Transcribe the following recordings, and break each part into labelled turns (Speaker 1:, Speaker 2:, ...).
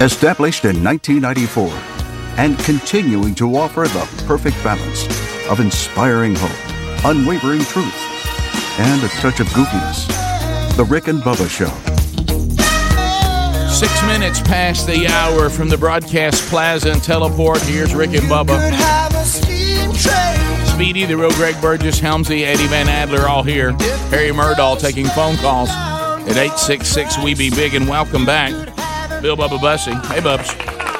Speaker 1: Established in 1994 and continuing to offer the perfect balance of inspiring hope, unwavering truth, and a touch of goofiness. The Rick and Bubba Show.
Speaker 2: Six minutes past the hour from the broadcast plaza and teleport. Here's Rick and Bubba. Speedy, the real Greg Burgess, Helmsy, Eddie Van Adler, all here. Harry Murdahl taking phone calls at 866 We Be Big. And welcome back, Bill Bubba Bussy. Hey, Bubs.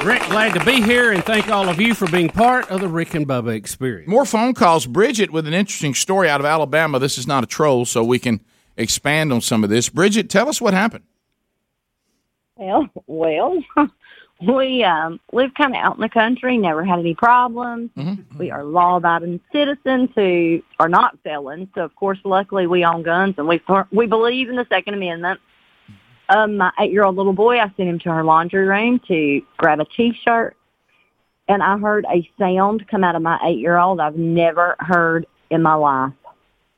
Speaker 3: Rick, glad to be here and thank all of you for being part of the Rick and Bubba experience.
Speaker 2: More phone calls. Bridget with an interesting story out of Alabama. This is not a troll, so we can expand on some of this. Bridget, tell us what happened.
Speaker 4: Well, well, we um, live kind of out in the country, never had any problems. We are law-abiding citizens who are not felons. So, of course, luckily we own guns and we we believe in the Second Amendment. Um, my eight-year-old little boy, I sent him to her laundry room to grab a T-shirt, and I heard a sound come out of my eight-year-old I've never heard in my life.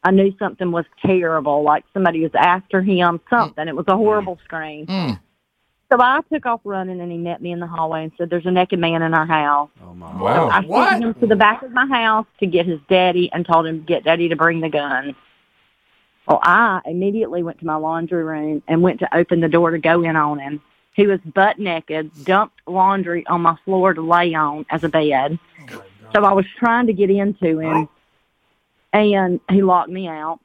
Speaker 4: I knew something was terrible, like somebody was after him, something. It was a horrible scream.
Speaker 2: Mm.
Speaker 4: So I took off running, and he met me in the hallway and said, "There's a naked man in our house." So I
Speaker 2: Wow.
Speaker 4: sent him to the back of my house to get his daddy, and told him to get daddy to bring the gun. Well, I immediately went to my laundry room and went to open the door to go in on him. He was butt naked, dumped laundry on my floor to lay on as a bed. so I was trying to get into him, and he locked me out.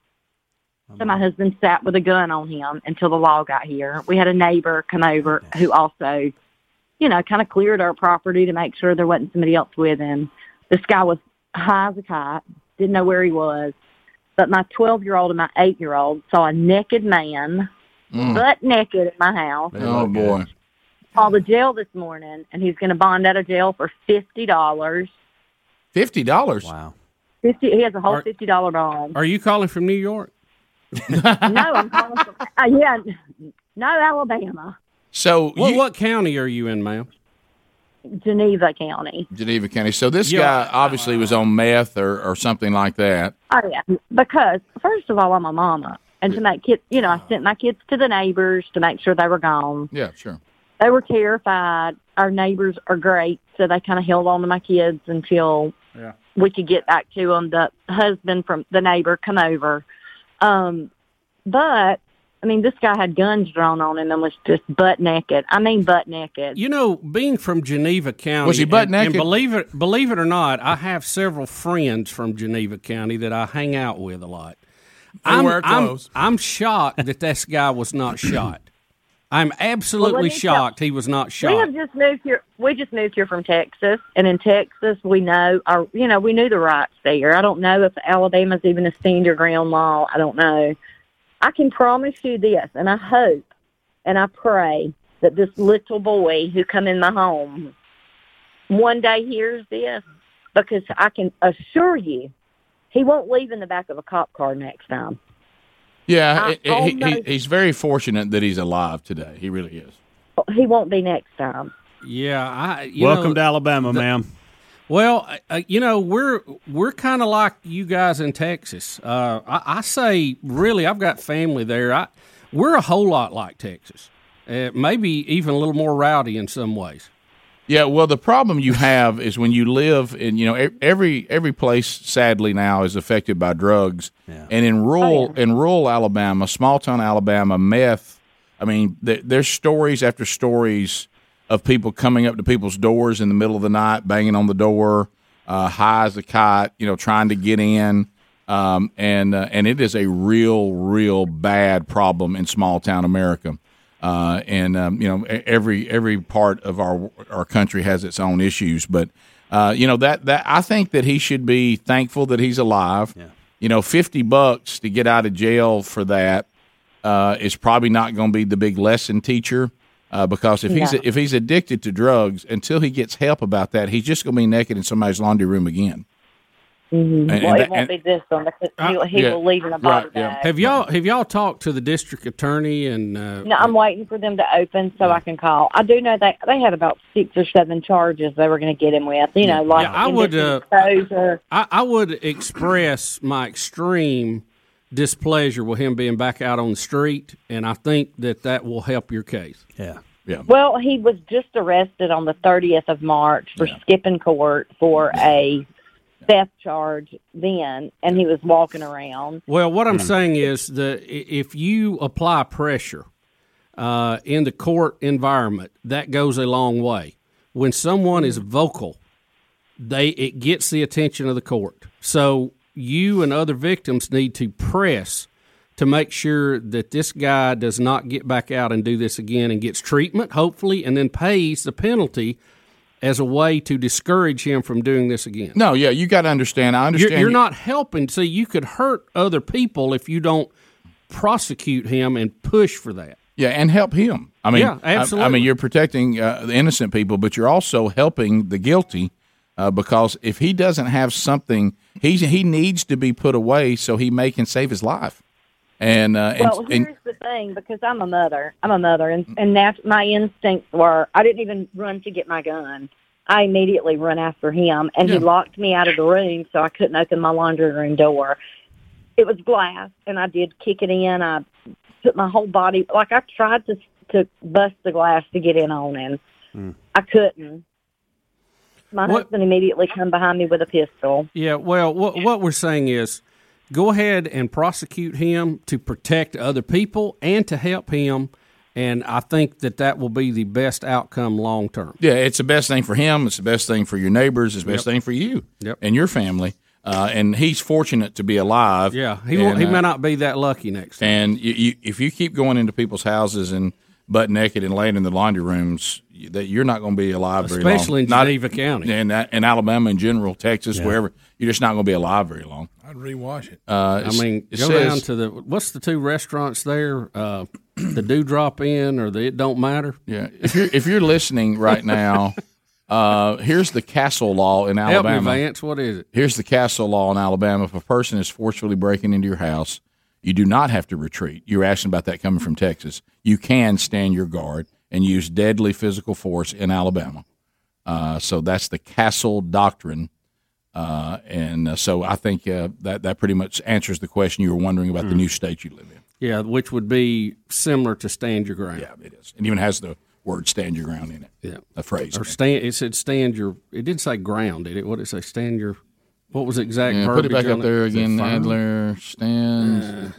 Speaker 4: So my husband sat with a gun on him until the law got here. We had a neighbor come over who also, you know, kind of cleared our property to make sure there wasn't somebody else with him. This guy was high as a kite, didn't know where he was. But my 12 year old and my 8 year old saw a naked man, butt naked, at my house.
Speaker 2: Mm. Oh, boy.
Speaker 4: Called the jail this morning, and he's going to bond out of jail for $50.
Speaker 2: $50.
Speaker 3: Wow.
Speaker 4: 50, he has a whole
Speaker 3: Are-
Speaker 4: $50 bond.
Speaker 3: Are you calling from New York?
Speaker 4: no, I'm calling from, uh, yeah, no, Alabama,
Speaker 2: So,
Speaker 3: What,
Speaker 2: you-
Speaker 3: what county are you in, ma'am?
Speaker 4: Geneva County.
Speaker 2: Geneva County. So, this
Speaker 3: Yeah.
Speaker 2: guy obviously was on meth or, or something like that.
Speaker 4: Oh yeah, because first of all, I'm a mama, and to make kids, you know, I sent my kids to the neighbors to make sure they were gone.
Speaker 2: Yeah, sure.
Speaker 4: They were terrified. Our neighbors are great, so they kind of held on to my kids until
Speaker 3: Yeah.
Speaker 4: we could get back to them. The husband from the neighbor come over, um, but I mean, this guy had guns drawn on him and was just butt naked. I mean, butt naked.
Speaker 3: You know, being from Geneva County,
Speaker 2: Was he butt
Speaker 3: and-
Speaker 2: naked?
Speaker 3: And believe it, believe it or not, I have several friends from Geneva County that I hang out with a lot. I'm,
Speaker 5: wear
Speaker 3: I'm-
Speaker 5: clothes.
Speaker 3: I'm, shocked that this guy was not shot. I'm absolutely
Speaker 4: Well, let me tell-
Speaker 3: shocked he was not
Speaker 4: We
Speaker 3: shot.
Speaker 4: have just moved here. We just moved here from Texas, and in Texas, we know our, you know, we knew the rights there. I don't know if Alabama's even a standard ground law. I don't know. I can promise you this, and I hope, and I pray that this little boy who come in my home one day hears this, because I can assure you, he won't leave in the back of a cop car next time.
Speaker 2: Yeah,
Speaker 4: I
Speaker 2: it- it- he, he,
Speaker 4: almost-
Speaker 2: he's very fortunate that he's alive today. He really is.
Speaker 4: He won't be next time.
Speaker 3: yeah, I you
Speaker 5: Welcome
Speaker 3: know,
Speaker 5: to Alabama, ma'am.
Speaker 3: Well, uh, you know, we're we're kind of like you guys in Texas. Uh, I, I say, really, I've got family there. I, we're a whole lot like Texas, uh, maybe even a little more rowdy in some ways.
Speaker 2: Yeah, well, the problem you have is when you live in, you know, e- every every place sadly now is affected by drugs, and in rural in rural Alabama, small town Alabama, meth. I mean, th- there's stories after stories of people coming up to people's doors in the middle of the night, banging on the door, uh, high as a kite, you know, trying to get in, um, and uh, and it is a real, real bad problem in small town America uh, and um, you know e- every every part of our our country has its own issues, but uh, you know that that I think that he should be thankful that he's alive. You know, fifty bucks to get out of jail for that uh, is probably not going to be the big lesson teacher. Uh, because if he's
Speaker 4: No.
Speaker 2: if he's addicted to drugs, until he gets help about that, he's just going to be naked in somebody's laundry room again. And- and
Speaker 4: Mm-hmm. well,
Speaker 2: that-
Speaker 4: it won't
Speaker 2: and- Uh,
Speaker 4: be this one because he, he
Speaker 2: yeah,
Speaker 4: will leave in a body
Speaker 2: right, yeah.
Speaker 4: bag.
Speaker 3: Have y'all have y'all talked to the district attorney and? Uh,
Speaker 4: No, I'm waiting for them to open so I can call. I do know they they had about six or seven charges they were going to get him with. You know, like
Speaker 3: Yeah, I would,
Speaker 4: indecent
Speaker 3: uh,
Speaker 4: exposure.
Speaker 3: I, I would express my extreme displeasure with him being back out on the street, and I think that that will help your case.
Speaker 5: Yeah.
Speaker 2: Yeah.
Speaker 4: Well, he was just arrested on the 30th of March for
Speaker 2: Yeah.
Speaker 4: skipping court for a theft charge then, and he was walking around.
Speaker 3: Well, what I'm saying is that i- if you apply pressure uh, in the court environment, that goes a long way. When someone is vocal, they it gets the attention of the court. So you and other victims need to press to make sure that this guy does not get back out and do this again and gets treatment, hopefully, and then pays the penalty as a way to discourage him from doing this again
Speaker 2: No, yeah, you got to understand. I
Speaker 3: you're,
Speaker 2: understand.
Speaker 3: you're not helping. See, you could hurt other people if you don't prosecute him and push for that.
Speaker 2: Yeah, and help him. I mean,
Speaker 3: Yeah,
Speaker 2: I- I,
Speaker 3: absolutely.
Speaker 2: mean, you're protecting uh, the innocent people, but you're also helping the guilty uh, because if he doesn't have something, he's he needs to be put away so he may can save his life. And uh,
Speaker 4: Well,
Speaker 2: and, and
Speaker 4: here's the thing, because I'm a mother. I'm a mother, and and that's my instincts were. I didn't even run to get my gun. I immediately run after him, and he
Speaker 2: Yeah.
Speaker 4: locked me out of the room, so I couldn't open my laundry room door. It was glass, and I did kick it in. I put my whole body like I tried to to bust the glass to get in on him. I couldn't. My
Speaker 3: What-
Speaker 4: husband immediately come behind me with a pistol.
Speaker 3: Yeah. Well, what what we're saying is, go ahead and prosecute him to protect other people and to help him. And I think that that will be the best outcome long term.
Speaker 2: yeah, it's the best thing for him. It's the best thing for your neighbors. It's the best thing for you
Speaker 3: Yep.
Speaker 2: and your family. Uh, and he's fortunate to be alive.
Speaker 3: Yeah, he won't,
Speaker 2: And,
Speaker 3: he
Speaker 2: uh,
Speaker 3: may not be that lucky next. time.
Speaker 2: And you, you, if you keep going into people's houses and butt naked and laying in the laundry rooms, you- that you're not going to be alive very long.
Speaker 3: Especially in
Speaker 2: Not-
Speaker 3: Geneva County.
Speaker 2: and that, in Alabama in general, Texas, wherever, you're just not going to be alive very long.
Speaker 5: I'd rewash it.
Speaker 2: Uh,
Speaker 3: I
Speaker 2: it's-
Speaker 3: mean,
Speaker 2: it
Speaker 3: go
Speaker 2: says-
Speaker 3: down to the what's the two restaurants there? Uh, the Do Drop In or the It Don't Matter.
Speaker 2: yeah. If you're if you're listening right now, uh, here's the castle law in
Speaker 3: Help me,
Speaker 2: Alabama.
Speaker 3: Vance. What is it?
Speaker 2: Here's the castle law in Alabama. If a person is forcefully breaking into your house, you do not have to retreat. You're asking about that coming from Texas. You can stand your guard and use deadly physical force in Alabama. Uh, so that's the castle doctrine. Uh, and uh, so I think uh, that, that pretty much answers the question you were wondering about the
Speaker 3: Hmm.
Speaker 2: new state you live in.
Speaker 3: Yeah, which would be similar to stand your ground.
Speaker 2: Yeah, it is. It even has the word stand your ground in it.
Speaker 3: Yeah.
Speaker 2: A phrase.
Speaker 3: Or stand. It said stand your. It didn't say ground, did it? What did it say? Stand your. What was the exact
Speaker 2: Yeah,
Speaker 3: verb?
Speaker 2: put it back up there again, Adler. Stand,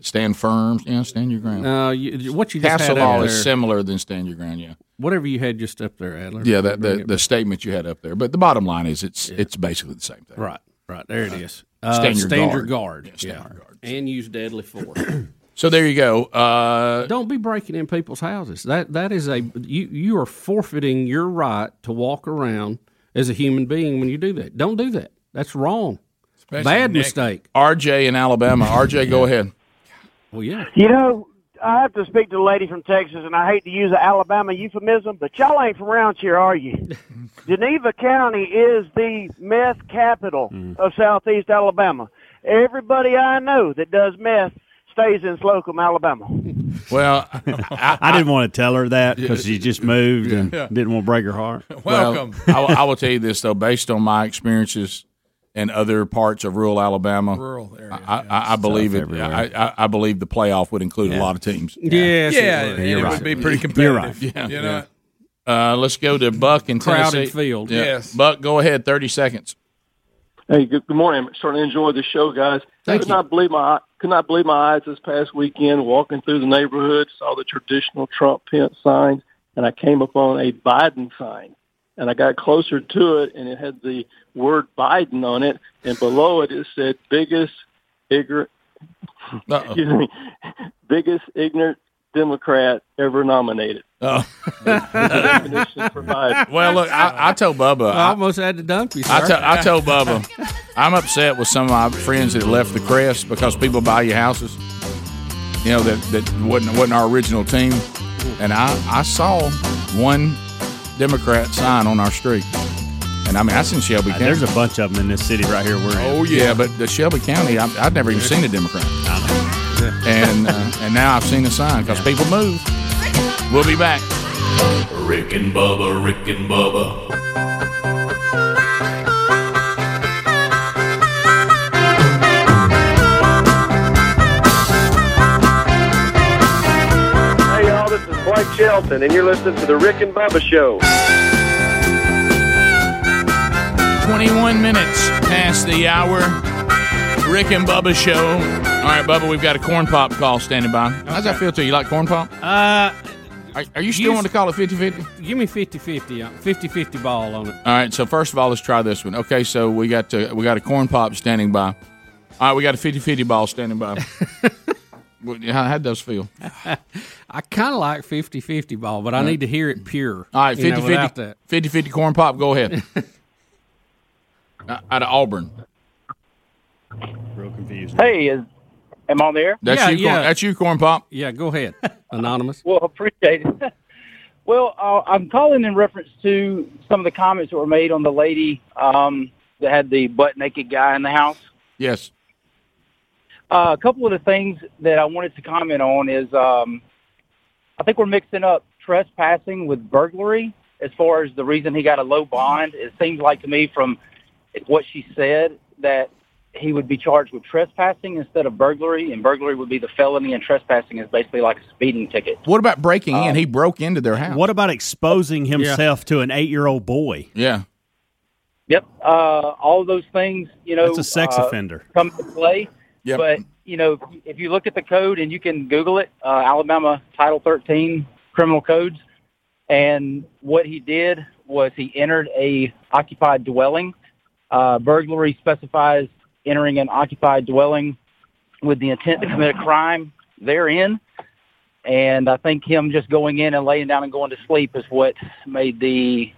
Speaker 2: stand firm. Yeah, stand your ground.
Speaker 3: No, Uh, you, what you just
Speaker 2: Castle
Speaker 3: had up
Speaker 2: law
Speaker 3: there,
Speaker 2: is similar than stand your ground. Yeah,
Speaker 3: whatever you had just up there, Adler.
Speaker 2: yeah. That the, the statement you had up there, but the bottom line is it's it's basically the same thing.
Speaker 3: right, right there it is. Uh,
Speaker 2: Stand your guard.
Speaker 3: guard.
Speaker 2: Yeah, stand your guard.
Speaker 3: and use deadly force.
Speaker 2: So there you go. Uh,
Speaker 3: Don't be breaking in people's houses. That that is a you you are forfeiting your right to walk around as a human being when you do that. Don't do that. That's wrong. Bad
Speaker 5: naked.
Speaker 3: mistake.
Speaker 2: RJ in Alabama. RJ, go ahead.
Speaker 3: Well, yeah.
Speaker 6: You know, I have to speak to the lady from Texas, and I hate to use the Alabama euphemism, but y'all ain't from around here, are you? Geneva County is the meth capital
Speaker 2: Mm.
Speaker 6: of Southeast Alabama. Everybody I know that does meth stays in Slocum, Alabama.
Speaker 2: Well, I,
Speaker 7: I didn't want to tell her that because she just moved and didn't want to break her heart.
Speaker 5: Welcome.
Speaker 2: I, will- I will tell you this though, based on my experiences in other parts of rural Alabama,
Speaker 5: Rural area.
Speaker 2: I, I, I believe it. I, I, I believe the playoff would include a lot of teams.
Speaker 3: Yes.
Speaker 5: yeah,
Speaker 3: it
Speaker 5: and
Speaker 3: was.
Speaker 5: it would be pretty competitive.
Speaker 2: Yeah,
Speaker 5: You know,
Speaker 2: Uh, let's go to Buck in
Speaker 3: Crowded
Speaker 2: Tennessee.
Speaker 3: field.
Speaker 2: Yeah.
Speaker 5: Yes.
Speaker 2: Buck, go ahead. Thirty seconds.
Speaker 8: Hey, good, good morning. I'm starting to enjoy the show, guys.
Speaker 3: Thank
Speaker 8: could
Speaker 3: you.
Speaker 8: not believe my could not believe my eyes this past weekend walking through the neighborhood, saw the traditional Trump Pence signs, and I came upon a Biden sign. And I got closer to it and it had the word Biden on it and below it it said biggest ignorant
Speaker 2: Uh-oh.
Speaker 8: excuse me biggest ignorant Democrat ever nominated.
Speaker 2: Oh.
Speaker 8: Definition for Biden.
Speaker 2: Well, look, I, I told Bubba.
Speaker 3: I
Speaker 2: I,
Speaker 3: almost had to dump you, sir.
Speaker 2: Uh, I, tell, I told Bubba, I'm upset with some of my friends that left the Crest because people buy you houses, you know, that, that wasn't, wasn't our original team. And I, I saw one Democrat sign on our street. And I mean, that's in Shelby County.
Speaker 7: Uh, There's a bunch of them in this city right here. We're in.
Speaker 2: oh, yeah, but the Shelby County, I, I'd never even seen a Democrat. And, uh, and now I've seen a sign because people move. We'll be back.
Speaker 9: Rick and Bubba, Rick and Bubba.
Speaker 6: Hey, y'all, this is Blake Shelton.
Speaker 10: Johnson, and you're listening to The Rick and Bubba Show.
Speaker 2: 21 minutes past the hour. Rick and Bubba show. All right, Bubba, we've got a corn pop call standing by. How's that feel to you? You Like corn pop?
Speaker 3: Uh,
Speaker 2: are, you still on the call it 50 50?
Speaker 3: Give me 50 50. 50 50 ball on it.
Speaker 2: All right, so first of all, let's try this one. Okay, so we got to, we got a corn pop standing by. All right, we got a 50 50 ball standing by. What- How, how'd those feel?
Speaker 3: I kind of like 50 50 ball, but I
Speaker 2: Yeah.
Speaker 3: need to hear it pure.
Speaker 2: All right,
Speaker 3: you know,
Speaker 2: 50
Speaker 3: without
Speaker 2: 50, 50 50 corn pop, go ahead. Uh, Out of Auburn.
Speaker 7: Real confused.
Speaker 11: Hey, is, am I on there?
Speaker 2: That's you, corn, that's you, corn pop.
Speaker 3: Yeah, go ahead, anonymous.
Speaker 11: Well, appreciate it. well, uh, I'm calling in reference to some of the comments that were made on the lady um, that had the butt naked guy in the house.
Speaker 2: Yes.
Speaker 11: Uh, a couple of the things that I wanted to comment on is um, I think we're mixing up trespassing with burglary as far as the reason he got a low bond. It seems like to me from what she said that he would be charged with trespassing instead of burglary, and burglary would be the felony, and trespassing is basically like a speeding ticket.
Speaker 2: What about breaking in? He broke into their house.
Speaker 7: uh, What about exposing himself to an eight-year-old boy?
Speaker 2: Yeah.
Speaker 11: Yep. Uh, all those things, you know.
Speaker 7: That's a sex
Speaker 11: uh,
Speaker 7: offender.
Speaker 11: Come to play.
Speaker 2: Yep.
Speaker 11: But, you know, if you look at the code and you can Google it, uh, Alabama Title 13 criminal codes. And what he did was he entered a occupied dwelling. Uh, burglary specifies entering an occupied dwelling with the intent to commit a crime therein. And I think him just going in and laying down and going to sleep is what made the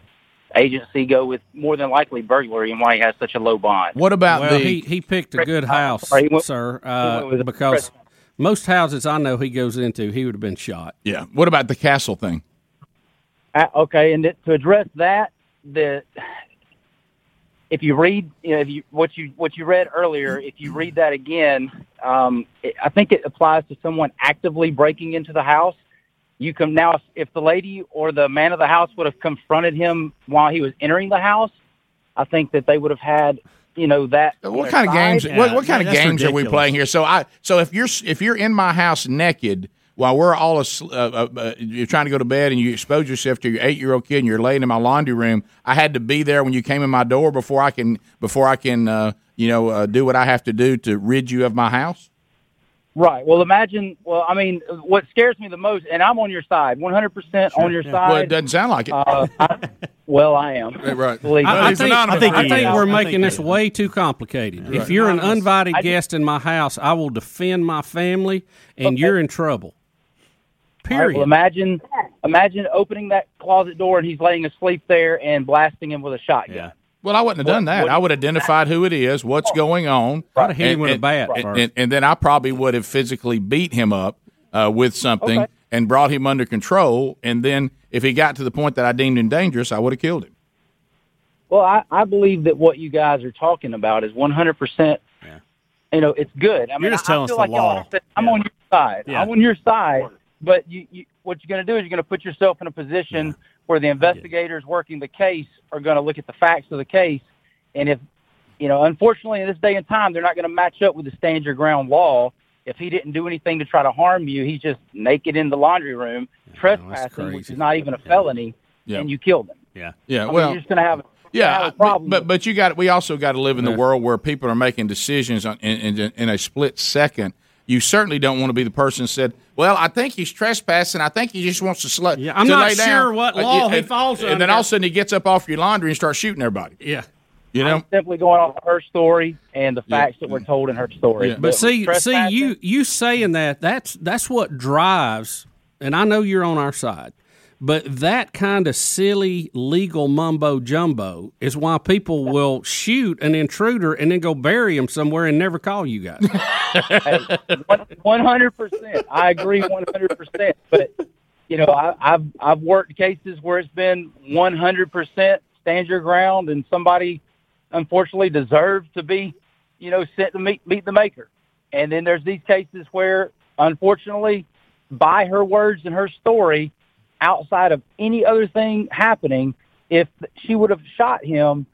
Speaker 11: agency go with more than likely burglary and why he has such a low bond.
Speaker 2: What about
Speaker 3: well,
Speaker 11: the-
Speaker 3: he, he picked a good house,
Speaker 11: Sorry, he went-
Speaker 3: sir,
Speaker 11: he
Speaker 3: uh,
Speaker 11: went with-
Speaker 3: because most houses I know he goes into, he would have been shot.
Speaker 2: Yeah. What about the castle thing?
Speaker 11: Uh, okay, and to address that, the if you read you know, if you what you what you read earlier, if you read that again, um, it, I think it applies to someone actively breaking into the house. You can now, if, if the lady or the man of the house would have confronted him while he was entering the house, I think that they would have had you know that.
Speaker 2: What kind of games? What, what kind of games are we playing here? So I, so if you're s- if you're in my house naked while we're all as, uh, uh, uh, you're trying to go to bed and you expose yourself to your eight year old kid and you're laying in my laundry room, I had to be there when you came in my door before I can before I can uh, you know uh, do what I have to do to rid you of my house.
Speaker 11: Right. Well, imagine. Well, I mean, what scares me the most, and I'm on your side, 100% on your side.
Speaker 2: Well, it doesn't sound like it.
Speaker 11: Uh, I, well, I am.
Speaker 2: Right.
Speaker 11: Believe me.
Speaker 3: I, I think, I think, we're making this way too complicated.
Speaker 11: Yeah.
Speaker 3: If you're an
Speaker 11: Anonymous.
Speaker 3: uninvited
Speaker 11: I just-
Speaker 3: guest in my house, I will defend my family, and you're in trouble.
Speaker 11: All right,
Speaker 3: Period.
Speaker 11: well, imagine, imagine opening that closet door and he's laying asleep there and blasting him with a shotgun.
Speaker 2: Well, I wouldn't have done
Speaker 11: What-
Speaker 2: that.
Speaker 11: what-
Speaker 2: I would have identified who it is, what's going on.
Speaker 11: I'd have hit him
Speaker 2: and-
Speaker 11: with a
Speaker 2: and-
Speaker 11: bat
Speaker 2: And,
Speaker 11: first.
Speaker 2: and, and then I probably would have physically beat him up uh, with something
Speaker 11: Okay.
Speaker 2: and brought him under control. And then if he got to the point that I deemed him dangerous, I would have killed him.
Speaker 11: Well, I, I believe that what you guys are talking about is 100. percent You know, it's good. I mean,
Speaker 7: just
Speaker 11: I,
Speaker 7: telling
Speaker 11: I
Speaker 7: us
Speaker 11: feel
Speaker 7: the
Speaker 11: like y'all
Speaker 7: law.
Speaker 11: are saying, I'm on your side.
Speaker 7: Yeah.
Speaker 11: I'm on your side. But you, you, what you're going to do is you're going to put yourself in a position where the investigators working the case are going to look at the facts of the case, and if you know, unfortunately, in this day and time, they're not going to match up with the stand your ground law. If he didn't do anything to try to harm you, he's just naked in the laundry room, trespassing, which is not even a felony,
Speaker 2: Yeah.
Speaker 11: and you killed him.
Speaker 7: Yeah.
Speaker 11: I
Speaker 2: Yeah.
Speaker 11: mean,
Speaker 2: Well,
Speaker 11: you're just going to have
Speaker 2: yeah,
Speaker 11: have a
Speaker 2: but-
Speaker 11: problem
Speaker 2: But but you got we also got to live in the world where people are making decisions on, in, in, in a split second. You certainly don't want to be the person who said, "Well, I think he's trespassing. I think he just wants to slut." Yeah,
Speaker 3: I'm not sure what law he
Speaker 2: and,
Speaker 3: falls
Speaker 2: And then
Speaker 3: under.
Speaker 2: all of a sudden he gets up off your laundry and starts shooting everybody.
Speaker 3: Yeah.
Speaker 2: You know,
Speaker 11: I'm simply going off of her story and the facts that were told in her story.
Speaker 3: But see, see,
Speaker 11: trespassing-
Speaker 3: you you saying that that's that's what drives, and I know you're on our side, but that kind of silly legal mumbo jumbo is why people will shoot an intruder and then go bury him somewhere and never call you guys.
Speaker 11: One hundred percent. I agree one hundred percent. But you know, I, I've I've worked cases where it's been one hundred percent stand your ground, and somebody unfortunately deserved to be, you know, sent to meet meet the maker. And then there's these cases where, unfortunately, by her words and her story, outside of any other thing happening, if she would have shot him,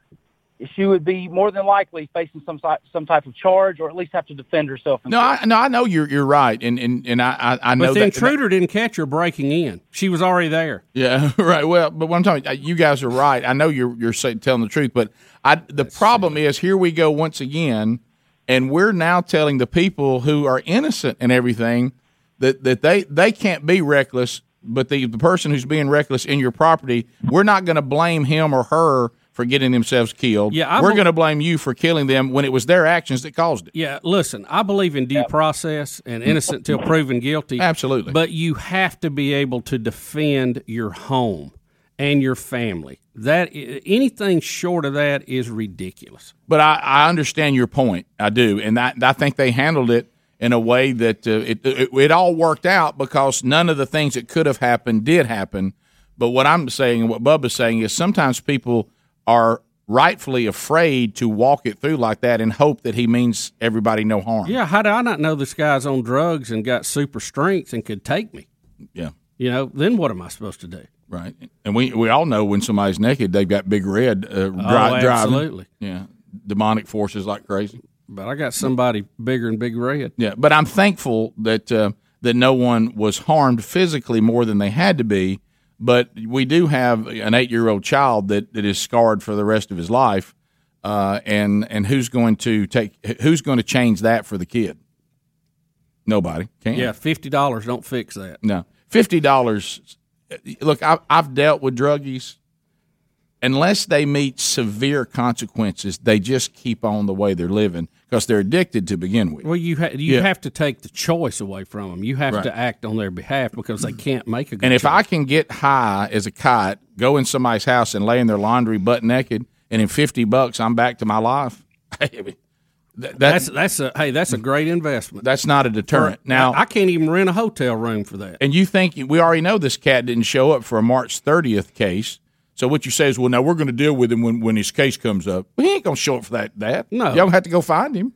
Speaker 11: she would be more than likely facing some si- some type of charge, or at least have to defend herself.
Speaker 2: No, I no, I know you're you're right, and and and I I, I know
Speaker 3: but the
Speaker 2: that.
Speaker 3: intruder didn't catch her breaking in. She was already there.
Speaker 2: Yeah, right. Well, but what I'm talking, uh, you guys are right. I know you're you're say, telling the truth, but I the problem is here we go once again, and we're now telling the people who are innocent and everything that that they they can't be reckless, but the, the person who's being reckless in your property, we're not going to blame him or her for getting themselves killed.
Speaker 3: Yeah, I
Speaker 2: we're
Speaker 3: bel-
Speaker 2: going to blame you for killing them when it was their actions that caused it.
Speaker 3: Yeah, listen, I believe in due process and innocent till proven guilty.
Speaker 2: Absolutely.
Speaker 3: But you have to be able to defend your home and your family. That i- anything short of that is ridiculous.
Speaker 2: But I, I understand your point. I do, and I, I think they handled it in a way that uh, it, it it all worked out because none of the things that could have happened did happen. But what I'm saying and what Bubba's saying is sometimes people are rightfully afraid to walk it through like that and hope that he means everybody no harm.
Speaker 3: Yeah, how did I not know this guy's on drugs and got super strength and could take me?
Speaker 2: Yeah.
Speaker 3: You know, then what am I supposed to do?
Speaker 2: Right. And we we all know when somebody's naked, they've got big red uh, dri- driving.
Speaker 3: absolutely.
Speaker 2: Yeah. Demonic forces like crazy.
Speaker 3: But I got somebody bigger and big red.
Speaker 2: Yeah, but I'm thankful that uh, that no one was harmed physically more than they had to be. But we do have an eight year old child that, that is scarred for the rest of his life, uh, and and who's going to take who's going to change that for the kid? Nobody can.
Speaker 3: Yeah, fifty dollars don't fix that.
Speaker 2: No, fifty dollars. Look, I, I've dealt with druggies. Unless they meet severe consequences, they just keep on the way they're living because they're addicted to begin with.
Speaker 3: Well, you ha- you
Speaker 2: Yeah.
Speaker 3: have to take the choice away from them. You have
Speaker 2: Right.
Speaker 3: to act on their behalf because they can't make a good
Speaker 2: And if
Speaker 3: choice.
Speaker 2: I can get high as a kite, go in somebody's house and lay in their laundry butt naked, and in fifty bucks I'm back to my life. Hey, that,
Speaker 3: that's that's a Uh, hey, that's a great investment.
Speaker 2: That's not a deterrent. Now
Speaker 3: I can't even rent a hotel room for that.
Speaker 2: And you think we already know this cat didn't show up for a March thirtieth case. So what you say is, well, now we're going to deal with him when, when his case comes up. Well, he ain't going to show up for that. That
Speaker 3: No.
Speaker 2: y'all gonna have to go find him.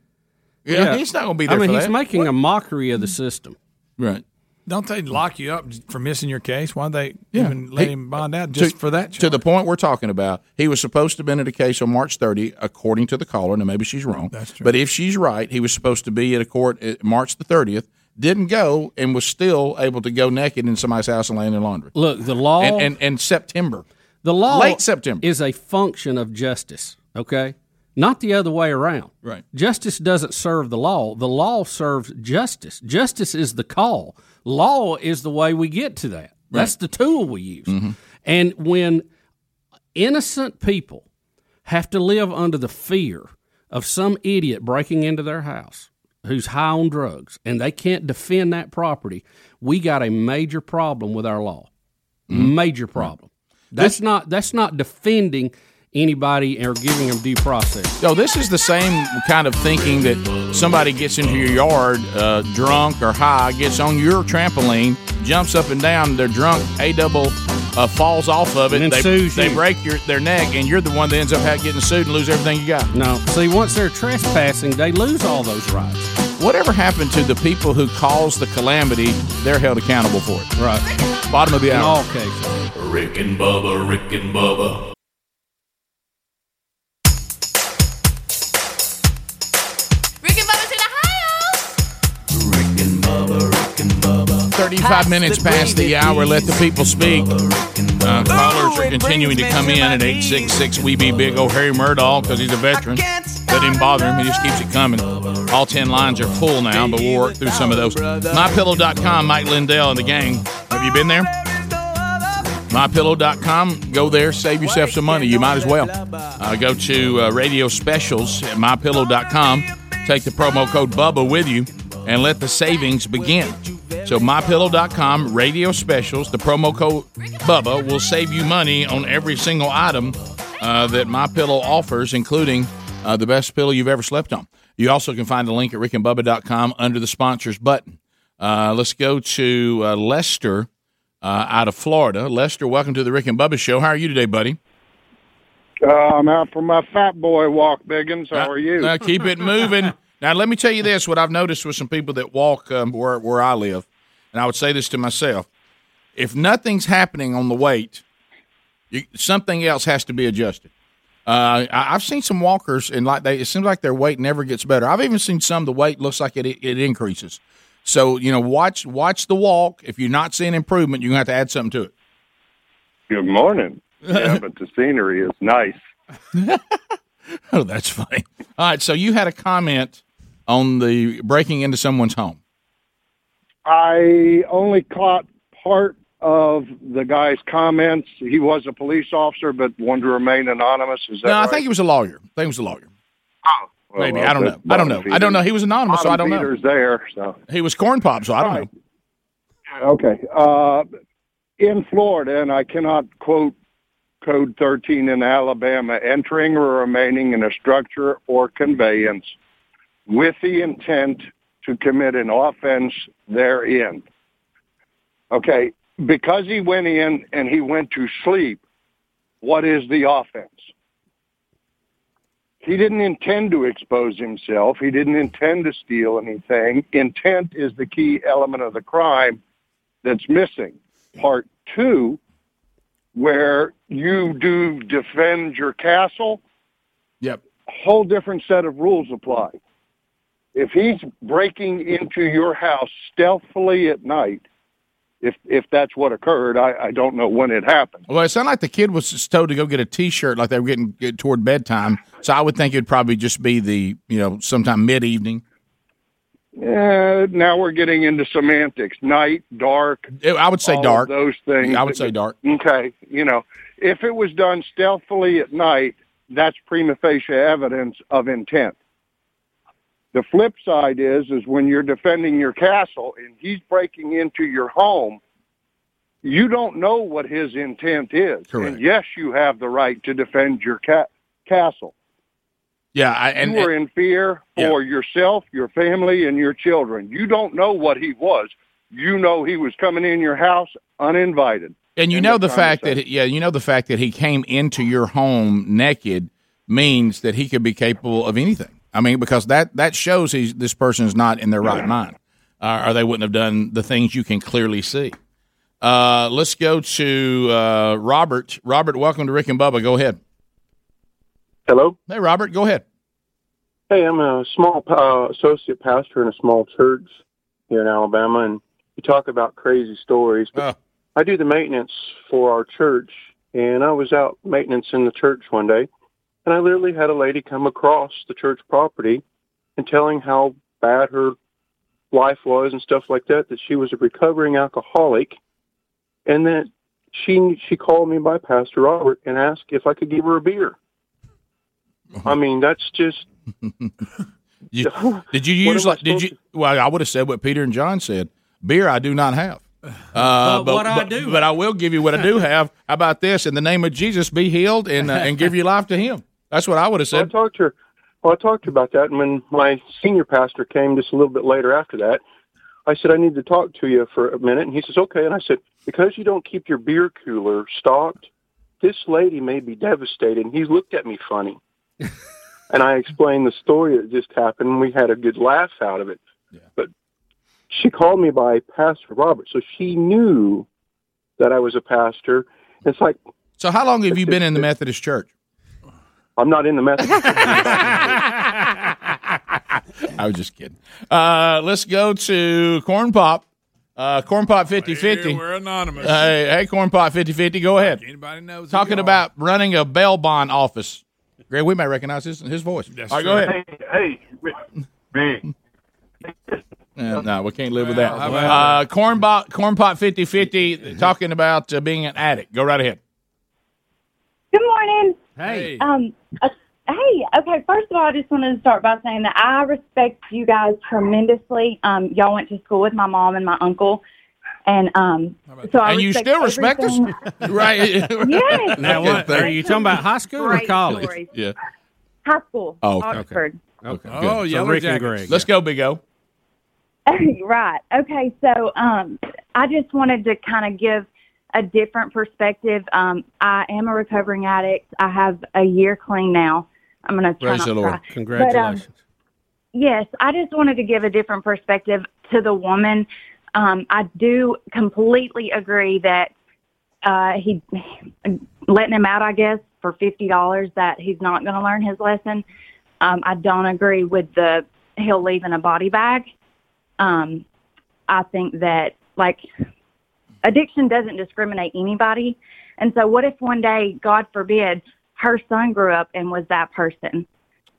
Speaker 2: Yeah, he's not going to be there.
Speaker 3: I mean,
Speaker 2: for
Speaker 3: he's
Speaker 2: that.
Speaker 3: making a mockery of the system.
Speaker 2: Right.
Speaker 5: Don't they lock you up for missing your case? Why they
Speaker 2: Yeah.
Speaker 5: even let
Speaker 2: He-
Speaker 5: him bond out just
Speaker 2: to,
Speaker 5: for that?
Speaker 2: To the point we're talking about, he was supposed to have been at a case on March 30, according to the caller. Now, maybe she's wrong.
Speaker 5: That's true.
Speaker 2: But if she's right, he was supposed to be at a court at March the 30th, didn't go, and was still able to go naked in somebody's house and lay in their laundry.
Speaker 3: Look, the law
Speaker 2: And, and, and September.
Speaker 3: the law
Speaker 2: Late September.
Speaker 3: is a function of justice. Okay, not the other way around.
Speaker 2: Right.
Speaker 3: Justice doesn't serve the law. The law serves justice. Justice is the call. Law is the way we get to that. That's the tool we use. And when innocent people have to live under the fear of some idiot breaking into their house who's high on drugs and they can't defend that property, we got a major problem with our law. Major problem. That's not that's not defending anybody or giving them due process.
Speaker 2: No, this is the same kind of thinking that somebody gets into your yard uh, drunk or high, gets on your trampoline, jumps up and down, they're drunk, a double uh, falls off of it,
Speaker 3: And then
Speaker 2: they,
Speaker 3: sues
Speaker 2: they
Speaker 3: you.
Speaker 2: break your, their neck, and you're the one that ends up ha- getting sued and lose everything you got.
Speaker 3: No, see, once they're trespassing, they lose all those rights.
Speaker 2: Whatever happened to the people who caused the calamity, they're held accountable for it.
Speaker 3: Right.
Speaker 2: Bottom of the
Speaker 3: In
Speaker 2: hour.
Speaker 3: all cases.
Speaker 9: Rick and Bubba, Rick and Bubba.
Speaker 12: Rick and Bubba's in Ohio.
Speaker 2: 35 minutes past the hour. Let the people speak. Uh, callers are continuing to come in at 866 We Be Big O. Harry Murdahl, because he's a veteran. Doesn't even bother him. He just keeps it coming. All 10 lines are full now, but we'll work through some of those. MyPillow.com, Mike Lindell and the gang. Have you been there? MyPillow.com. Go there, save yourself some money. You might as well. Uh, go to uh, radio specials at MyPillow.com. Take the promo code Bubba with you and let the savings begin. So, MyPillow.com, radio specials, the promo code Bubba will save you money on every single item uh, that MyPillow offers, including uh, the best pillow you've ever slept on. You also can find the link at rickandbubba.com under the sponsors button. Uh, let's go to uh, Lester uh, out of Florida. Lester, welcome to the Rick and Bubba Show. How are you today, buddy?
Speaker 13: Uh, I'm out for my fat boy walk, Biggins. How are you?
Speaker 2: Now Uh, keep it moving. now let me tell you this: what I've noticed with some people that walk um, where where I live, and I would say this to myself: if nothing's happening on the weight, you, something else has to be adjusted. Uh, I- I've seen some walkers, and like they, it seems like their weight never gets better. I've even seen some the weight looks like it it increases. So you know, watch watch the walk. If you're not seeing improvement, you're gonna have to add something to it.
Speaker 10: Good morning. Yeah, but the scenery is nice.
Speaker 2: Oh, that's funny. All right, so you had a comment on the breaking into someone's home.
Speaker 13: I only caught part of the guy's comments. He was a police officer, but wanted to remain anonymous. Is that
Speaker 2: No, I
Speaker 13: right?
Speaker 2: think it was a lawyer. I think it was a lawyer.
Speaker 13: Oh, well,
Speaker 2: maybe
Speaker 13: well,
Speaker 2: I don't
Speaker 13: that's
Speaker 2: know. I don't know.
Speaker 13: bottom
Speaker 2: I don't know.
Speaker 13: feeder.
Speaker 2: He was anonymous, so I
Speaker 13: Bottom
Speaker 2: don't know.
Speaker 13: feeder's there, so
Speaker 2: He was corn pop, so I don't know.
Speaker 13: Okay. Uh, in Florida, and I cannot quote Code 13 in Alabama, entering or remaining in a structure or conveyance with the intent to commit an offense therein. Okay. Because he went in and he went to sleep, what is the offense? He didn't intend to expose himself. He didn't intend to steal anything. Intent is the key element of the crime that's missing. Part two, where you do defend your castle.
Speaker 2: Yep.
Speaker 13: Whole different set of rules apply. If he's breaking into your house stealthily at night, if if that's what occurred, I, I don't know when it happened.
Speaker 2: Well, it sounded like the kid was just told to go get a T-shirt, like they were getting get toward bedtime. So I would think it'd probably just be the you know sometime mid evening.
Speaker 13: Uh, now we're getting into semantics. Night, dark.
Speaker 2: I would say
Speaker 13: all of
Speaker 2: dark.
Speaker 13: Those things.
Speaker 2: I would say dark.
Speaker 13: Okay, you know, if it was done stealthily at night, that's prima facie evidence of intent. The flip side is is when you're defending your castle and he's breaking into your home, you don't know what his intent is.
Speaker 2: Correct.
Speaker 13: And yes, you have the right to defend your ca- castle.
Speaker 2: Yeah, I, and
Speaker 13: you are in fear for yourself, your family, and your children. You don't know what he was. You know he was coming in your house uninvited.
Speaker 2: and you
Speaker 13: End
Speaker 2: know
Speaker 13: of
Speaker 2: the fact that yeah, you know the fact that he came into your home naked means that he could be capable of anything. I mean, because that that shows he's this person is not in their right mind, uh, or they wouldn't have done the things you can clearly see. Uh, let's go to uh, Robert. Robert, welcome to Rick and Bubba. Go ahead.
Speaker 14: Hello.
Speaker 2: Hey, Robert. Go ahead.
Speaker 14: Hey, I'm a small uh, associate pastor in a small church here in Alabama, and you talk about crazy stories. But
Speaker 2: Ah.
Speaker 14: I do the maintenance for our church, and I was out maintenance in the church one day, and I literally had a lady come across the church property and telling how bad her life was and stuff like that. That she was a recovering alcoholic, and that she she called me by Pastor Robert and asked if I could give her a beer.
Speaker 2: Uh-huh.
Speaker 14: I mean, that's just
Speaker 2: You- did you use like did you? Well, I would have said what Peter and John said. Beer, I do not have. Uh,
Speaker 3: But what I
Speaker 2: do, but I will give you what I do have. How about this? In the name of Jesus, be healed and uh, and give your life to Him. That's what I would have said.
Speaker 14: Well, I talked to her. Well, I talked to her about that, and when my senior pastor came just a little bit later after that, I said I need to talk to you for a minute, and he says okay. And I said because you don't keep your beer cooler stocked, this lady may be devastated. And he looked at me funny, and I explained the story that just happened. and We had a good laugh out of it, but she called me by Pastor Robert, so she knew that I was a pastor. It's like
Speaker 2: So, how long have you been in the Methodist Church?
Speaker 14: I'm not in the Methodist.
Speaker 2: I was just kidding. Uh, let's go to Corn Pop. Uh, Corn Pop 50 50.
Speaker 5: we're anonymous.
Speaker 2: Hey, hey, Corn Pop 50 50. Go ahead.
Speaker 5: Anybody knows? who
Speaker 2: Talking
Speaker 5: you are.
Speaker 2: about running a bail bond office. Greg, we may recognize his, his voice. All right, go ahead.
Speaker 15: Hey, man.
Speaker 2: Yeah, no, we can't live with that.
Speaker 15: how about
Speaker 2: Uh, corn, bo- corn Pop 50 50, talking about uh, being an addict. Go right ahead.
Speaker 16: Good morning.
Speaker 2: Hey.
Speaker 16: Um. uh, hey. Okay. First of all, I just wanted to start by saying that I respect you guys tremendously. Um. Y'all went to school with my mom and my uncle, and um. So I
Speaker 3: And you
Speaker 16: respect
Speaker 3: still respect us?
Speaker 16: everything-
Speaker 2: right.
Speaker 16: yes.
Speaker 3: Now
Speaker 16: Okay,
Speaker 3: what? Are
Speaker 16: thank
Speaker 3: you
Speaker 16: you.
Speaker 3: talking about high school or
Speaker 16: Great
Speaker 3: college?
Speaker 16: stories.
Speaker 2: Yeah.
Speaker 16: High school.
Speaker 3: Oh, okay.
Speaker 16: Oxford.
Speaker 2: Okay.
Speaker 3: Oh,
Speaker 2: good.
Speaker 3: Yellow Rick and Jackets. Greg,
Speaker 2: Let's go, Big O.
Speaker 16: right. Okay. So um, I just wanted to kind of give a different perspective. Um, I am a recovering addict. I have a year clean now. I'm going to try
Speaker 3: Praise
Speaker 16: not
Speaker 3: the
Speaker 16: to
Speaker 3: Lord.
Speaker 16: cry. But,
Speaker 3: Congratulations.
Speaker 16: um, yes, I just wanted to give a different perspective to the woman. Um, I do completely agree that uh, he letting him out, I guess, for fifty dollars that he's not going to learn his lesson. Um, I don't agree with the he'll leave in a body bag. Um, I think that like addiction doesn't discriminate anybody, and so what if one day, God forbid, her son grew up and was that person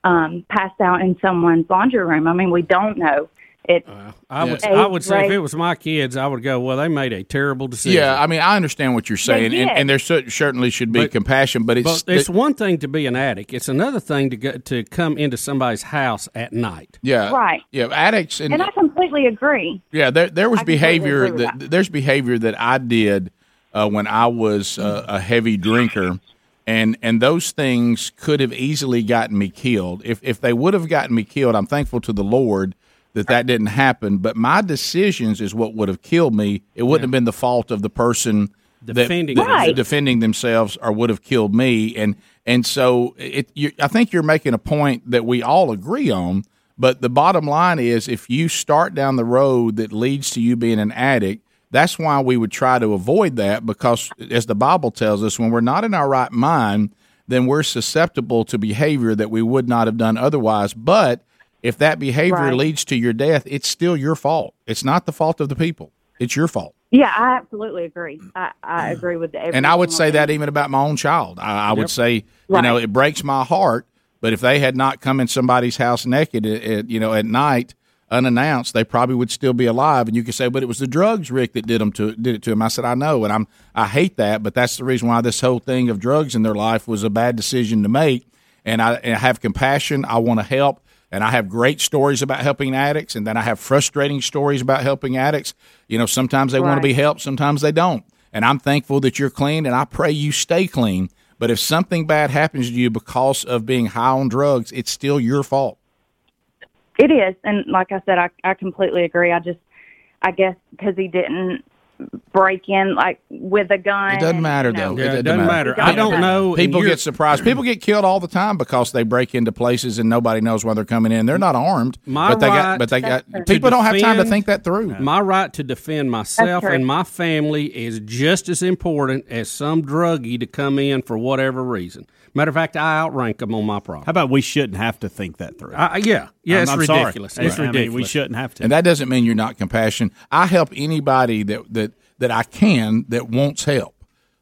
Speaker 16: um, passed out in someone's laundry room? I mean, we don't know. It's
Speaker 3: Uh, I would
Speaker 16: Yeah.
Speaker 3: I would say if
Speaker 16: Right.
Speaker 3: it was my kids, I would go. Well, they made a terrible decision.
Speaker 2: Yeah, I mean, I understand what you're saying, and,
Speaker 3: did.
Speaker 2: and there cer- certainly should be
Speaker 3: But-
Speaker 2: compassion, but it's,
Speaker 3: but it's one thing to be an addict. It's another thing to go, to come into somebody's house at night.
Speaker 2: yeah,
Speaker 16: Right.
Speaker 2: yeah, addicts and,
Speaker 16: and I completely agree.
Speaker 2: Yeah, there there was behavior
Speaker 16: agree with
Speaker 2: that, there's behavior that I did uh, when I was uh, a heavy drinker, and and those things could have easily gotten me killed. If if they would have gotten me killed, I'm thankful to the Lord that that didn't happen. But my decisions is what would have killed me. It wouldn't have been the fault of the person that-
Speaker 3: Defending
Speaker 2: that,
Speaker 3: themselves.
Speaker 2: defending themselves or would have killed me. And and so it, you, I think you're making a point that we all agree on. But the bottom line is, if you start down the road that leads to you being an addict, that's why we would try to avoid that because, as the Bible tells us, when we're not in our right mind, then we're susceptible to behavior that we would not have done otherwise. But if that behavior
Speaker 16: Right.
Speaker 2: leads to your death, it's still your fault. It's not the fault of the people. It's your fault.
Speaker 16: Yeah, I absolutely agree. I, I
Speaker 3: Mm.
Speaker 16: agree with everything.
Speaker 2: And I would say that even about my own child. I, I would
Speaker 16: Yep.
Speaker 2: say, you
Speaker 16: Right.
Speaker 2: know, it breaks my heart. But if they had not come in somebody's house naked, at, at, you know, at night unannounced, they probably would still be alive. And you could say, but it was the drugs, Rick, that did them to did it to him. I said, I know, and I'm I hate that, but that's the reason why this whole thing of drugs in their life was a bad decision to make. And I, and I have compassion. I want to help. And I have great stories about helping addicts, and then I have frustrating stories about helping addicts. You know, sometimes they want
Speaker 17: Right.
Speaker 2: to be helped, sometimes they don't. And I'm thankful that you're clean, and I pray you stay clean. But if something bad happens to you because of being high on drugs, it's still your fault.
Speaker 16: It is, and like I said, I, I completely agree. I just, I guess, because he didn't break in like with a gun.
Speaker 2: It doesn't
Speaker 16: and,
Speaker 2: matter
Speaker 16: you know,
Speaker 2: though.
Speaker 3: Yeah, it doesn't matter. I don't know, and
Speaker 2: People
Speaker 3: you're-
Speaker 2: get surprised. People get killed all the time because they break into places and nobody knows why they're coming in. They're not armed,
Speaker 3: My
Speaker 2: but they
Speaker 3: right
Speaker 2: got. But they got.
Speaker 3: to
Speaker 2: People don't have time to
Speaker 3: defend-
Speaker 2: think that through.
Speaker 3: My right to defend myself
Speaker 2: That's right.
Speaker 3: and my family is just as important as some druggie to come in for whatever reason. Matter of fact, I outrank them on my problem.
Speaker 7: How about we shouldn't have to think that through?
Speaker 3: I, I- yeah, yeah,
Speaker 7: I'm-
Speaker 3: it's
Speaker 7: I'm sorry.
Speaker 3: ridiculous. It's
Speaker 7: I mean, we
Speaker 3: ridiculous.
Speaker 7: shouldn't have to.
Speaker 2: And that doesn't mean you're not compassionate. I help anybody that that that I can that wants help.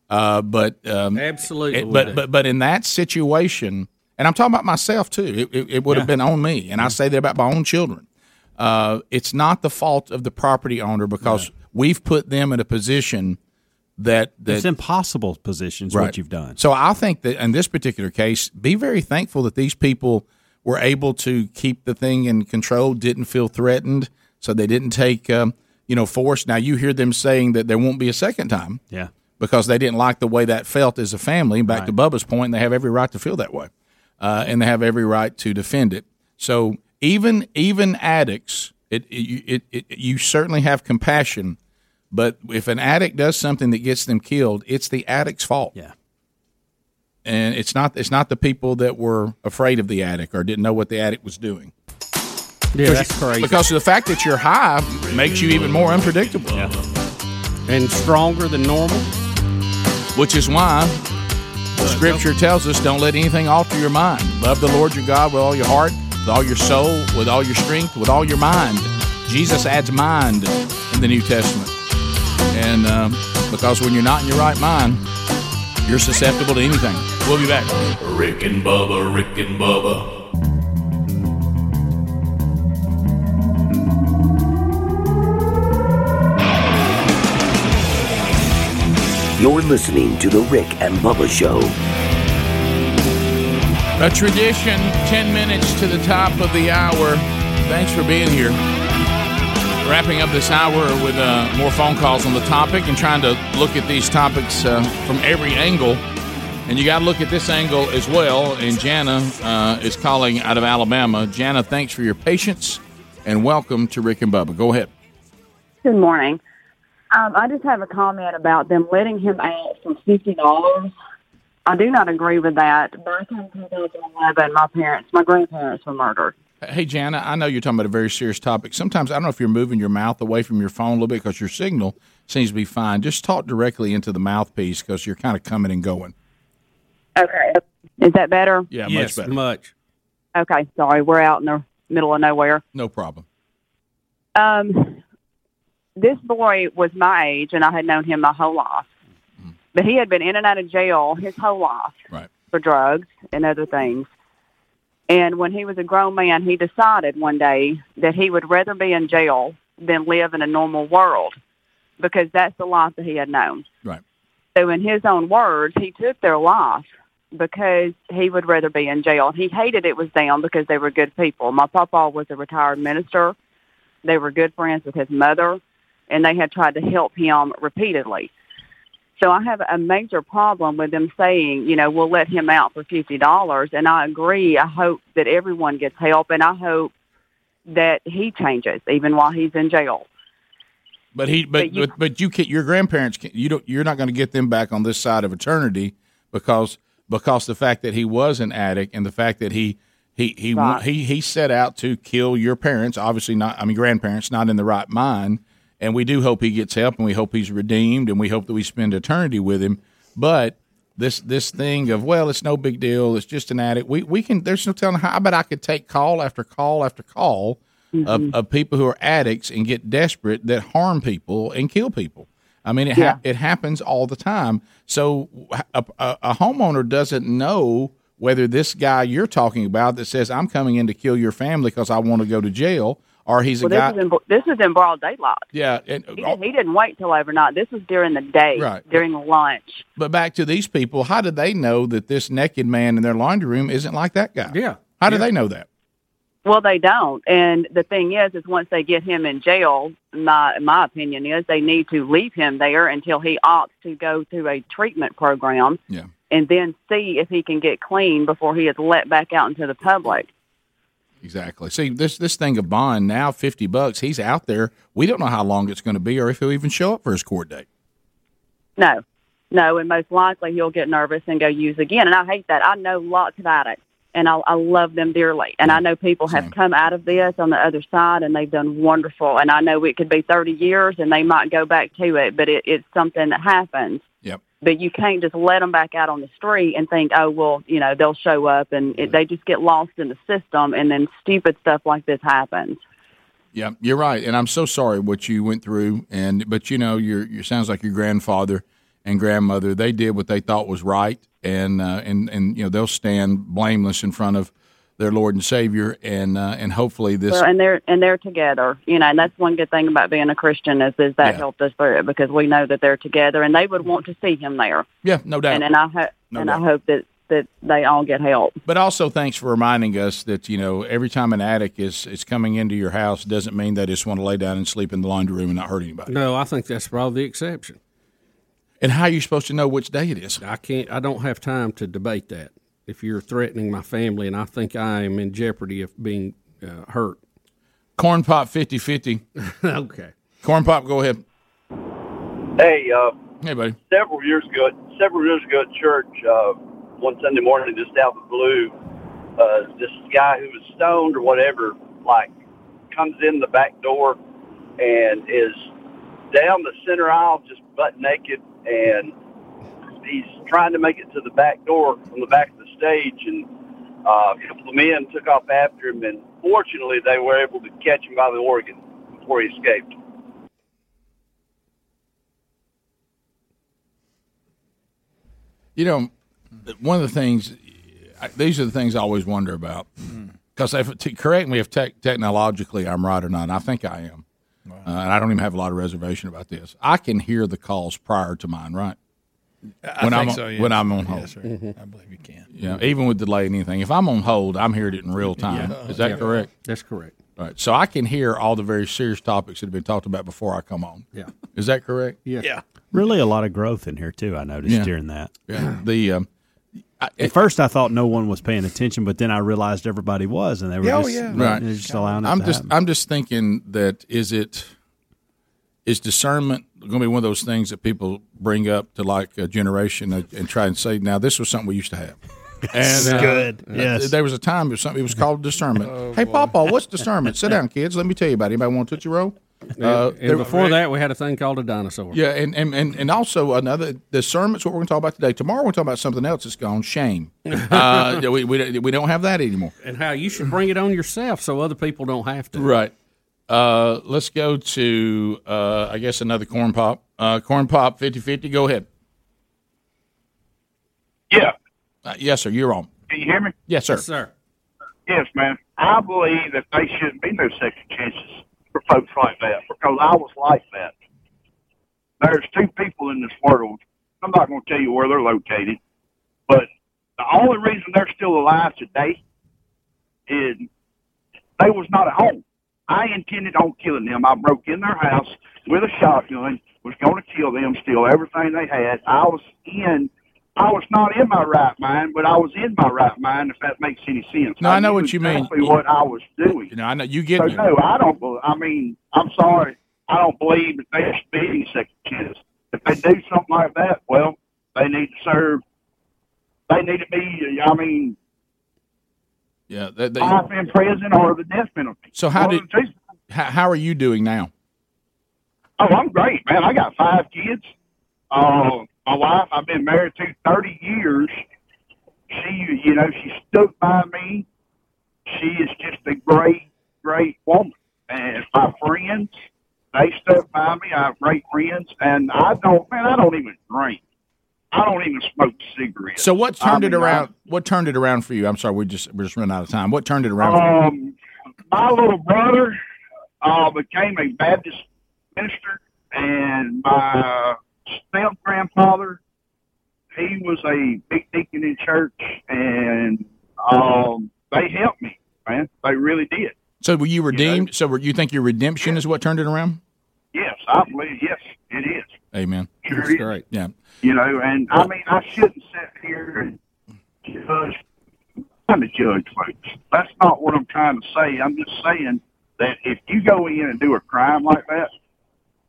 Speaker 2: Uh, but um,
Speaker 3: Absolutely
Speaker 2: it-
Speaker 3: we do.
Speaker 2: but but but in that situation, and I'm talking about myself too. It, it, it would have
Speaker 3: Yeah.
Speaker 2: been on me, and I say that about my own children. Uh, it's not the fault of the property owner because we've put them in a position that that
Speaker 7: It's impossible positions
Speaker 2: Right.
Speaker 7: what you've done.
Speaker 2: So I think that in this particular case, be very thankful that these people were able to keep the thing in control, didn't feel threatened, so they didn't take um, you know force. Now you hear them saying that there won't be a second time
Speaker 7: Yeah.
Speaker 2: because they didn't like the way that felt as a family. Back to Bubba's point, they have every right to feel that way, uh, and they have every right to defend it. So even even addicts, it, it, it, it you certainly have compassion. But if an addict does something that gets them killed, it's the addict's fault. Yeah. And it's not it's not the people that were afraid of the addict or didn't know what the addict was doing.
Speaker 3: Yeah,
Speaker 2: Because-
Speaker 3: that's crazy.
Speaker 2: Because the fact that you're high makes you even more unpredictable.
Speaker 3: And stronger than normal.
Speaker 2: Which is why Scripture tells us don't let anything alter your mind. Love the Lord your God with all your heart, with all your soul, with all your strength, with all your mind. Jesus adds mind in the New Testament. And um, because when you're not in your right mind, you're susceptible to anything. We'll be back.
Speaker 9: Rick and Bubba, Rick and Bubba,
Speaker 18: You're listening to The Rick and Bubba Show.
Speaker 2: A tradition, 10 minutes to the top of the hour. Thanks for being here. Wrapping up this hour with uh, more phone calls on the topic and trying to look at these topics uh, from every angle. And you got to look at this angle as well. And Jana uh, is calling out of Alabama. Jana, thanks for your patience and welcome to Rick and Bubba. Go ahead.
Speaker 19: Good morning. Um, I just have a comment about them letting him ask for fifty dollars. I do not agree with that. Back in 2011, my parents, my grandparents were murdered.
Speaker 2: Hey, Jana, I know you're talking about a very serious topic. Sometimes I don't know if you're moving your mouth away from your phone a little bit because your signal seems to be fine. Just talk directly into the mouthpiece because you're kind of coming and going.
Speaker 19: Okay. Is that better?
Speaker 2: Yeah,
Speaker 3: Yes,
Speaker 2: much better.
Speaker 3: Much.
Speaker 19: Okay. Sorry, we're out in the middle of nowhere.
Speaker 2: No problem.
Speaker 19: Um, this boy was my age, and I had known him my whole life.
Speaker 2: Mm-hmm.
Speaker 19: But he had been in and out of jail his whole life
Speaker 2: Right.
Speaker 19: for drugs and other things. And when he was a grown man, he decided one day that he would rather be in jail than live in a normal world because that's the life that he had known.
Speaker 2: Right.
Speaker 19: So, in his own words, he took their life because he would rather be in jail. He hated it was them because they were good people. My papa was a retired minister. They were good friends with his mother, and they had tried to help him repeatedly. So I have a major problem with them saying, you know, we'll let him out for fifty dollars. And I agree. I hope that everyone gets help, and I hope that he changes even while he's in jail.
Speaker 2: But he, but but, but you can Your grandparents can You don't. You're not going to get them back on this side of eternity because because the fact that he was an addict and the fact that he he he wa-
Speaker 17: Right.
Speaker 2: he he set out to kill your parents. Obviously not. I mean grandparents not in the right mind. And we do hope he gets help, and we hope he's redeemed, and we hope that we spend eternity with him. But this this thing of well, it's no big deal. It's just an addict. We we can. There's no telling how. I bet I could take call after call after call
Speaker 19: Mm-hmm.
Speaker 2: of, of people who are addicts and get desperate that harm people and kill people. I mean, it ha- it happens all the time. So a, a, a homeowner doesn't know whether this guy you're talking about that says I'm coming in to kill your family because I want to go to jail, or he's a
Speaker 19: well, this
Speaker 2: guy.
Speaker 19: is in this is in broad daylight.
Speaker 2: yeah, and, uh,
Speaker 19: He, did, he didn't wait till overnight. This was during the day,
Speaker 2: Right.
Speaker 19: during lunch.
Speaker 2: But back to these people, how do they know that this naked man in their laundry room isn't like that guy? Yeah. How do they know that?
Speaker 19: Well, they don't. And the thing is, is once they get him in jail, my my opinion is they need to leave him there until he opts to go through a treatment program.
Speaker 2: Yeah.
Speaker 19: And then see if he can get clean before he is let back out into the public.
Speaker 2: Exactly. See this this thing of bond now fifty bucks. He's out there. We don't know how long it's going to be, or if he'll even show up for his court date.
Speaker 19: No, no, and most likely he'll get nervous and go use again. And I hate that. I know lots about it, and I, I love them dearly. And I know people have come out of this on the other side, and they've done wonderful. And I know it could be thirty years, and they might go back to it, but it, it's something that happens.
Speaker 2: Yep.
Speaker 19: But you can't just let them back out on the street and think, oh well, you know, they'll show up, and it, they just get lost in the system, and then stupid stuff like this happens.
Speaker 2: Yeah, you're right, and I'm so sorry what you went through. And but you know, your your sounds like your grandfather and grandmother. They did what they thought was right, and uh, and and you know they'll stand blameless in front of their Lord and Savior, and uh, and hopefully this.
Speaker 19: Well, and they're and they're together, you know, and that's one good thing about being a Christian is is that
Speaker 2: Yeah.
Speaker 19: helped us through it because we know that they're together and they would want to see him there.
Speaker 2: yeah, no doubt.
Speaker 19: And and I hope
Speaker 2: No
Speaker 19: and
Speaker 2: doubt.
Speaker 19: I hope that that they all get help.
Speaker 2: But also, thanks for reminding us that you know every time an addict is is coming into your house doesn't mean they just want to lay down and sleep in the laundry room and not hurt anybody.
Speaker 3: No, I think that's probably the exception.
Speaker 2: And how are you supposed to know which day it is?
Speaker 3: I can't. I don't have time to debate that. If you're threatening my family, and I think I am in jeopardy of being uh, hurt.
Speaker 2: Corn pop 50-50.
Speaker 3: okay.
Speaker 2: Corn pop, go ahead.
Speaker 20: Hey, uh,
Speaker 2: Hey, buddy.
Speaker 20: several years ago, several years ago at church, uh, one Sunday morning, just out of the blue, uh, this guy who was stoned or whatever, like, comes in the back door and is down the center aisle, just butt naked, and he's trying to make it to the back door from the back of the stage, and uh, a couple of men took off after him, and fortunately, they were able to catch him by the organ before he escaped.
Speaker 2: You know, one of the things, I- these are the things I always wonder about. Because if to correct me if tech technologically I'm right or not, and I think I am, uh, and I don't even have a lot of reservation about this. I can hear the calls prior to mine, right?
Speaker 5: I
Speaker 2: when
Speaker 5: think
Speaker 2: I'm on,
Speaker 5: so, yes.
Speaker 2: when I'm on hold,
Speaker 5: Yes, sir.
Speaker 3: Mm-hmm.
Speaker 5: I believe you can.
Speaker 2: yeah, even with delay and anything. If I'm on hold, I'm hearing it in real time.
Speaker 5: Yeah.
Speaker 2: Is that
Speaker 5: Yeah.
Speaker 2: correct?
Speaker 3: That's correct.
Speaker 2: All right, so I can hear all the very serious topics that have been talked about before I come on.
Speaker 3: Yeah.
Speaker 2: Is that correct?
Speaker 3: Yeah. Yeah.
Speaker 7: Really, a lot of growth in here too. I noticed
Speaker 2: Yeah.
Speaker 7: during that.
Speaker 2: Yeah. The um,
Speaker 7: at first I thought no one was paying attention, but then I realized everybody was, and they were
Speaker 2: Yeah, oh,
Speaker 7: just,
Speaker 2: yeah.
Speaker 7: they
Speaker 2: Right.
Speaker 7: were just allowing it
Speaker 2: I'm
Speaker 7: to
Speaker 2: just
Speaker 7: happen.
Speaker 2: I'm just thinking that is it is discernment going to be one of those things that people bring up to like a generation and and try and say now this was something we used to have. uh,
Speaker 7: That's good. Yes.
Speaker 2: There was a Oh, time it was something it was called discernment. hey, Papa, what's discernment? Sit down, kids. Let me tell you about it. Anybody want to touch your roll? Uh,
Speaker 3: and before that, we had a thing called a dinosaur.
Speaker 2: Yeah, and, and, and, and also another discernment's what we're going to talk about today. Tomorrow we're talking about something else that's gone shame. Uh, we, we, we don't have that anymore.
Speaker 3: And how you should bring it on yourself so other people don't have to.
Speaker 2: Right. Uh, let's go to, uh, I guess, another corn pop. Uh, corn pop 50 50. Go ahead.
Speaker 15: Yeah.
Speaker 2: Uh, yes, sir. You're on.
Speaker 15: Can you hear me?
Speaker 2: Yes, sir.
Speaker 3: sir.
Speaker 15: Yes, man. I believe that they shouldn't be no second chances for folks like that because I was like that. There's two people in this world. I'm not going to tell you where they're located, but the only reason they're still alive today is they was not at home. I intended on killing them. I broke in their house with a shotgun, was going to kill them, steal everything they had. I was in. I was not in my right mind, but I was in my right mind. If that makes any sense.
Speaker 2: No, I know what you mean.
Speaker 15: exactly what I was doing.
Speaker 2: You know, I know you get
Speaker 15: so
Speaker 2: me.
Speaker 15: no, I don't. bel- I mean, I'm sorry. I don't believe that they should be any second chances. If they do something like that, well, they need to serve. They need to be. I mean,
Speaker 2: Yeah. that- that-
Speaker 15: life in prison or the death penalty.
Speaker 2: so how
Speaker 15: One
Speaker 2: did
Speaker 15: of the two.
Speaker 2: how, how are you doing now?
Speaker 15: Oh, I'm great, man. I got five kids. Uh, my wife, I've been married to 30 years. She, you know, she stood by me. She is just a great, great woman. And my friends, they stood by me. I have great friends. And I don't, man, I don't even drink. I don't even smoke cigarettes.
Speaker 2: So what
Speaker 15: I
Speaker 2: turned it
Speaker 15: mean, I-
Speaker 2: around? What turned it around for you? I'm sorry, we just we're just running out of time. What turned it around? for you?
Speaker 15: Um, my little brother uh, became a Baptist minister, and my step grandfather, he was a big deacon in church, and um, they helped me, man. They really did.
Speaker 2: So were you redeemed? So were, you think your redemption is what turned it around?
Speaker 15: Yes, I believe. Yes, it is.
Speaker 2: Amen.
Speaker 15: Sure That's is.
Speaker 2: great. Yeah.
Speaker 15: You know, and I mean, I shouldn't sit here and judge. I'm trying to judge folks. That's not what I'm trying to say. I'm just saying that if you go in and do a crime like that,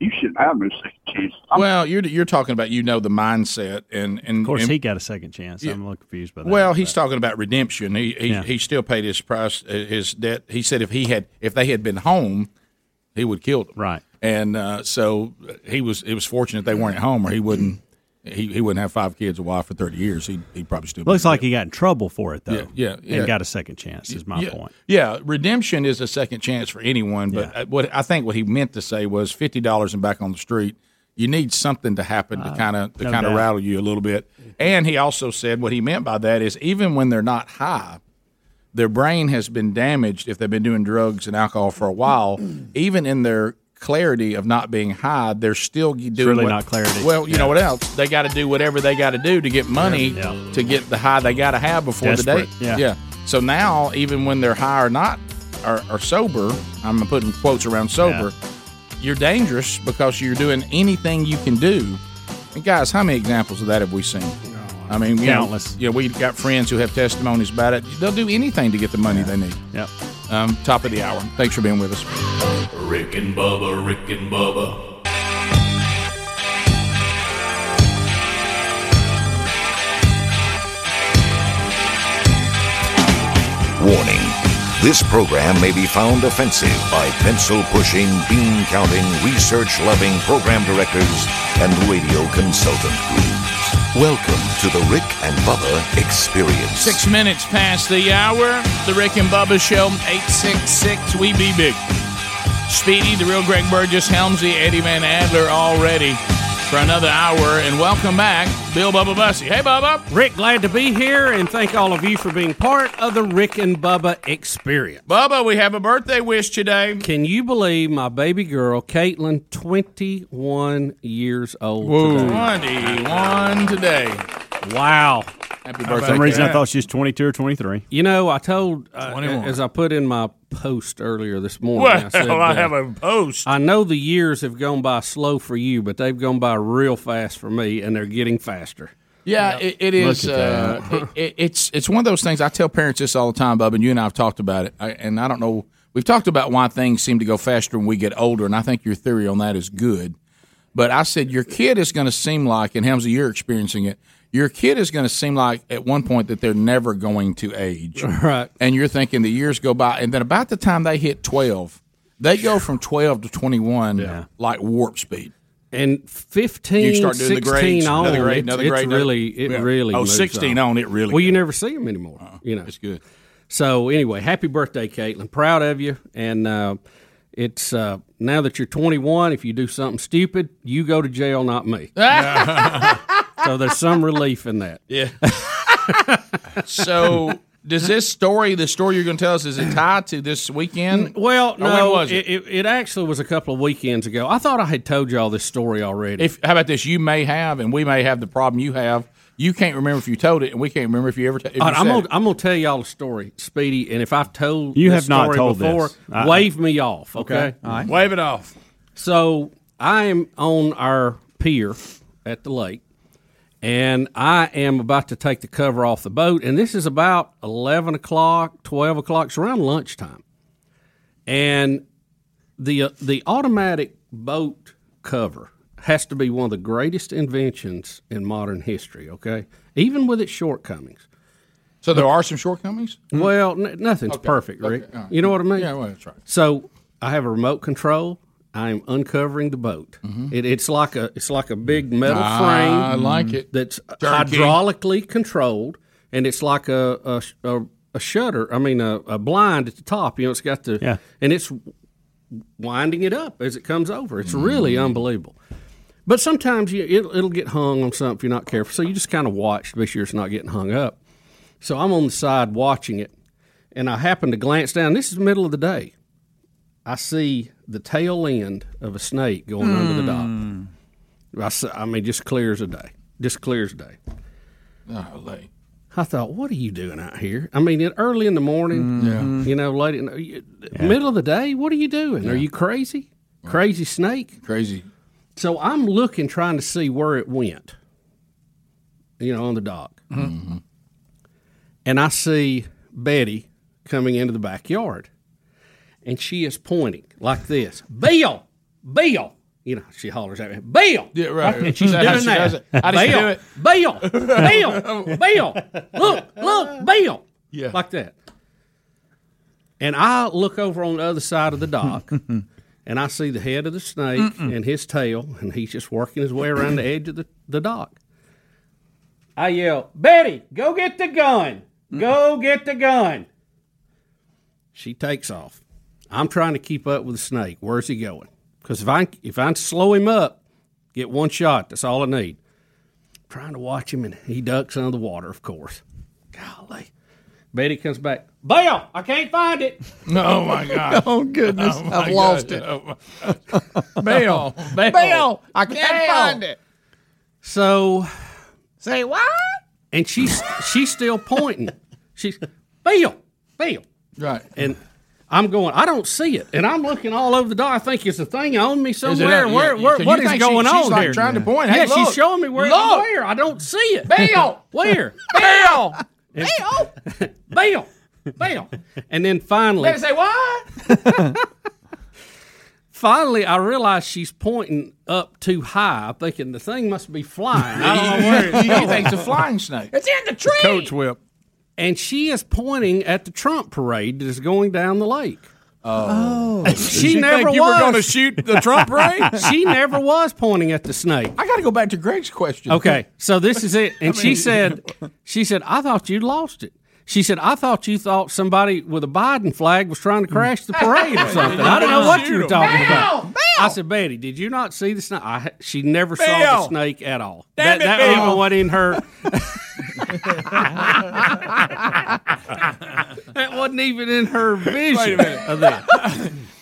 Speaker 15: you shouldn't have no second chance.
Speaker 2: Well, you're you're talking about you know the mindset and and
Speaker 7: Of course,
Speaker 2: and-
Speaker 7: he got a second chance. I'm a little confused by that.
Speaker 2: Well, he's talking about redemption. He he,
Speaker 7: Yeah.
Speaker 2: he still paid his price, uh, his debt. He said if he had if they had been home, he would kill them.
Speaker 7: Right.
Speaker 2: And uh, so he was. It was fortunate they weren't at home, or he wouldn't. He, he wouldn't have five kids, a wife for thirty years. He he probably still. be
Speaker 7: Looks like he got in trouble for it though.
Speaker 2: yeah, yeah.
Speaker 7: and got a second chance. Is my
Speaker 2: yeah,
Speaker 7: point.
Speaker 2: Yeah, redemption is a second chance for anyone. But uh, what I think what he meant to say was fifty dollars and back on the street. You need something to happen to
Speaker 7: Uh,
Speaker 2: kind of to
Speaker 7: no
Speaker 2: kind of
Speaker 7: doubt. Mm-hmm.
Speaker 2: rattle you a little bit. And he also said what he meant by that is even when they're not high, their brain has been damaged if they've been doing drugs and alcohol for a while.
Speaker 7: Mm.
Speaker 2: even in their clarity of not being high, they're still doing
Speaker 7: really
Speaker 2: what-
Speaker 7: not clarity.
Speaker 2: Well, you know what else? They got to do whatever they got to do to get money to get the high they got to have before
Speaker 7: Desperate,
Speaker 2: the date.
Speaker 7: yeah.
Speaker 2: yeah. So now, even when they're high or not, or, or sober, I'm putting quotes around sober, you're dangerous because you're doing anything you can do. And guys, how many examples of that have we seen? I mean, you know,
Speaker 7: Oh, Countless.
Speaker 2: yeah, we've got friends who have testimonies about it. They'll do anything to get the money they need.
Speaker 7: Yep.
Speaker 2: Um, top of the hour. Thanks for being with us.
Speaker 9: Rick and Bubba, Rick and Bubba,
Speaker 17: Warning. This program may be found offensive by pencil pushing, bean counting, research loving program directors and radio consultant gurus. Welcome to the Rick and Bubba Experience.
Speaker 2: Six minutes past the hour. The Rick and Bubba Show, 866 We Be Big. Speedy, the real Greg Burgess, Helmsy, Eddie Van Adler already for another hour. And welcome back, Bill Bubba Bussy. Hey, Bubba.
Speaker 3: Rick, glad to be here, and thank all of you for being part of the Rick and Bubba experience.
Speaker 2: Bubba, we have a birthday wish today.
Speaker 3: Can you believe my baby girl, Caitlin, 21 years old today?
Speaker 2: 21 today.
Speaker 3: Wow.
Speaker 2: Happy
Speaker 7: For some reason, I thought she was 22 or 23.
Speaker 3: You know, I told, uh,
Speaker 7: 21.
Speaker 3: as I put in my post earlier this morning, I,
Speaker 2: Well,
Speaker 3: said,
Speaker 2: I
Speaker 3: uh,
Speaker 2: have a post.
Speaker 3: I know the years have gone by slow for you, but they've gone by real fast for me, and they're getting faster.
Speaker 2: Yeah, it, it
Speaker 3: Look
Speaker 2: is.
Speaker 3: at that.
Speaker 2: Uh, it, it- it's it's one of those things. I tell parents this all the time, Bub, and you and I have talked about it. I, and I don't know. We've talked about why things seem to go faster when we get older, and I think your theory on that is good. But I said your kid is going to seem like, and Hamza, you're experiencing it. Your kid is going to seem like at one point that they're never going to age,
Speaker 3: Right.
Speaker 2: And you're thinking the years go by, and then about the time they hit twelve, They go from twelve to twenty one like warp speed.
Speaker 3: And 15,
Speaker 2: you start doing the
Speaker 3: 16
Speaker 2: grades,
Speaker 3: on,
Speaker 2: another grade,
Speaker 3: it's-
Speaker 2: another
Speaker 3: it's
Speaker 2: grade, another-
Speaker 3: really, it
Speaker 2: Yeah.
Speaker 3: really.
Speaker 2: Oh,
Speaker 3: moves
Speaker 2: 16 on, it really Uh-uh.
Speaker 3: Well, you never see them anymore. You know, it's
Speaker 2: good.
Speaker 3: So anyway, happy birthday, Caitlin. Proud of you. And uh, it's uh, now that you're 21. If you do something stupid, you go to jail, not me. so there's some relief in that.
Speaker 2: Yeah. so does this story, the story you're going to tell us, is it tied to this weekend?
Speaker 3: Well,
Speaker 2: Or
Speaker 3: no,
Speaker 2: when was it?
Speaker 3: it? It, it actually was a couple of weekends ago. I thought I had told y'all this story already.
Speaker 2: If how about this? You may have, and we may have the problem you have. You can't remember if you told it, and we can't remember if you ever. T- if you
Speaker 3: All right, I'm
Speaker 2: said
Speaker 3: gonna,
Speaker 2: it.
Speaker 3: I'm gonna tell y'all a story, Speedy, and if I've told
Speaker 2: You
Speaker 3: this
Speaker 2: have not
Speaker 3: story
Speaker 2: told
Speaker 3: before,
Speaker 2: this. I-
Speaker 3: wave me off. Okay,
Speaker 2: Okay, all right.
Speaker 3: wave it off. So I am on our pier at the lake, and I am about to take the cover off the boat, and this is about eleven o'clock, twelve o'clock, it's around lunchtime, and the uh, the automatic boat cover has to be one of the greatest inventions in modern history. Okay, even with its shortcomings.
Speaker 2: So there are some shortcomings.
Speaker 3: Well, n- nothing's
Speaker 2: Okay.
Speaker 3: perfect,
Speaker 2: Okay.
Speaker 3: Rick.
Speaker 2: All right.
Speaker 3: You know what I mean?
Speaker 2: Yeah, well, that's right.
Speaker 3: So I have a remote control. I am uncovering the boat. It, it's like a it's like a big metal frame.
Speaker 2: Mm-hmm. Ah, I like it.
Speaker 3: That's
Speaker 2: Turnkey.
Speaker 3: hydraulically controlled, and it's like a a, sh- a, a shutter. I mean, a, a blind at the top. You know, it's got the
Speaker 7: Yeah.
Speaker 3: and it's winding it up as it comes over. It's
Speaker 2: Mm.
Speaker 3: really unbelievable. But sometimes you, it, it'll get hung on something if you're not careful. So you just kind of watch to be sure it's not getting hung up. So I'm on the side watching it, and I happen to glance down. This is the middle of the day. I see the tail end of a snake going under the dock. I, s- I mean, just clear as a day. Just clear as a day. I thought, what are you doing out here? I mean, it- early in the morning,
Speaker 2: Yeah.
Speaker 3: you know, late in you- middle of the day, what are you doing? Are you crazy? Crazy snake?
Speaker 2: Crazy.
Speaker 3: So I'm looking, trying to see where it went, you know, on the dock. And I see Betty coming into the backyard, and she is pointing like this Bill, Bill. You know, she hollers at me, Bill.
Speaker 2: Yeah, right.
Speaker 3: And she's
Speaker 2: Is
Speaker 3: doing
Speaker 2: that how she does
Speaker 3: that.
Speaker 2: it? How does she do it?
Speaker 3: Bill, Bill, Bill, look, look, Bill.
Speaker 2: Yeah.
Speaker 3: Like that. And I look over on the other side of the dock and I see the head of the snake and his tail, and he's just working his way around the edge of the, the dock. I yell, Betty, go get the gun. Go get the gun. She takes off. I'm trying to keep up with the snake. Where's he going? Because if I if I slow him up, get one shot. That's all I need. trying to watch him, and he ducks under the water. Of course. Golly. Betty comes back. Bill, I can't find it.
Speaker 2: Oh my God!
Speaker 3: Oh, goodness.
Speaker 2: my
Speaker 3: I've lost
Speaker 2: God.
Speaker 3: it.
Speaker 2: Oh, my- Bill, Bill, I can't find it.
Speaker 3: So
Speaker 2: Say what?
Speaker 3: and she's she's still pointing. She's Bill, Bill.
Speaker 2: Right.
Speaker 3: And I'm going, I don't see it. And I'm looking all over the dock. I think it's a thing on me somewhere.
Speaker 2: up? Yeah,
Speaker 3: where,
Speaker 2: yeah,
Speaker 3: where,
Speaker 2: 'cause
Speaker 3: what
Speaker 2: you
Speaker 3: is
Speaker 2: think she-
Speaker 3: going
Speaker 2: she's
Speaker 3: on
Speaker 2: like
Speaker 3: there?
Speaker 2: trying to point,
Speaker 3: Yeah,
Speaker 2: "Hey,
Speaker 3: she's
Speaker 2: look,
Speaker 3: showing me where
Speaker 2: look."
Speaker 3: where. I don't see it.
Speaker 2: Bill.
Speaker 3: Where?
Speaker 2: Bill.
Speaker 3: Bill. Bill. Bill. And then finally
Speaker 2: Better say what?
Speaker 3: finally I realize she's pointing up too high. I'm thinking the thing must be flying. I don't know where it's
Speaker 2: You
Speaker 3: going.
Speaker 2: think it's a flying snake.
Speaker 3: It's in the tree.
Speaker 2: Coach whip.
Speaker 3: And she is pointing at the Trump parade that is going down the lake.
Speaker 2: Oh.
Speaker 3: She, never was. she never was pointing at the snake.
Speaker 2: I got to go back to Greg's question.
Speaker 3: Okay, so this is it. And
Speaker 2: I
Speaker 3: she
Speaker 2: mean-
Speaker 3: said, she said, I thought you lost it. She said, I thought you thought somebody with a Biden flag was trying to crash the parade or something. I don't know what you were talking about. I said, Betty, did you not see the snake? I, ha- she never saw the
Speaker 2: Bill.
Speaker 3: snake at all.
Speaker 2: Damn
Speaker 3: that
Speaker 2: it,
Speaker 3: that
Speaker 2: Bill.
Speaker 3: even went in her. that wasn't even in her vision.
Speaker 5: Wait a minute.
Speaker 3: Of that.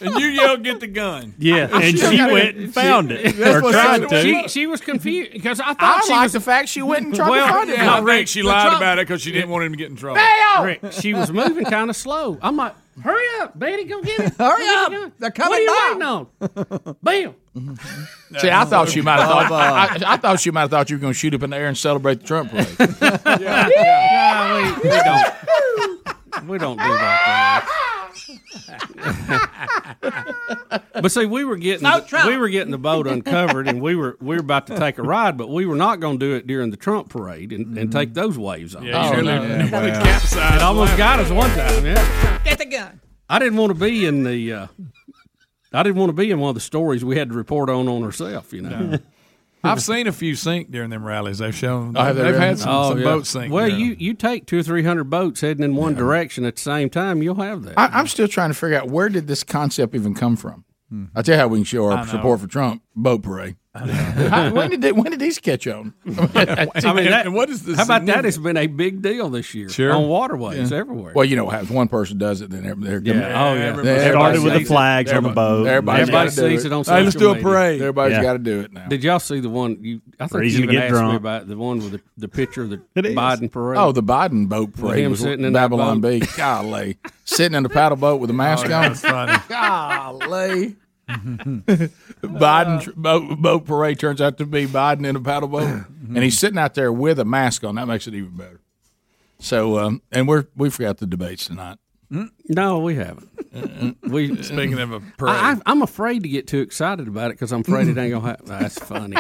Speaker 5: And you yelled, "Get the gun!"
Speaker 7: Yeah, and she went and found it.
Speaker 5: That's
Speaker 7: Or
Speaker 5: what-
Speaker 7: tried to.
Speaker 3: She, she was confused because I thought
Speaker 2: I
Speaker 3: she
Speaker 2: like
Speaker 3: was
Speaker 2: the fact she went and tried
Speaker 3: Well,
Speaker 2: to find it.
Speaker 3: yeah,
Speaker 5: I
Speaker 3: No,
Speaker 5: think she
Speaker 3: the
Speaker 5: lied
Speaker 3: Trump-
Speaker 5: about it because she didn't want him to get in trouble.
Speaker 2: Bill.
Speaker 3: Rick, she was moving kind of slow. I'm like, hurry up, Betty, go get it.
Speaker 2: Hurry
Speaker 3: Go
Speaker 2: up.
Speaker 3: get it.
Speaker 2: They're
Speaker 3: What are
Speaker 2: coming
Speaker 3: you
Speaker 2: back.
Speaker 3: waiting on? Bill.
Speaker 2: See, I thought she might have thought. I, I thought she might have thought you were going to shoot up in the air and celebrate the Trump parade.
Speaker 3: No, we, we don't. We don't do
Speaker 5: Oh,
Speaker 3: that. But see, we were getting
Speaker 2: No Trump.
Speaker 3: we were getting the boat uncovered, and we were we were about to take a ride, but we were not going to do it during the Trump parade and, and take those waves on.
Speaker 5: Yeah, you really-
Speaker 2: yeah,
Speaker 5: we
Speaker 2: well.
Speaker 5: capsized
Speaker 3: It almost
Speaker 5: last
Speaker 3: got
Speaker 5: time.
Speaker 3: us one time. Yeah,
Speaker 12: Get the gun.
Speaker 3: I didn't want to be in the uh, I didn't want to be in one of the stories we had to report on on herself. You know.
Speaker 5: I've seen a few sink during them rallies. They've shown
Speaker 3: Oh, have they
Speaker 5: they've
Speaker 3: really?
Speaker 5: had some,
Speaker 3: Oh,
Speaker 5: some
Speaker 3: yeah.
Speaker 5: boats sink.
Speaker 3: Well,
Speaker 5: during
Speaker 3: you, you take two or three hundred boats heading in one direction at the same time, you'll have that.
Speaker 2: I, I'm still trying to figure out where did this concept even come from.
Speaker 3: Hmm.
Speaker 2: I tell you how we can show
Speaker 5: I
Speaker 2: our
Speaker 5: know.
Speaker 2: support for Trump boat parade. How- when did they, when did these catch on?
Speaker 3: I mean, that, what
Speaker 5: is
Speaker 2: the
Speaker 3: How about that?
Speaker 2: significance?
Speaker 3: It's been a big deal this year
Speaker 2: Sure.
Speaker 3: on waterways
Speaker 2: Yeah.
Speaker 3: everywhere.
Speaker 2: Well, you know, if one person does it, then they're, they're
Speaker 3: Yeah. Oh, yeah.
Speaker 2: Everybody-
Speaker 3: Started
Speaker 2: everybody
Speaker 3: with the
Speaker 2: sees it.
Speaker 3: flags on the
Speaker 2: Everybody-
Speaker 3: boat.
Speaker 2: Everybody's
Speaker 3: Everybody
Speaker 2: gotta do
Speaker 3: sees it on
Speaker 2: Hey, let's
Speaker 3: social
Speaker 2: do a
Speaker 3: media.
Speaker 2: parade. Everybody's
Speaker 3: Yeah.
Speaker 2: got to do it now.
Speaker 3: Did y'all see the one? You, I think
Speaker 2: Reason
Speaker 3: you
Speaker 2: to
Speaker 3: even
Speaker 2: get
Speaker 3: asked me
Speaker 2: drunk.
Speaker 3: about the one with the, the picture of the Biden parade.
Speaker 2: Oh, the Biden boat
Speaker 3: With
Speaker 2: parade
Speaker 3: him
Speaker 2: was
Speaker 3: sitting in that
Speaker 2: Babylon
Speaker 3: boat. Oh,
Speaker 2: Beach. Golly, sitting in the paddle boat with a mask
Speaker 5: yeah,
Speaker 2: on.
Speaker 5: that's funny.
Speaker 2: Golly. Biden tr- boat, boat parade turns out to be Biden in a paddle boat,
Speaker 3: Mm-hmm.
Speaker 2: and he's sitting out there with a mask on. That makes it even better. So, um, and we're we forgot the debates tonight.
Speaker 3: Mm. No, Oh, we haven't.
Speaker 2: Uh,
Speaker 3: we
Speaker 5: Speaking of a parade.
Speaker 3: I, I, I'm afraid to get too excited about it because I'm afraid it ain't gonna happen. That's funny.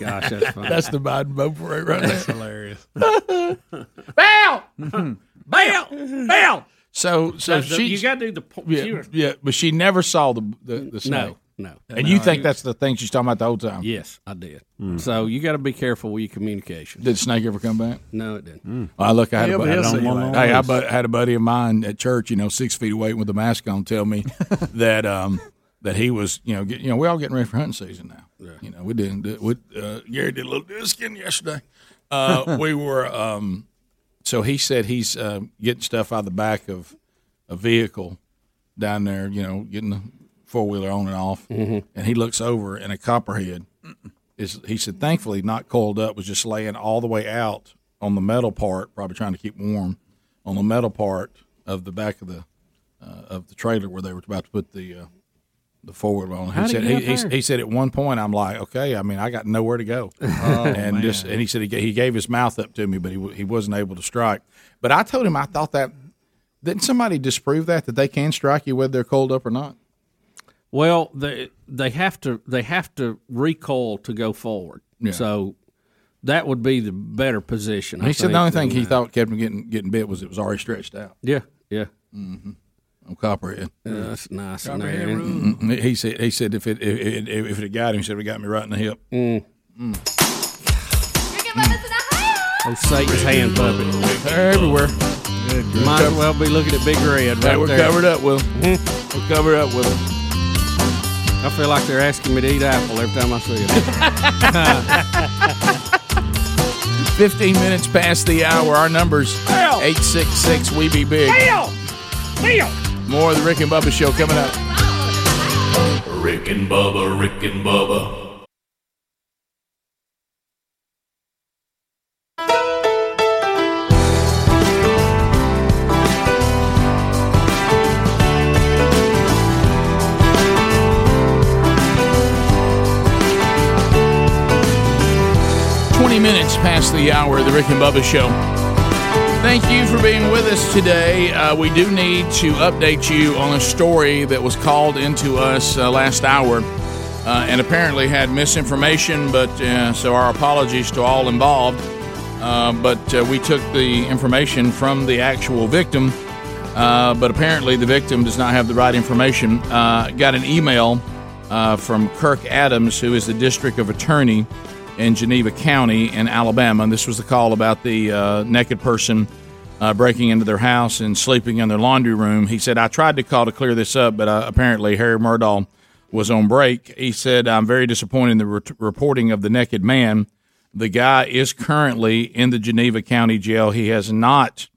Speaker 3: Gosh, that's funny.
Speaker 2: That's the Biden boat parade right
Speaker 5: That's
Speaker 2: there.
Speaker 5: hilarious.
Speaker 3: Bail, bail, bail.
Speaker 2: So, so
Speaker 3: That's the-
Speaker 2: she
Speaker 3: you gotta do the po-
Speaker 2: yeah,
Speaker 3: cheers.
Speaker 2: yeah, but she never saw the the, the snow.
Speaker 3: no.
Speaker 2: and you
Speaker 3: No.
Speaker 2: think that's the thing she's talking about the whole time?
Speaker 3: Yes, I did. So you got to be careful with your communication.
Speaker 2: Mm. Did Snake ever come back?
Speaker 3: No, it didn't.
Speaker 2: I look. I had,
Speaker 3: Yeah,
Speaker 2: a
Speaker 3: but
Speaker 2: buddy,
Speaker 3: Hmm. he'll see you later.
Speaker 2: hey, I bu- had a buddy of mine at church. You know, six feet away with a mask on, tell me that um, that he was. You know, get, you know, we're all getting ready for hunting season now. You know, we didn't. Do, we, uh, Gary did a little disking yesterday. Uh, we were. Um, so he said he's uh, getting stuff out of the back of a vehicle down there. You know, getting the four wheeler on and off.
Speaker 5: Mhm.
Speaker 2: And he looks over, and a copperhead is he said thankfully not coiled up was just laying all the way out on the metal part probably trying to keep warm on the metal part of the back of the uh, of the trailer where they were about to put the uh, the forward on
Speaker 5: How'd
Speaker 2: he
Speaker 5: he
Speaker 2: said
Speaker 5: get
Speaker 2: he,
Speaker 5: up
Speaker 2: he,
Speaker 5: there?
Speaker 2: he said at one point i'm like okay i mean i got nowhere to go
Speaker 3: Oh,
Speaker 2: and just and he said he, ga- he gave his mouth up to me but he, wa- he wasn't able to strike but i told him i thought that didn't somebody disprove that that they can strike you whether they're coiled up or not
Speaker 3: Well, they they have to they have to recoil to go forward.
Speaker 2: Yeah.
Speaker 3: So that would be the better position. I
Speaker 2: he said the only
Speaker 3: think,
Speaker 2: thing
Speaker 3: than
Speaker 2: he
Speaker 3: that.
Speaker 2: thought kept him getting getting bit was it was already stretched out
Speaker 3: Yeah, yeah.
Speaker 2: Mm-hmm. I'm copperhead.
Speaker 3: Yeah, that's nice in
Speaker 2: Copperhead
Speaker 3: there.
Speaker 2: rule. Mm, He said. He said if it if, if, if it got him, he said it got me right in the hip. Mm.
Speaker 3: Oh, Satan's hand puppet.
Speaker 2: They're everywhere.
Speaker 3: Might as well be looking at Big Red.
Speaker 2: Hey,
Speaker 3: right
Speaker 2: we're
Speaker 3: there. Hmm.
Speaker 2: covered up, Will. we're covered up, Will.
Speaker 3: I feel like they're asking me to eat apple every time I see it.
Speaker 2: 15 minutes past the hour. Our numbers 866 We Be Big.
Speaker 3: Deal.
Speaker 2: More of the Rick and Bubba Show coming up.
Speaker 9: Rick and Bubba, Rick and Bubba,
Speaker 2: Twenty minutes past the hour of the Rick and Bubba Show. Thank you for being with us today. Uh, we do need to update you on a story that was called into us uh, last hour, uh, and apparently had misinformation. But uh, so our apologies to all involved. Uh, but uh, we took the information from the actual victim. Uh, but apparently, the victim does not have the right information. Uh, got an email uh, from Kirk Adams, who is the district of attorney in Geneva County in Alabama. And this was the call about the uh, naked person uh, breaking into their house and sleeping in their laundry room. He said, I tried to call to clear this up, but uh, apparently Harry Murdahl was on break. He said, I'm very disappointed in the re- reporting of the naked man. The guy is currently in the Geneva County jail. He has not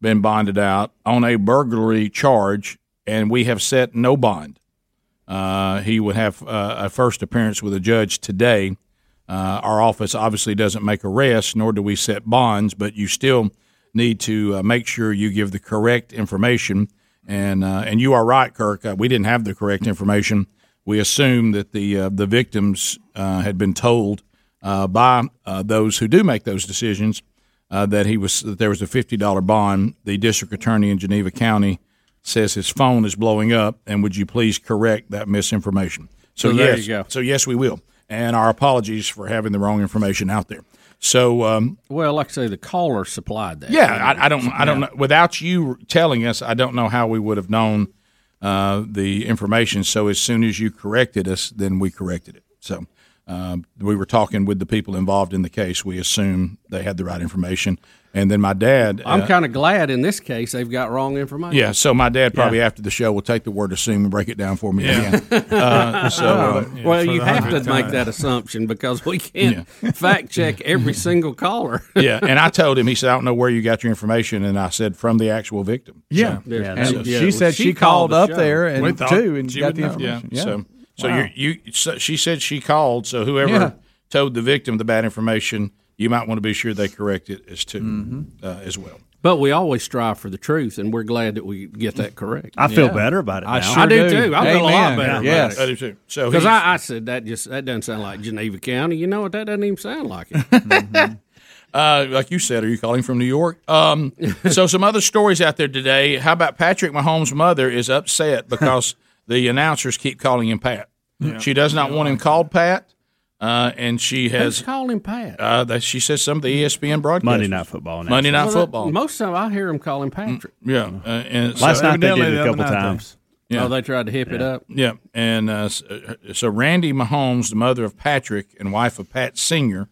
Speaker 2: been bonded out on a burglary charge, and we have set no bond. Uh, he would have uh, a first appearance with a judge today. Uh, our office obviously doesn't make arrests, nor do we set bonds, but you still need to uh, make sure you give the correct information. And uh, and you are right, Kirk. Uh, we didn't have the correct information. We assumed that the uh, the victims uh, had been told uh, by uh, those who do make those decisions uh, that he was that there was a fifty dollar bond. The district attorney in Geneva County says his phone is blowing up, and would you please correct that misinformation? So
Speaker 3: Well, there
Speaker 2: yes,
Speaker 3: you go.
Speaker 2: so yes, we will. And our apologies for having the wrong information out there. So um,
Speaker 3: well, like I say, the caller supplied that.
Speaker 2: yeah, I, I don't, I don't know. Without you telling us, I don't know how we would have known uh, the information. So as soon as you corrected us, then we corrected it. So um, we were talking with the people involved in the case. We assume they had the right information. And then my dad.
Speaker 3: I'm
Speaker 2: uh,
Speaker 3: kind of glad in this case they've got wrong information.
Speaker 2: yeah, so my dad probably
Speaker 3: Yeah.
Speaker 2: after the show will take the word assume and break it down for me
Speaker 3: Yeah.
Speaker 2: again. Uh, so, uh,
Speaker 3: well, you have to make that assumption because we can't fact check every single caller.
Speaker 2: yeah, and I told him, he said, I don't know where you got your information. And I said, from the actual victim.
Speaker 21: Yeah.
Speaker 2: So-
Speaker 21: Yeah, And that's- yeah, she well, said she she called called the up show. there and-
Speaker 2: We thought
Speaker 21: too, and
Speaker 2: she
Speaker 21: got
Speaker 2: would
Speaker 21: the
Speaker 2: know.
Speaker 21: information.
Speaker 2: Yeah.
Speaker 21: Yeah.
Speaker 2: So, so
Speaker 21: Wow.
Speaker 2: you you, so she said she called. So whoever
Speaker 21: Yeah.
Speaker 2: told the victim the bad information, you might want to be sure they correct it as too,
Speaker 21: Mm-hmm.
Speaker 2: uh, as well.
Speaker 3: But we always strive for the truth, and we're glad that we get that correct.
Speaker 2: I feel Yeah. better about it
Speaker 3: I
Speaker 2: now.
Speaker 3: sure
Speaker 2: I
Speaker 3: do
Speaker 2: do.
Speaker 3: too. I feel a lot
Speaker 2: Amen.
Speaker 3: better.
Speaker 2: Yes.
Speaker 3: about
Speaker 2: I
Speaker 3: it.
Speaker 2: do, too. So
Speaker 3: because
Speaker 2: he's-
Speaker 3: I, I said that just that doesn't sound like Geneva County. You know what? That doesn't even sound like it.
Speaker 2: Uh, like you said, are you calling from New York? Um, so some other stories out there today. How about Patrick Mahomes' mother is upset because the announcers keep calling him Pat.
Speaker 3: Yeah.
Speaker 2: She does not want him called Pat, uh, and she
Speaker 3: Who's
Speaker 2: has.
Speaker 3: calling Pat?
Speaker 2: Uh, that she says some of the ESPN broadcast
Speaker 7: Monday Night Football announcers.
Speaker 2: Monday Night
Speaker 3: Well, that-
Speaker 2: Football. Mm.
Speaker 3: most of them I hear him calling Patrick.
Speaker 2: yeah, uh, and
Speaker 7: Last night they did it a Evidently couple the other night times.
Speaker 3: they- Oh, they tried to hip it
Speaker 2: Yeah.
Speaker 3: up.
Speaker 2: Yeah, and uh, so, so Randy Mahomes, the mother of Patrick and wife of Pat Senior,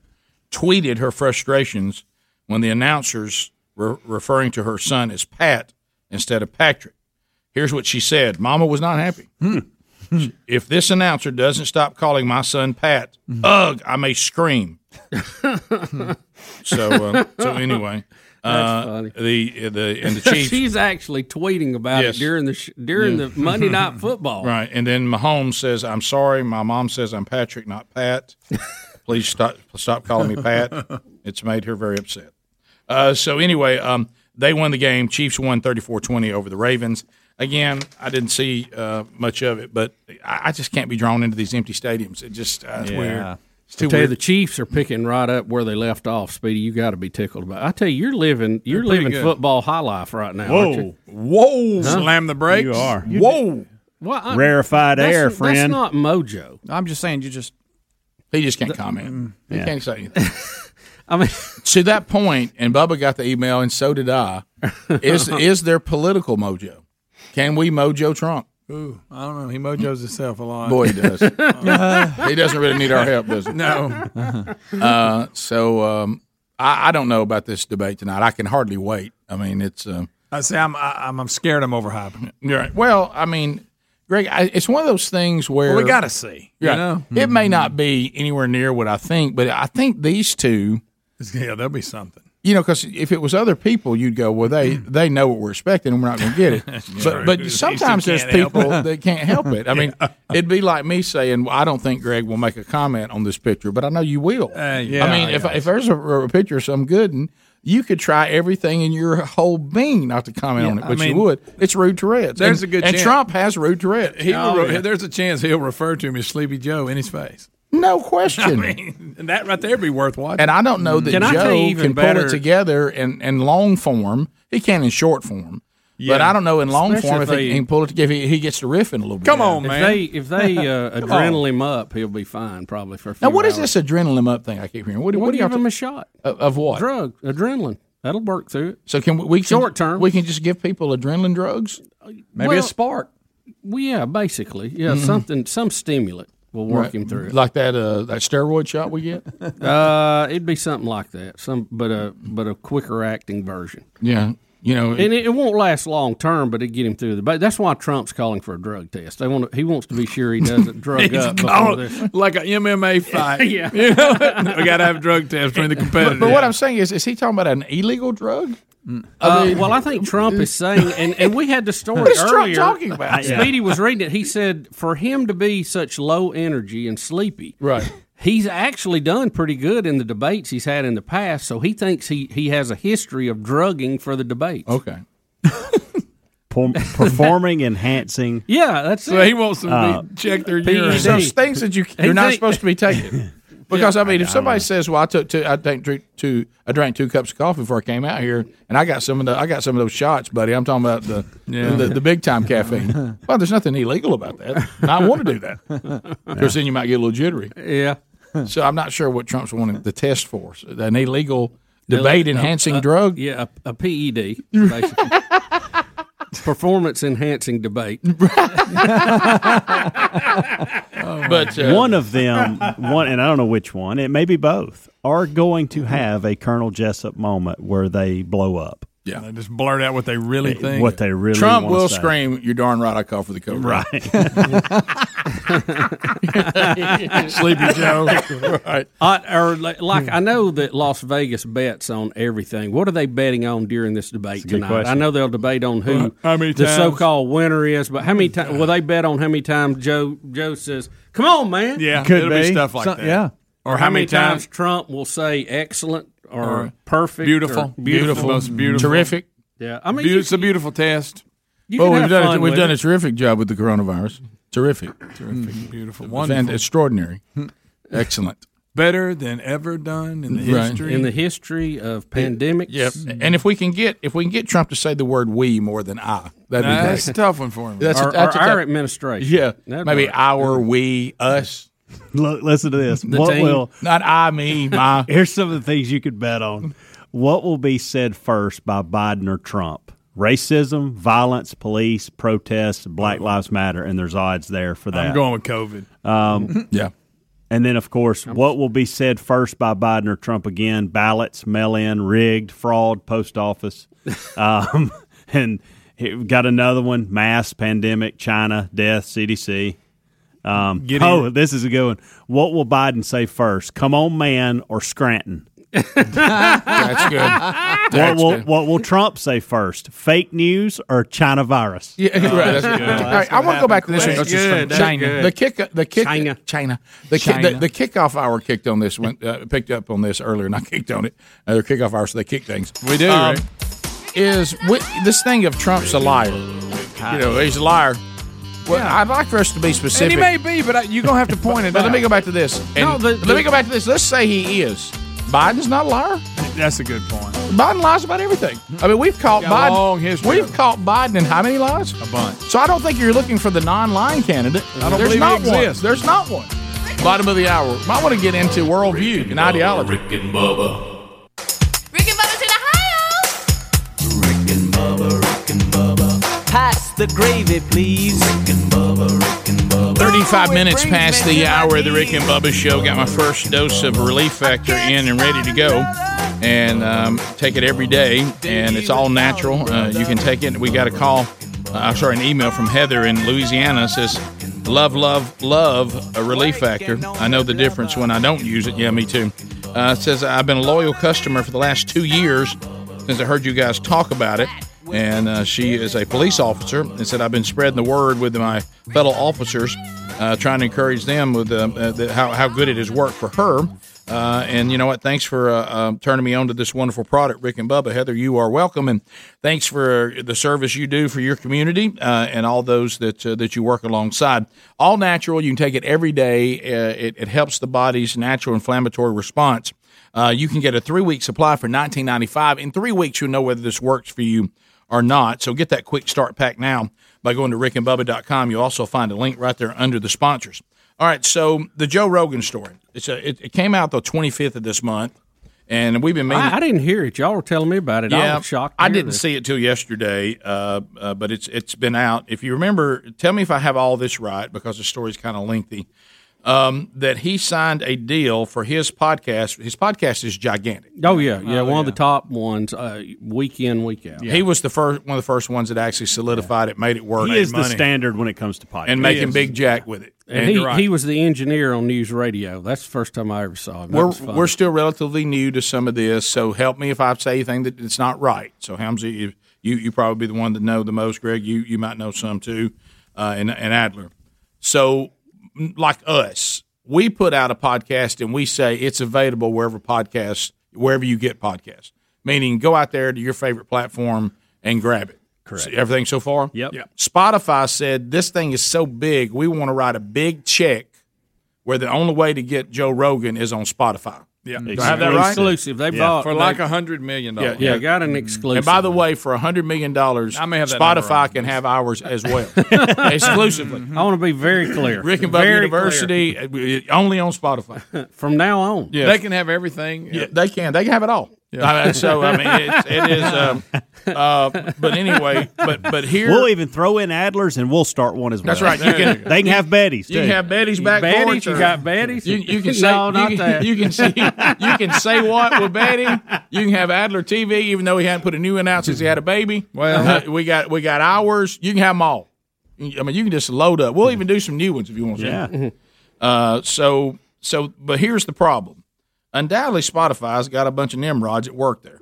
Speaker 2: tweeted her frustrations when the announcers were referring to her son as Pat instead of Patrick. Here's what she said: "Mama was not happy.
Speaker 7: Hmm.
Speaker 2: If this announcer doesn't stop calling my son Pat,
Speaker 7: Hmm.
Speaker 2: ugh, I may scream." so, uh, so anyway,
Speaker 3: That's
Speaker 2: uh, the the and the Chiefs.
Speaker 3: She's actually tweeting about
Speaker 2: Yes.
Speaker 3: it during the sh- during
Speaker 2: Yeah.
Speaker 3: the Monday Night Football.
Speaker 2: Right. And then Mahomes says, I'm sorry. My mom says I'm Patrick, not Pat. Please stop stop calling me Pat. It's made her very upset. Uh, so, anyway, um, they won the game. Chiefs won 34 20 over the Ravens. Again, I didn't see uh, much of it, but I, I just can't be drawn into these empty stadiums. It just, uh, it's weird. It's
Speaker 3: I
Speaker 2: too
Speaker 3: tell you,
Speaker 2: weird.
Speaker 3: the Chiefs are picking right up where they left off. Speedy, you got to be tickled about. I tell you, you're living you're
Speaker 2: They're pretty
Speaker 3: living
Speaker 2: good.
Speaker 3: football high life right now.
Speaker 7: Whoa.
Speaker 3: aren't you?
Speaker 2: whoa!
Speaker 3: Huh?
Speaker 5: Slam the brakes.
Speaker 7: You are.
Speaker 2: Whoa!
Speaker 3: Well, I-
Speaker 7: Rarefied
Speaker 3: that's-
Speaker 7: air,
Speaker 3: That's
Speaker 7: friend.
Speaker 3: not mojo.
Speaker 21: I'm just saying, you just
Speaker 2: he just can't comment. He
Speaker 3: yeah.
Speaker 2: can't say anything. I mean, to that point, and Bubba got the email, and so did I. Is is there political mojo? Can we mojo Trump?
Speaker 5: Ooh, I don't know. He mojos himself a lot. Uh,
Speaker 2: Boy, he does. he doesn't really need our help, does he?
Speaker 5: No.
Speaker 2: Uh, so um, I, I don't know about this debate tonight. I can hardly wait. I mean, it's. Uh,
Speaker 5: I say I'm, I, I'm, I'm scared. I'm overhyping it.
Speaker 2: You're right. Well, I mean, Greg, I, it's one of those things where
Speaker 5: Well, we gotta see, you
Speaker 2: Yeah,
Speaker 5: know? Mm-hmm.
Speaker 2: it may not be anywhere near what I think, but I think these two,
Speaker 5: Yeah, there'll be something.
Speaker 2: you know, because if it was other people, you'd go, well, they they know what we're expecting, and we're not going to get it.
Speaker 5: Hmm. That's
Speaker 2: but
Speaker 5: true.
Speaker 2: but
Speaker 5: These
Speaker 2: sometimes
Speaker 5: two
Speaker 2: there's
Speaker 5: can't help
Speaker 2: people
Speaker 5: it.
Speaker 2: that can't help it. I mean, it'd be like me saying, well, I don't think Greg will make a comment on this picture, but I know you will.
Speaker 5: Uh, yeah,
Speaker 2: I mean, if,
Speaker 5: yeah.
Speaker 2: if there's a, a picture of some good and. You could try everything in your whole being not to comment
Speaker 5: Yeah,
Speaker 2: on it,
Speaker 5: I
Speaker 2: but
Speaker 5: mean,
Speaker 2: you would. It's rude Tourette's.
Speaker 5: There's
Speaker 2: And-
Speaker 5: a good
Speaker 2: And
Speaker 5: chance.
Speaker 2: Trump has rude Tourette's.
Speaker 5: He will
Speaker 2: Oh,
Speaker 5: re-
Speaker 2: yeah.
Speaker 5: There's a chance he'll refer to him as Sleepy Joe in his face.
Speaker 2: No question.
Speaker 5: I mean, and that right there would be worth watching.
Speaker 2: And I don't know that
Speaker 5: Can I tell you
Speaker 2: Joe
Speaker 5: even
Speaker 2: can pull
Speaker 5: better-
Speaker 2: it together in, in long form. He can in short form. But
Speaker 5: Yeah.
Speaker 2: I don't know in long
Speaker 5: Especially
Speaker 2: form if
Speaker 5: if
Speaker 2: he
Speaker 5: they-
Speaker 2: can pull it together. If he, he gets to riffing a little bit.
Speaker 3: if They, if they uh, adrenaline him up, he'll be fine probably for. A few
Speaker 2: Now, what is
Speaker 3: hours.
Speaker 2: this adrenaline up thing I keep hearing? What, do-
Speaker 3: Well,
Speaker 2: what do
Speaker 3: give
Speaker 2: y'all
Speaker 3: him
Speaker 2: thi-
Speaker 3: a shot
Speaker 2: Of, of what?
Speaker 3: drug adrenaline that'll work through it.
Speaker 2: So can we, we can,
Speaker 3: Short term.
Speaker 2: We can just give people adrenaline drugs.
Speaker 3: Well,
Speaker 21: spark.
Speaker 3: Well, yeah, basically, yeah,
Speaker 2: Mhm.
Speaker 3: something, some stimulant will work
Speaker 2: Right.
Speaker 3: him through it.
Speaker 2: like that uh, that steroid shot we get.
Speaker 3: Uh, it'd be something like that, some but a but a quicker acting version.
Speaker 2: yeah, you know,
Speaker 3: and it, it won't last long term, but it get him through the. But that's why Trump's calling for a drug test. They want to, he wants to be sure he doesn't drug
Speaker 5: He's
Speaker 3: up before
Speaker 5: called
Speaker 3: this.
Speaker 5: like an MMA fight.
Speaker 3: Yeah.
Speaker 5: You know? we got to have drug tests between the
Speaker 2: but,
Speaker 5: competitors.
Speaker 2: but what I'm saying is, is he talking about an illegal drug?
Speaker 3: Uh, well, I think Trump is saying, and, and we had the story
Speaker 2: What is Trump
Speaker 3: earlier. uh,
Speaker 2: talking about? Yeah.
Speaker 3: Speedy was reading it. He said for him to be such low energy and sleepy,
Speaker 2: right?
Speaker 3: He's actually done pretty good in the debates he's had in the past, so he thinks he he has a history of drugging for the debates.
Speaker 2: Okay.
Speaker 7: Perform- performing, enhancing.
Speaker 3: Yeah, that's
Speaker 5: So
Speaker 3: it. E
Speaker 5: he wants them to
Speaker 7: Uh,
Speaker 5: be check their
Speaker 3: PED.
Speaker 5: urine.
Speaker 2: So things that you
Speaker 5: He
Speaker 2: you're not
Speaker 5: think-
Speaker 2: supposed to be taking. Because I mean, if somebody says, "Well, I took two, I drank two, two, I drank two cups of coffee before I came out here, and I got some of the, I got some of those shots, buddy," I'm talking about the
Speaker 5: Yeah.
Speaker 2: the, the big time caffeine. well, there's nothing illegal about that. And I want to do that because then you might get a little jittery.
Speaker 3: Yeah.
Speaker 2: So I'm not sure what Trump's wanting the test for so an illegal debate enhancing
Speaker 3: Uh, uh,
Speaker 2: drug.
Speaker 3: Yeah, a, a PED. basically. performance enhancing debate.
Speaker 2: but uh,
Speaker 7: one of them, one, and I don't know which one. It may be both. Are going to have a Colonel Jessup moment where they blow up.
Speaker 5: Yeah, they just blurt out what they really
Speaker 7: They-
Speaker 5: think.
Speaker 7: what they really
Speaker 2: Trump
Speaker 7: wanna
Speaker 2: will
Speaker 7: say.
Speaker 2: scream, "You're darn right! I call for the code." Right,
Speaker 5: Sleepy Joe.
Speaker 2: right.
Speaker 3: I, Uh, or li- like I know that Las Vegas bets on everything. What are they betting on during this debate
Speaker 7: a good
Speaker 3: tonight?
Speaker 7: question.
Speaker 3: I know they'll debate on who
Speaker 7: Well, how many
Speaker 3: the
Speaker 7: times?
Speaker 3: so-called winner is, but how many times? Will they bet on how many times Joe Joe says, "Come on, man"?
Speaker 5: Yeah, Could it'll be be. stuff like Some- that. yeah.
Speaker 3: Or how many times Trump will say "excellent" or,
Speaker 5: Or
Speaker 3: "perfect,"
Speaker 5: beautiful,
Speaker 3: or
Speaker 5: beautiful, most beautiful,
Speaker 2: Terrific.
Speaker 3: Yeah, I mean,
Speaker 5: Beaut-
Speaker 3: you-
Speaker 5: it's a beautiful test.
Speaker 3: You
Speaker 2: well,
Speaker 3: can
Speaker 2: we've
Speaker 3: have
Speaker 2: done
Speaker 3: fun
Speaker 2: a, we've
Speaker 3: with
Speaker 2: done
Speaker 3: it.
Speaker 2: a terrific job with the coronavirus. Terrific, terrific,
Speaker 5: Mm, beautiful,
Speaker 2: and
Speaker 5: wonderful,
Speaker 2: extraordinary, excellent.
Speaker 5: better than ever done in the
Speaker 2: Right.
Speaker 5: history
Speaker 2: In the
Speaker 3: history of pandemics.
Speaker 2: Yep. And if we can get if we can get Trump to say the word "we" more than "I," that'd be
Speaker 5: Nah,
Speaker 2: great.
Speaker 5: that's a tough one for him.
Speaker 2: That's
Speaker 5: Or-
Speaker 2: a, that's
Speaker 5: or
Speaker 2: a tough-
Speaker 5: our administration.
Speaker 2: Yeah,
Speaker 5: That'd
Speaker 2: maybe
Speaker 5: work.
Speaker 2: our, we, us.
Speaker 7: Look, listen to this.
Speaker 2: The
Speaker 7: what
Speaker 2: team.
Speaker 7: will
Speaker 2: not I, me, my?
Speaker 7: Here's some of the things you could bet on. What will be said first by Biden or Trump? Racism, violence, police, protests, Black Lives Matter, and there's odds there for that.
Speaker 5: I'm going with COVID.
Speaker 7: Um,
Speaker 2: yeah.
Speaker 7: And then, of course, what will be said first by Biden or Trump again? Ballots, mail in, rigged, fraud, post office. Um, and it, got another one mass, pandemic, China, death, CDC. Um,
Speaker 5: Get
Speaker 7: oh,
Speaker 5: in.
Speaker 7: this is a good one. What will Biden say first? Come on, man, or Scranton?
Speaker 2: That's good.
Speaker 7: What
Speaker 2: That's
Speaker 7: will,
Speaker 2: good.
Speaker 7: what will Trump say first? Fake news or China virus?
Speaker 5: Uh,
Speaker 2: Yeah, right. That's good. All right, I want to go back to this
Speaker 7: That's
Speaker 2: one. This is
Speaker 7: good,
Speaker 2: from
Speaker 7: that's
Speaker 2: China.
Speaker 7: good.
Speaker 2: The kick, the kick,
Speaker 7: China.
Speaker 2: China. The, ki-
Speaker 7: China.
Speaker 2: the, the kickoff hour kicked on this one. Uh, picked up on this earlier, and I kicked on it. Uh, their kickoff hour, so they kick things. Um,
Speaker 5: We do, right?
Speaker 2: Is wi- this thing of Trump's a liar? You know, he's a liar. Well, I'd like for us to be
Speaker 5: and he
Speaker 2: specific.
Speaker 5: may be, but I, you're gonna have to point it
Speaker 2: but
Speaker 5: out.
Speaker 2: let me go back to this. And
Speaker 5: No, the-
Speaker 2: let me go back to this. Let's say he is. Biden's not a liar.
Speaker 5: That's a good point.
Speaker 2: Biden lies about everything. I mean, we've caught
Speaker 5: Hmm. Got a
Speaker 2: Biden.
Speaker 5: long history
Speaker 2: we've
Speaker 5: of it.
Speaker 2: caught Biden in how many lies? A
Speaker 5: bunch.
Speaker 2: So I don't think you're looking for the non-lying candidate.
Speaker 5: I don't
Speaker 2: There's
Speaker 5: believe
Speaker 2: not
Speaker 5: he exists.
Speaker 2: one. There's not one. Bottom of the hour. Might want to get into worldview and, ideology.
Speaker 9: Rick and Bubba.
Speaker 12: Rick and Bubba's in Ohio.
Speaker 1: Pass the gravy, please.
Speaker 2: 35 minutes past the hour of the Rick and Bubba show. Got my first dose of Relief Factor in and ready to go. And um, take it every day, and it's all natural. Uh, you can take it. We got a call, uh, I'm sorry, an email from Heather in Louisiana says, Love, love, love a Relief Factor. I know the difference when I don't use it. Yeah, me too. Uh, says, I've been a loyal customer for the last two years since I heard you guys talk about it. And uh, she is a police officer and said, I've been spreading the word with my fellow officers, uh, trying to encourage them with um, uh, the, how, how good it has worked for her. Uh, and you know what? Thanks for uh, um, turning me on to this wonderful product, Rick and Bubba. Heather, you are welcome. And thanks for the service you do for your community uh, and all those that, uh, that you work alongside. All natural. You can take it every day, uh, it, it helps the body's natural inflammatory response. Uh, you can get a three week supply for nineteen ninety five. In three weeks, you'll know whether this works for you or not. So get that quick start pack now by going to rickandbubba.com. You'll also find a link right there under the sponsors. All right, so the Joe Rogan story. It's a, it, it came out the 25th of this month, and we've been meaning.
Speaker 3: I, I didn't hear it. Y'all were telling me about it. I was shocked. to
Speaker 2: I
Speaker 3: hear
Speaker 2: didn't
Speaker 3: this.
Speaker 2: see it till yesterday, uh, uh, but it's it's been out. If you remember, tell me if I have all this right because the story's kind of lengthy. Um, that he signed a deal for his podcast. His podcast is gigantic.
Speaker 3: Oh yeah, yeah. One of the top ones, uh, week in, week out.
Speaker 2: He was the first one of the first ones that actually solidified it, made it work.
Speaker 7: He is the standard when it comes to podcasts.
Speaker 2: and making big jack with it.
Speaker 3: And, he, he was the engineer on news radio. That's the first time I ever saw him. That
Speaker 2: we're
Speaker 3: was fun.
Speaker 2: we're still relatively new to some of this, so help me if I say anything that it's not right. So Hamza, you you, you probably be the one that know the most. Greg, you you might know some too, uh, and and Adler. So m- like us, we put out a podcast and we say it's available wherever podcasts wherever you get podcasts. Meaning, go out there to your favorite platform and grab it. Correct. everything so far. Yep. Spotify said this thing is so big, we want to write a big check where the only way to get Joe Rogan is on Spotify.
Speaker 5: Yeah,
Speaker 2: Do I have that right?
Speaker 3: Mm-hmm. Exclusive. They bought-
Speaker 5: for like
Speaker 3: they-
Speaker 5: a hundred million
Speaker 2: Yeah,
Speaker 5: dollars.
Speaker 2: yeah,
Speaker 3: got an exclusive.
Speaker 2: And by the way, for hundred million dollars,
Speaker 5: I may have that number
Speaker 2: Spotify
Speaker 5: wrong.
Speaker 2: can have ours as well, exclusively.
Speaker 3: I want to be very clear.
Speaker 2: Mm-hmm. Rick and Bubba
Speaker 3: Very
Speaker 2: University uh, only on Spotify
Speaker 3: from now on.
Speaker 5: They can have everything.
Speaker 2: Yeah, they can. They can have it all. I mean, so I mean, it's, it is. Um, uh, but anyway, but but here
Speaker 7: we'll even throw in Adlers and we'll start one as well.
Speaker 2: That's right. You
Speaker 7: There
Speaker 2: can-
Speaker 7: they can have Betty's.
Speaker 2: you
Speaker 7: too.
Speaker 2: can have Betty's back
Speaker 3: Betty's,
Speaker 2: porch.
Speaker 3: you
Speaker 2: or-
Speaker 3: got Betty's?
Speaker 2: You, you can
Speaker 3: No,
Speaker 2: say
Speaker 3: not
Speaker 2: you, can-
Speaker 3: that.
Speaker 2: you can say you can say what with Betty. You can have Adler TV, even though he hadn't put a new one out since he had a baby.
Speaker 5: Well-
Speaker 2: Uh, we got we got ours. You can have them all. I mean, you can just load up. We'll even do some new ones if you want. to.
Speaker 7: Yeah.
Speaker 2: Uh, so so, but here's the problem. Undoubtedly, Spotify's got a bunch of Nimrods at work there.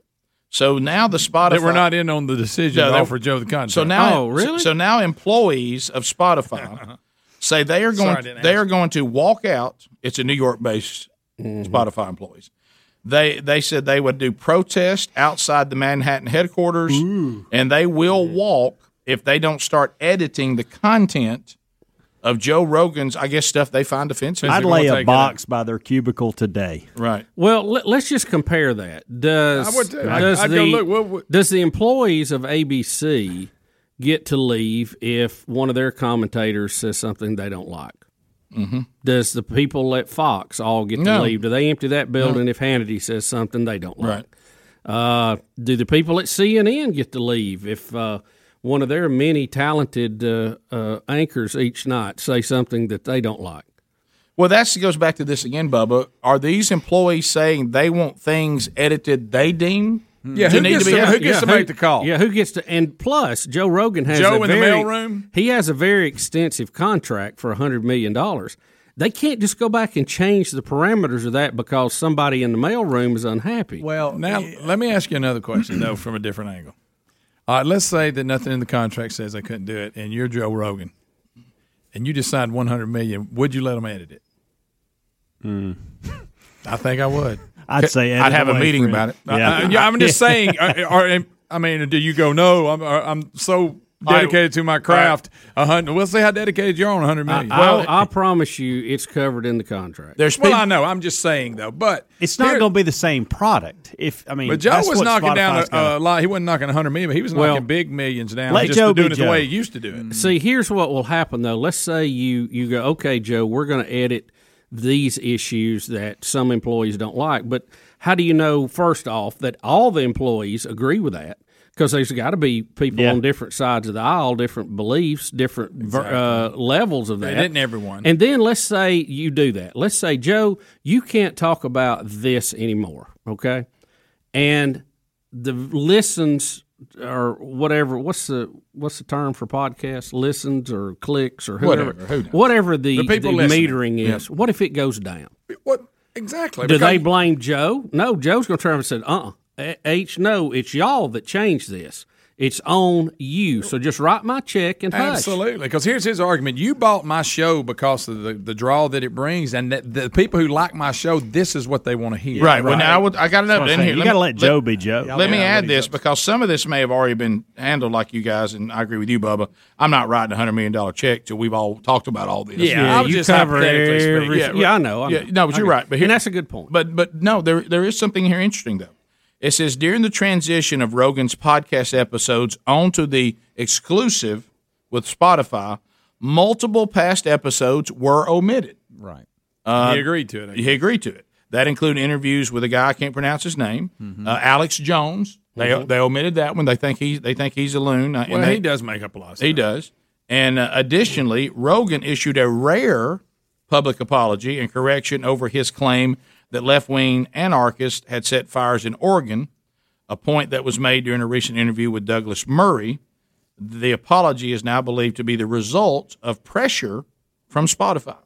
Speaker 2: So now the Spotify
Speaker 5: that we're not in on the decision
Speaker 2: No,
Speaker 5: to
Speaker 2: they-
Speaker 5: offer Joe the contract.
Speaker 2: so
Speaker 7: Oh,
Speaker 2: now, So now, employees of Spotify say they are
Speaker 5: Sorry, I
Speaker 2: going.
Speaker 5: didn't
Speaker 2: they are going to walk out. It's a New York based
Speaker 3: Mm-hmm.
Speaker 2: Spotify employees. They they said they would do protest outside the Manhattan headquarters, and they will walk if they don't start editing the content of Joe Rogan's. I guess stuff they find offensive.
Speaker 7: I'd lay a box by their cubicle today.
Speaker 2: Right.
Speaker 3: Well, let, us just compare that. Does
Speaker 5: I would too. I-
Speaker 3: does
Speaker 5: I'd
Speaker 3: the
Speaker 5: go look, what- what-
Speaker 3: does the employees of ABC get to leave if one of their commentators says something they don't like?
Speaker 2: Mhm.
Speaker 3: Does the people at Fox all get to
Speaker 2: No.
Speaker 3: leave? Do they empty that building if Hannity says something they don't like? Uh, do the people at CNN get to leave if uh, one of their many talented uh, uh, anchors each night say something that they don't like?
Speaker 2: Well, that goes back to this again, Bubba. Are these employees saying they want things edited they deem?
Speaker 3: Hmm. Mm.
Speaker 5: Yeah, who gets to- who gets to make the call?
Speaker 3: Yeah, who gets to? And plus, Joe Rogan has
Speaker 5: Joe
Speaker 3: a
Speaker 5: in the
Speaker 3: very-
Speaker 5: mailroom?
Speaker 3: He has a very extensive contract for hundred million dollars. They can't just go back and change the parameters of that because somebody in the mailroom is unhappy.
Speaker 5: Well, now let me ask you another question though, from a different angle. All right, let's say that nothing in the contract says they couldn't do it, and you're Joe Rogan, and you decide 100 million. Would you let them edit it?
Speaker 7: Mm,
Speaker 5: I think I would.
Speaker 7: I'd say
Speaker 2: I'd
Speaker 7: edit
Speaker 2: have a
Speaker 7: away,
Speaker 2: meeting
Speaker 7: friend.
Speaker 2: about it.
Speaker 5: Yeah, I, yeah I'm just saying. uh, Are, are- I mean, do you go? No, I'm. uh, I'm so
Speaker 3: All right.
Speaker 5: dedicated to my craft. A hundred. We'll see how dedicated you are on 100
Speaker 3: I,
Speaker 5: million.
Speaker 3: well, I, promise you, it's covered in the contract.
Speaker 2: There's
Speaker 5: well, I know. I'm just saying though, but
Speaker 7: It's not going to be the same product. If I mean,
Speaker 5: But Joe
Speaker 7: that's
Speaker 5: was
Speaker 7: what
Speaker 5: knocking
Speaker 7: Spotify's
Speaker 5: down
Speaker 7: gotta-
Speaker 5: a, a lot. He wasn't knocking 100 million, but he was
Speaker 7: Well,
Speaker 5: knocking big millions down.
Speaker 7: let
Speaker 5: just
Speaker 7: Joe
Speaker 5: for
Speaker 7: be
Speaker 5: doing it the
Speaker 7: Joe.
Speaker 5: way he used to do it.
Speaker 3: Mm. See, here's what will happen though. Let's say you you go, okay, Joe, we're going to edit these issues that some employees don't like. But how do you know first off that all the employees agree with that? Because there's got to be people
Speaker 5: Yeah.
Speaker 3: on different sides of the aisle, different beliefs, different ver- uh, levels of that.
Speaker 5: It isn't everyone.
Speaker 3: And then let's say you do that. Let's say, Joe, you can't talk about this anymore. Okay. And the listens or whatever what's the what's the term for podcasts listens or clicks or whoever
Speaker 5: Whatever, who knows?
Speaker 3: whatever the,
Speaker 5: The
Speaker 3: the,
Speaker 5: people listening.
Speaker 3: metering
Speaker 5: Yeah.
Speaker 3: is what if it goes down
Speaker 5: What exactly?
Speaker 3: do they
Speaker 5: Because-
Speaker 3: blame joe no joe's going to turn around and say uh-uh A- h no it's y'all that changed this it's on you so just write my check and hush.
Speaker 5: Absolutely, because here's his argument: you bought my show because of the, the draw that it brings, and that the people who like my show, this is what they want to hear.
Speaker 2: Right. Well, now I, would, I got
Speaker 5: That's what
Speaker 2: another
Speaker 5: I'm
Speaker 2: in
Speaker 5: saying.
Speaker 2: here.
Speaker 5: You gotta let Joe be Joe.
Speaker 2: Let me
Speaker 5: Yeah,
Speaker 2: add
Speaker 5: let
Speaker 2: this because some of this may have already been handled like you guys, and I agree with you, Bubba. I'm not writing a hundred million dollar check till we've all talked about all this.
Speaker 3: Yeah, Yeah, I was you just cover hypothetically speaking. every- yeah, I know, I know.
Speaker 2: Yeah, no, but
Speaker 3: I
Speaker 2: you're
Speaker 3: know.
Speaker 2: right. But
Speaker 3: And
Speaker 2: here,
Speaker 3: that's a good point.
Speaker 2: But but no, there there is something here interesting though. It says during the transition of Rogan's podcast episodes onto the exclusive with Spotify, multiple past episodes were omitted.
Speaker 5: Right.
Speaker 2: Uh,
Speaker 5: he agreed to it.
Speaker 2: He agreed to it. That included interviews with a guy I can't pronounce his name,
Speaker 5: Mm-hmm.
Speaker 2: uh, Alex Jones. They
Speaker 5: Mhm.
Speaker 2: they omitted that one. They think he's they think he's a loon. uh, and
Speaker 5: Well,
Speaker 2: they-
Speaker 5: he does make up a lot. Of stuff.
Speaker 2: He does. And uh, additionally, Rogan issued a rare public apology and correction over his claim that left wing anarchists had set fires in Oregon, a point that was made during a recent interview with Douglas Murray. The apology is now believed to be the result of pressure from Spotify.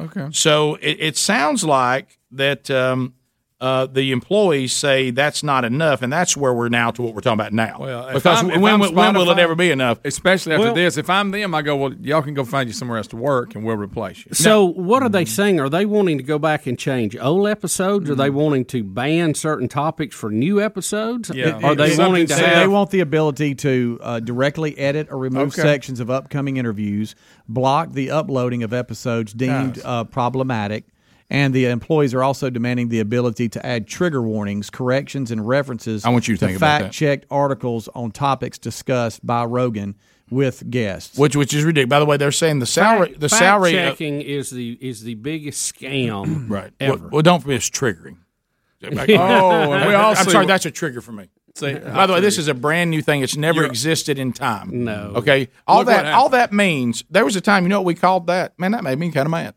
Speaker 5: Okay.
Speaker 2: So it, it sounds like that um, uh, the employees say that's not enough, and that's where we're now to what we're talking about now.
Speaker 5: Well, if
Speaker 2: because
Speaker 5: I'm- if
Speaker 2: when,
Speaker 5: I'm
Speaker 2: will- when will it
Speaker 5: Spotify-
Speaker 2: ever be enough?
Speaker 5: Especially after
Speaker 2: Well-
Speaker 5: this, if I'm them, I go, well, y'all can go find you somewhere else to work, and we'll replace you.
Speaker 3: So what are they saying? Are they wanting to go back and change old episodes? Are they
Speaker 5: Mm-hmm.
Speaker 3: wanting to ban certain topics for new episodes?
Speaker 5: Yeah.
Speaker 3: Are they wanting to
Speaker 21: So
Speaker 3: have?
Speaker 21: They want the ability to uh, directly edit or remove
Speaker 5: Okay.
Speaker 21: sections of upcoming interviews, block the uploading of episodes deemed uh, problematic, and the employees are also demanding the ability to add trigger warnings, corrections, and references
Speaker 2: I want you to think
Speaker 21: to
Speaker 2: about that.
Speaker 21: fact-checked articles on topics discussed by Rogan with guests.
Speaker 2: Which which is ridiculous. By the way, they're saying the salary the
Speaker 3: fact
Speaker 2: salary
Speaker 3: checking is the is the biggest scam
Speaker 2: right
Speaker 3: ever.
Speaker 2: Well, well, don't forget it's triggering. oh, and we all
Speaker 5: I'm
Speaker 2: see-
Speaker 5: sorry, that's a trigger for me. See,
Speaker 2: By the way, this is a brand new thing. It's never existed in time.
Speaker 3: No.
Speaker 2: Okay. All
Speaker 5: Look what
Speaker 2: that all that means there was a time, you know what we called that? Man, that made me kind of mad.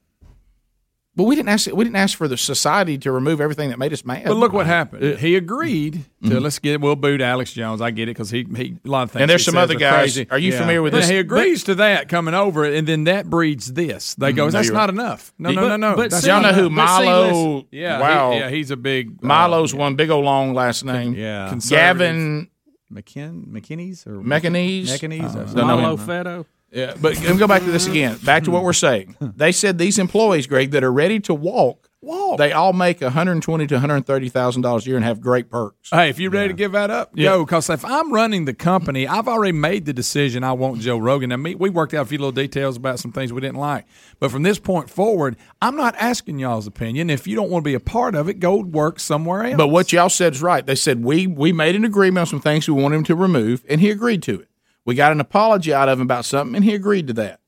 Speaker 2: But we didn't ask we didn't ask for the society to remove everything that made us mad.
Speaker 5: But look what happened. He agreed to let's get we'll boot Alex Jones. I get it because he he a lot of things.
Speaker 2: Mm-hmm. And there's
Speaker 5: he
Speaker 2: some
Speaker 5: says
Speaker 2: other
Speaker 5: are
Speaker 2: guys.
Speaker 5: crazy.
Speaker 2: Are you familiar with
Speaker 5: But
Speaker 2: this?
Speaker 5: He agrees to that coming over, and then that breeds this. They go,
Speaker 2: Mhm.
Speaker 5: that's
Speaker 2: No, you're
Speaker 5: not
Speaker 2: right.
Speaker 5: enough. No,
Speaker 2: But-
Speaker 5: no, no, no.
Speaker 2: but
Speaker 5: That's
Speaker 2: see- Y'all
Speaker 5: not
Speaker 2: know who
Speaker 5: enough. But see,
Speaker 2: Milo-
Speaker 5: listen. Yeah,
Speaker 2: wow.
Speaker 5: He, yeah, he's a big. uh,
Speaker 2: Milo's one big old long last name.
Speaker 5: Yeah. Conservative.
Speaker 2: Gavin
Speaker 21: McKin McKinney's or
Speaker 2: McAnees.
Speaker 21: McAnees. or
Speaker 2: Don't know him.
Speaker 3: Fetto.
Speaker 2: Yeah, but let me go back to this again. Back to what we're saying.
Speaker 5: Hmm.
Speaker 2: They said these employees, Greg, that are ready to walk, walk. They all make one hundred twenty to one hundred thirty thousand dollars a year and have great perks.
Speaker 5: Hey, if you're ready to give that up,
Speaker 2: Yeah.
Speaker 5: go. Because if I'm running the company, I've already made the decision. I want Joe Rogan. Now, me, we worked out a few little details about some things we didn't like, but from this point forward, I'm not asking y'all's opinion. If you don't want to be a part of it, go work somewhere else.
Speaker 2: But what y'all said is right. They said we we made an agreement on some things we wanted him to remove, and he agreed to it. We got an apology out of him about something, and he agreed to that.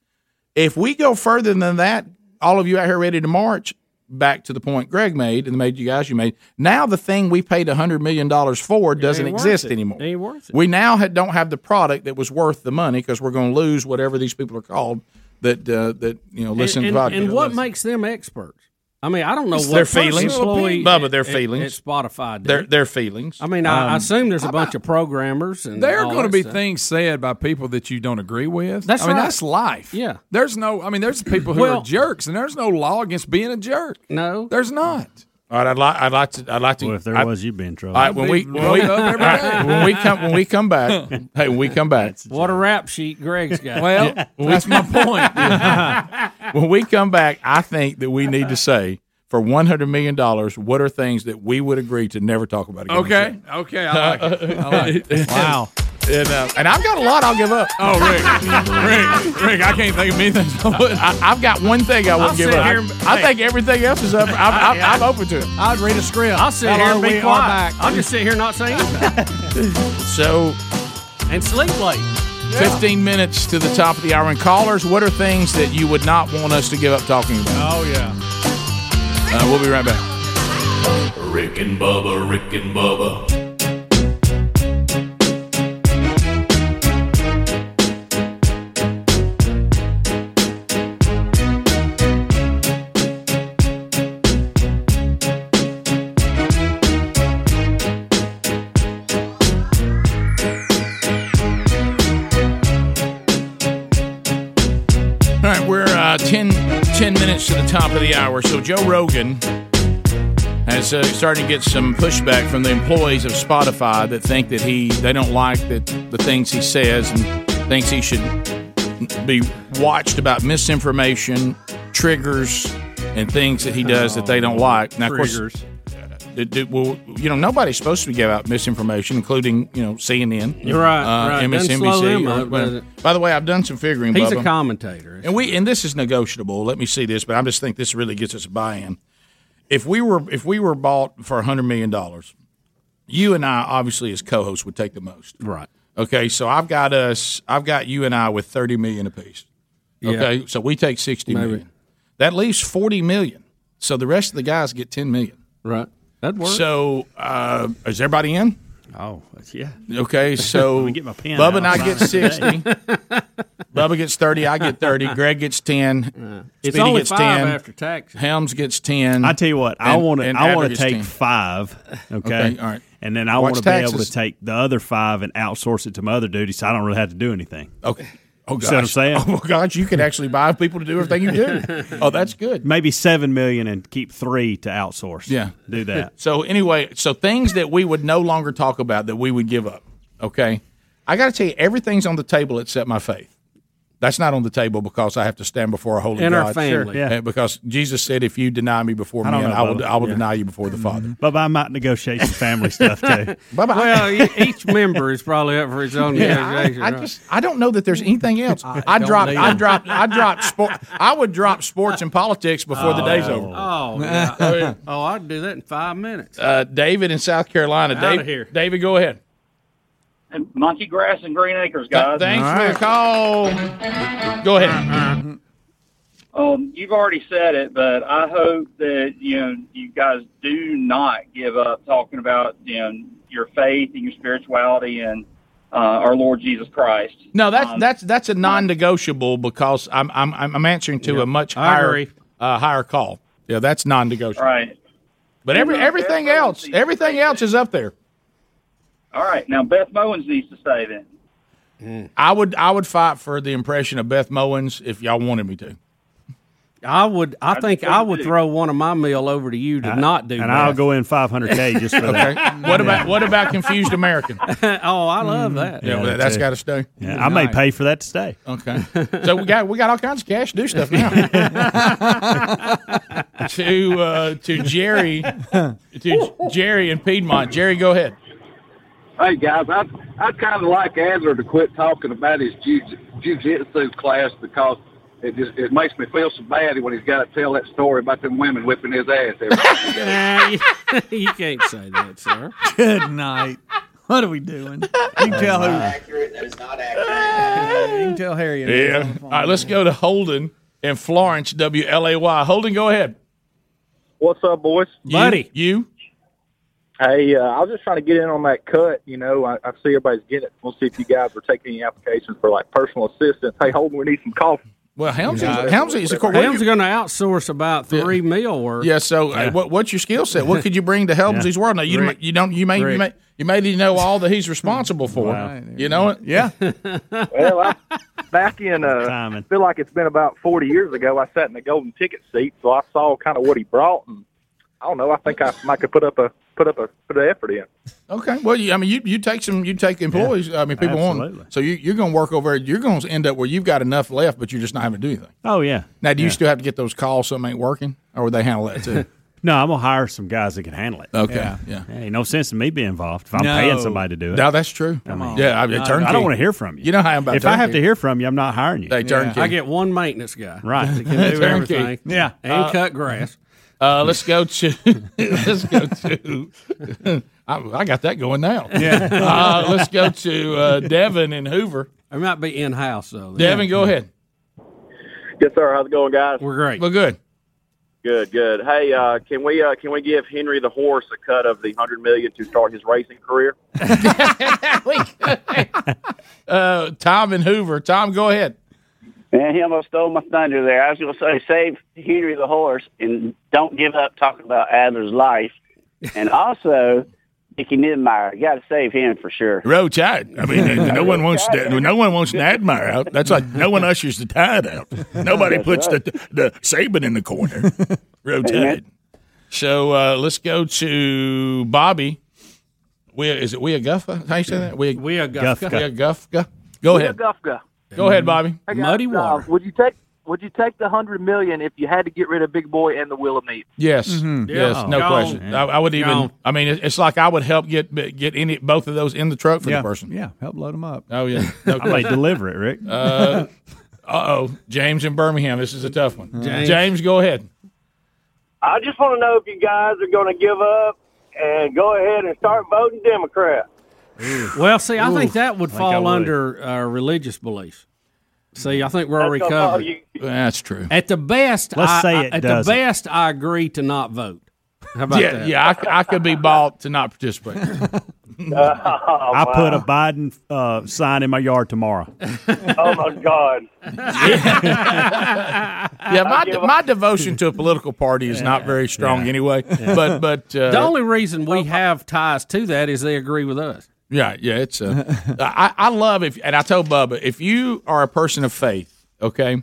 Speaker 2: If we go further than that, all of you out here ready to march. Back to the point Greg made and made you guys you made. Now the thing we paid hundred million dollars for doesn't
Speaker 3: Ain't worth
Speaker 2: exist
Speaker 3: it.
Speaker 2: anymore.
Speaker 3: Ain't worth it.
Speaker 2: We now ha- don't have the product that was worth the money because we're going to lose whatever these people are called that uh, that you know listen
Speaker 3: and,
Speaker 2: to
Speaker 3: and,
Speaker 2: podcasts.
Speaker 3: and what makes them experts? I mean, I don't know
Speaker 2: It's
Speaker 3: what
Speaker 2: their feelings.
Speaker 3: personal employee
Speaker 2: Bubba, their
Speaker 3: at- at-
Speaker 2: feelings.
Speaker 3: at Spotify. did.
Speaker 2: their their feelings.
Speaker 3: I mean, I,
Speaker 5: Um,
Speaker 3: I assume there's a bunch of programmers and
Speaker 5: There are
Speaker 3: all
Speaker 5: going to
Speaker 3: that
Speaker 5: be
Speaker 3: stuff.
Speaker 5: things said by people that you don't agree with.
Speaker 3: That's
Speaker 5: I mean,
Speaker 3: right.
Speaker 5: that's life.
Speaker 3: Yeah.
Speaker 5: There's no, I mean, there's people who
Speaker 3: Well-
Speaker 5: are jerks, and there's no law against being a jerk.
Speaker 3: No,
Speaker 5: there's not.
Speaker 2: All right, I'd like I'd like to I'd like to.
Speaker 7: Well, if there
Speaker 2: I-
Speaker 7: was, you'd be in
Speaker 2: All
Speaker 7: trouble.
Speaker 2: right, when we when we, all right, when we come when we come back, hey, when we come back,
Speaker 3: What a rap sheet Greg's got.
Speaker 5: Well, that's my point.
Speaker 2: when we come back, I think that we need to say for one hundred million dollars, what are things that we would agree to never talk about again? on the show?
Speaker 5: Okay. Okay. I like it. I like it.
Speaker 2: Wow. And, uh, and I've got a lot I'll give up.
Speaker 5: Oh, Rick. Rick, Rick, I can't think of anything.
Speaker 2: I, I've got one thing I
Speaker 3: I'll
Speaker 2: wouldn't give
Speaker 3: sit
Speaker 2: up.
Speaker 3: here and-
Speaker 2: I
Speaker 3: hey.
Speaker 2: think everything else is up. I'm, I'm, I'm open to it.
Speaker 21: I'd read a script.
Speaker 3: I'll sit
Speaker 21: Hello,
Speaker 3: here and
Speaker 21: we
Speaker 3: be
Speaker 21: are
Speaker 3: quiet.
Speaker 21: back.
Speaker 3: I'll just sit here and not say anything
Speaker 2: So,
Speaker 3: and sleep late.
Speaker 2: 15 minutes to the top of the hour. And callers, what are things that you would not want us to give up talking about?
Speaker 5: Oh, yeah.
Speaker 2: Uh, we'll be right back.
Speaker 9: Rick and Bubba, Rick and Bubba,
Speaker 2: All right, we're uh, 10, 10 minutes to the top of the hour. So, Joe Rogan has uh, started to get some pushback from the employees of Spotify that think that he they don't like that the things he says and thinks he should be watched about misinformation, triggers, and things that he does that they don't like. Now, of course,
Speaker 7: Triggers.
Speaker 2: It- it- well, you know, nobody's supposed to give out misinformation, including you know CNN,
Speaker 3: You're right,
Speaker 2: uh,
Speaker 3: right. Doesn't slow them
Speaker 2: or
Speaker 3: up,
Speaker 2: whatever.
Speaker 3: does it?
Speaker 2: By the way, I've done some figuring.
Speaker 3: He's
Speaker 2: Bubba.
Speaker 3: a commentator.
Speaker 2: And we and this is negotiable. Let me see this, but I just think this really gets us a buy-in. If we were if we were bought for hundred million dollars, you and I obviously as co-hosts would take the most.
Speaker 3: Right.
Speaker 2: Okay, so I've got us. I've got you and I with thirty million apiece.
Speaker 3: Yeah.
Speaker 2: Okay, so we take sixty million. That leaves forty million. So the rest of the guys get ten million.
Speaker 3: Right. That works.
Speaker 2: So uh, is everybody in?
Speaker 7: Oh, yeah.
Speaker 2: Okay, so
Speaker 7: Let me get my pen
Speaker 2: Bubba
Speaker 7: out.
Speaker 2: and I get
Speaker 7: Today.
Speaker 2: sixty. Bubba gets thirty. I get thirty. Greg gets ten.
Speaker 3: It's
Speaker 2: Speedy
Speaker 3: only
Speaker 2: gets
Speaker 3: five
Speaker 2: 10.
Speaker 3: after tax.
Speaker 2: Helms gets ten.
Speaker 7: I tell you what, I
Speaker 2: And-
Speaker 7: want to.
Speaker 2: and
Speaker 7: I
Speaker 2: Adler
Speaker 7: want to
Speaker 2: gets
Speaker 7: take
Speaker 2: 10.
Speaker 7: five. Okay?
Speaker 2: Okay, all right.
Speaker 7: And then I
Speaker 2: Watch
Speaker 7: want to be able
Speaker 2: taxes.
Speaker 7: to take the other five and outsource it to my other duties, so I don't really have to do anything.
Speaker 2: Okay. Oh,
Speaker 7: You see what I'm
Speaker 2: gosh.
Speaker 7: saying?
Speaker 2: Oh, gosh, you can actually buy people to do everything you do. oh, that's good.
Speaker 7: Maybe seven million and keep three to outsource.
Speaker 2: Yeah.
Speaker 7: do that.
Speaker 2: So anyway, so things that we would no longer talk about that we would give up. Okay, I got to tell you, everything's on the table except my faith. That's not on the table because I have to stand before a holy
Speaker 7: And
Speaker 2: God.
Speaker 7: our family. Sure, yeah.
Speaker 2: And Because Jesus said, "If you deny me before
Speaker 7: I
Speaker 2: men,
Speaker 7: don't know,
Speaker 2: I will,
Speaker 7: Bubba.
Speaker 2: I will
Speaker 7: Yeah.
Speaker 2: deny you before the Father."
Speaker 7: But I might negotiate some family stuff too.
Speaker 2: Bubba, I-
Speaker 3: Well, e- each member is probably up for his own
Speaker 2: Yeah,
Speaker 3: negotiation.
Speaker 2: I, I
Speaker 3: right?
Speaker 2: just I don't know that there's anything else. I, dropped
Speaker 3: need
Speaker 2: I
Speaker 3: it.
Speaker 2: dropped I dropped sport. I would drop sports and politics before the day's over.
Speaker 3: Oh, yeah. oh, I'd do that in five minutes.
Speaker 2: Uh, David in South Carolina.
Speaker 3: Outta
Speaker 2: Dave-
Speaker 3: here.
Speaker 2: David, go ahead.
Speaker 20: And monkey grass and green acres, guys.
Speaker 2: Thanks for the call. Go ahead.
Speaker 11: Um, you've already said it, but I hope that you know you guys do not give up talking about you know, your faith and your spirituality and uh, our Lord Jesus Christ.
Speaker 2: No, that's that's that's a non-negotiable because I'm I'm I'm answering to
Speaker 11: Yeah,
Speaker 2: a much
Speaker 11: I
Speaker 2: higher
Speaker 11: agree.
Speaker 2: uh, higher call. Yeah, that's non-negotiable.
Speaker 11: Right.
Speaker 2: But every
Speaker 11: And, uh,
Speaker 2: everything else, e- everything else is up there.
Speaker 11: All right, now Beth Mowens needs to say that.
Speaker 2: Mm. I would I would fight for the impression of Beth Mowens if y'all wanted me to.
Speaker 3: I would. I think I would throw one of my meal over to you to not do.
Speaker 7: and
Speaker 3: that.
Speaker 7: I'll go in 500K just for that.
Speaker 2: Okay. What about what about confused American? oh,
Speaker 3: I love that.
Speaker 2: Yeah, well, that's got to stay.
Speaker 7: Yeah, I may pay for that to stay.
Speaker 2: Okay. So we got we got all kinds of cash to do stuff now. to uh, to Jerry to Jerry in Piedmont. Jerry, go ahead.
Speaker 13: Hey guys, I'd I'd kind of like Adler to quit talking about his jiu jitsu class because it just it makes me feel so bad when he's got to tell that story about them women whipping his ass. Every
Speaker 3: Nah, you, you can't say that, sir.
Speaker 21: Good night. What are we doing? You can tell who. you can tell Harry. and Liz on
Speaker 2: Yeah.
Speaker 21: the
Speaker 2: All right, let's go to Holden in Florence, W L A Y. Holden, go ahead.
Speaker 15: What's up, boys?
Speaker 2: Buddy. You?
Speaker 15: Hey, uh, I was just trying to get in on that cut. You know, I, I see everybody's getting it. We'll see if you guys are taking any applications for like personal assistance. Hey, Holden, we need some coffee.
Speaker 2: Well, Helmsley,
Speaker 15: Yeah.
Speaker 2: Helmsley is of course.
Speaker 3: Helms going to outsource about three meal worth.
Speaker 2: Yeah. So, uh, what, what's your skill set? What could you bring to Helmsley's
Speaker 3: Yeah.
Speaker 2: world? Now, you,
Speaker 3: Rick.
Speaker 2: you don't. You may, you
Speaker 3: Rick.
Speaker 2: may. You may need to know all that he's responsible for. You know it. Yeah.
Speaker 15: well, I, back in, uh, I feel like it's been about 40 years ago, I sat in the golden ticket seat, so I saw kind of what he brought. And I don't know, I think I might could put up a put up a put an effort in.
Speaker 2: Okay. Well, you, I mean, you, you take some, you take employees. I mean, people
Speaker 7: absolutely.
Speaker 2: want. So you, you're going to work over. You're going to end up where you've got enough left, but you're just not having to do anything.
Speaker 7: Oh yeah.
Speaker 2: Now, do you
Speaker 7: Yeah.
Speaker 2: still have to get those calls? Something ain't working, or would they handle that too?
Speaker 7: No, I'm gonna hire some guys that can handle it.
Speaker 2: Okay, Yeah. yeah.
Speaker 7: ain't no sense in me being involved if I'm
Speaker 2: No.
Speaker 7: paying somebody to do it.
Speaker 2: No, that's true.
Speaker 7: I mean,
Speaker 2: Yeah, I mean, turnkey.
Speaker 7: I don't want to hear from you.
Speaker 2: You know how I'm about
Speaker 7: If I have
Speaker 2: turnkey.
Speaker 7: to hear from you, I'm not hiring you.
Speaker 2: Hey, turnkey.
Speaker 3: I get one maintenance guy.
Speaker 7: Right.
Speaker 3: That can do
Speaker 2: Turnkey.
Speaker 3: everything.
Speaker 2: Yeah.
Speaker 3: And
Speaker 2: Uh,
Speaker 3: cut grass.
Speaker 2: Uh, let's go to. let's go to. I, I got that going now.
Speaker 3: Yeah.
Speaker 2: Uh, let's go to uh, Devin in Hoover.
Speaker 3: It might be in house though.
Speaker 2: Devin, go ahead.
Speaker 15: Yes, sir. How's it going, guys?
Speaker 3: We're great.
Speaker 2: We're good.
Speaker 15: Good, good. Hey, uh, can we uh, can we give Henry the horse a cut of the hundred million to start his racing career?
Speaker 2: Uh, Tom in Hoover. Tom, go ahead.
Speaker 9: Man, he almost stole my thunder there. I was going to say, save Henry the horse and don't give up talking about Adler's life. And also, Dickie Nidmeyer. You got to save him for sure.
Speaker 2: Row tide. I mean, no one wants to, no one wants Nadmeyer out. That's like no one ushers the tide out. Nobody
Speaker 9: That's
Speaker 2: puts
Speaker 9: right.
Speaker 2: the the Saban in the corner. Row tide. So uh, let's go to Bobby. We is it Wea Guffa? How you say that? Wea
Speaker 3: Wea
Speaker 2: Guffa.
Speaker 3: Gufka.
Speaker 2: Wea Gufka. Go ahead.
Speaker 5: Gufka.
Speaker 2: Go ahead, Bobby.
Speaker 5: Hey, guys, uh, would you take Would you take the hundred million if you had to get rid of Big Boy and the Will of Meat?
Speaker 2: Yes,
Speaker 5: Mhm.
Speaker 2: yes,
Speaker 5: Yeah.
Speaker 2: no
Speaker 5: Gone.
Speaker 2: question. I, I would even.
Speaker 5: Gone.
Speaker 2: I mean, it- it's like I would help get get any both of those in the truck for
Speaker 21: Yeah.
Speaker 2: the person.
Speaker 21: Yeah, help load them up.
Speaker 2: Oh yeah, no
Speaker 7: I may
Speaker 2: question.
Speaker 7: deliver it, Rick.
Speaker 2: Uh oh, James in Birmingham. This is a tough one. James,
Speaker 7: James.
Speaker 2: go ahead.
Speaker 22: I just want to know if you guys are going to give up and go ahead and start voting Democrat.
Speaker 3: Well, see, I think
Speaker 22: Ooh.
Speaker 3: that would
Speaker 22: I think I
Speaker 3: fall
Speaker 22: would.
Speaker 3: under uh, religious beliefs. See, I think we're
Speaker 22: That's
Speaker 3: already
Speaker 22: gonna
Speaker 3: covered.
Speaker 22: follow you.
Speaker 2: That's true.
Speaker 3: At the best,
Speaker 2: Let's
Speaker 3: I,
Speaker 2: say
Speaker 3: I-
Speaker 2: it
Speaker 3: at
Speaker 2: doesn't.
Speaker 3: the best, I agree to not vote. How about
Speaker 2: yeah,
Speaker 3: that?
Speaker 2: yeah, I c- I, could be bought to not participate.
Speaker 22: Oh,
Speaker 7: I put a Biden uh, sign in my yard tomorrow.
Speaker 22: Oh my God!
Speaker 2: yeah, my de- my devotion to a political party is not very strong anyway.
Speaker 3: Yeah.
Speaker 2: But but uh,
Speaker 3: the only reason
Speaker 22: Oh,
Speaker 3: we have ties to that is they agree with us.
Speaker 2: Yeah, yeah, it's uh, I, I love if and I told Bubba if you are a person of faith, okay,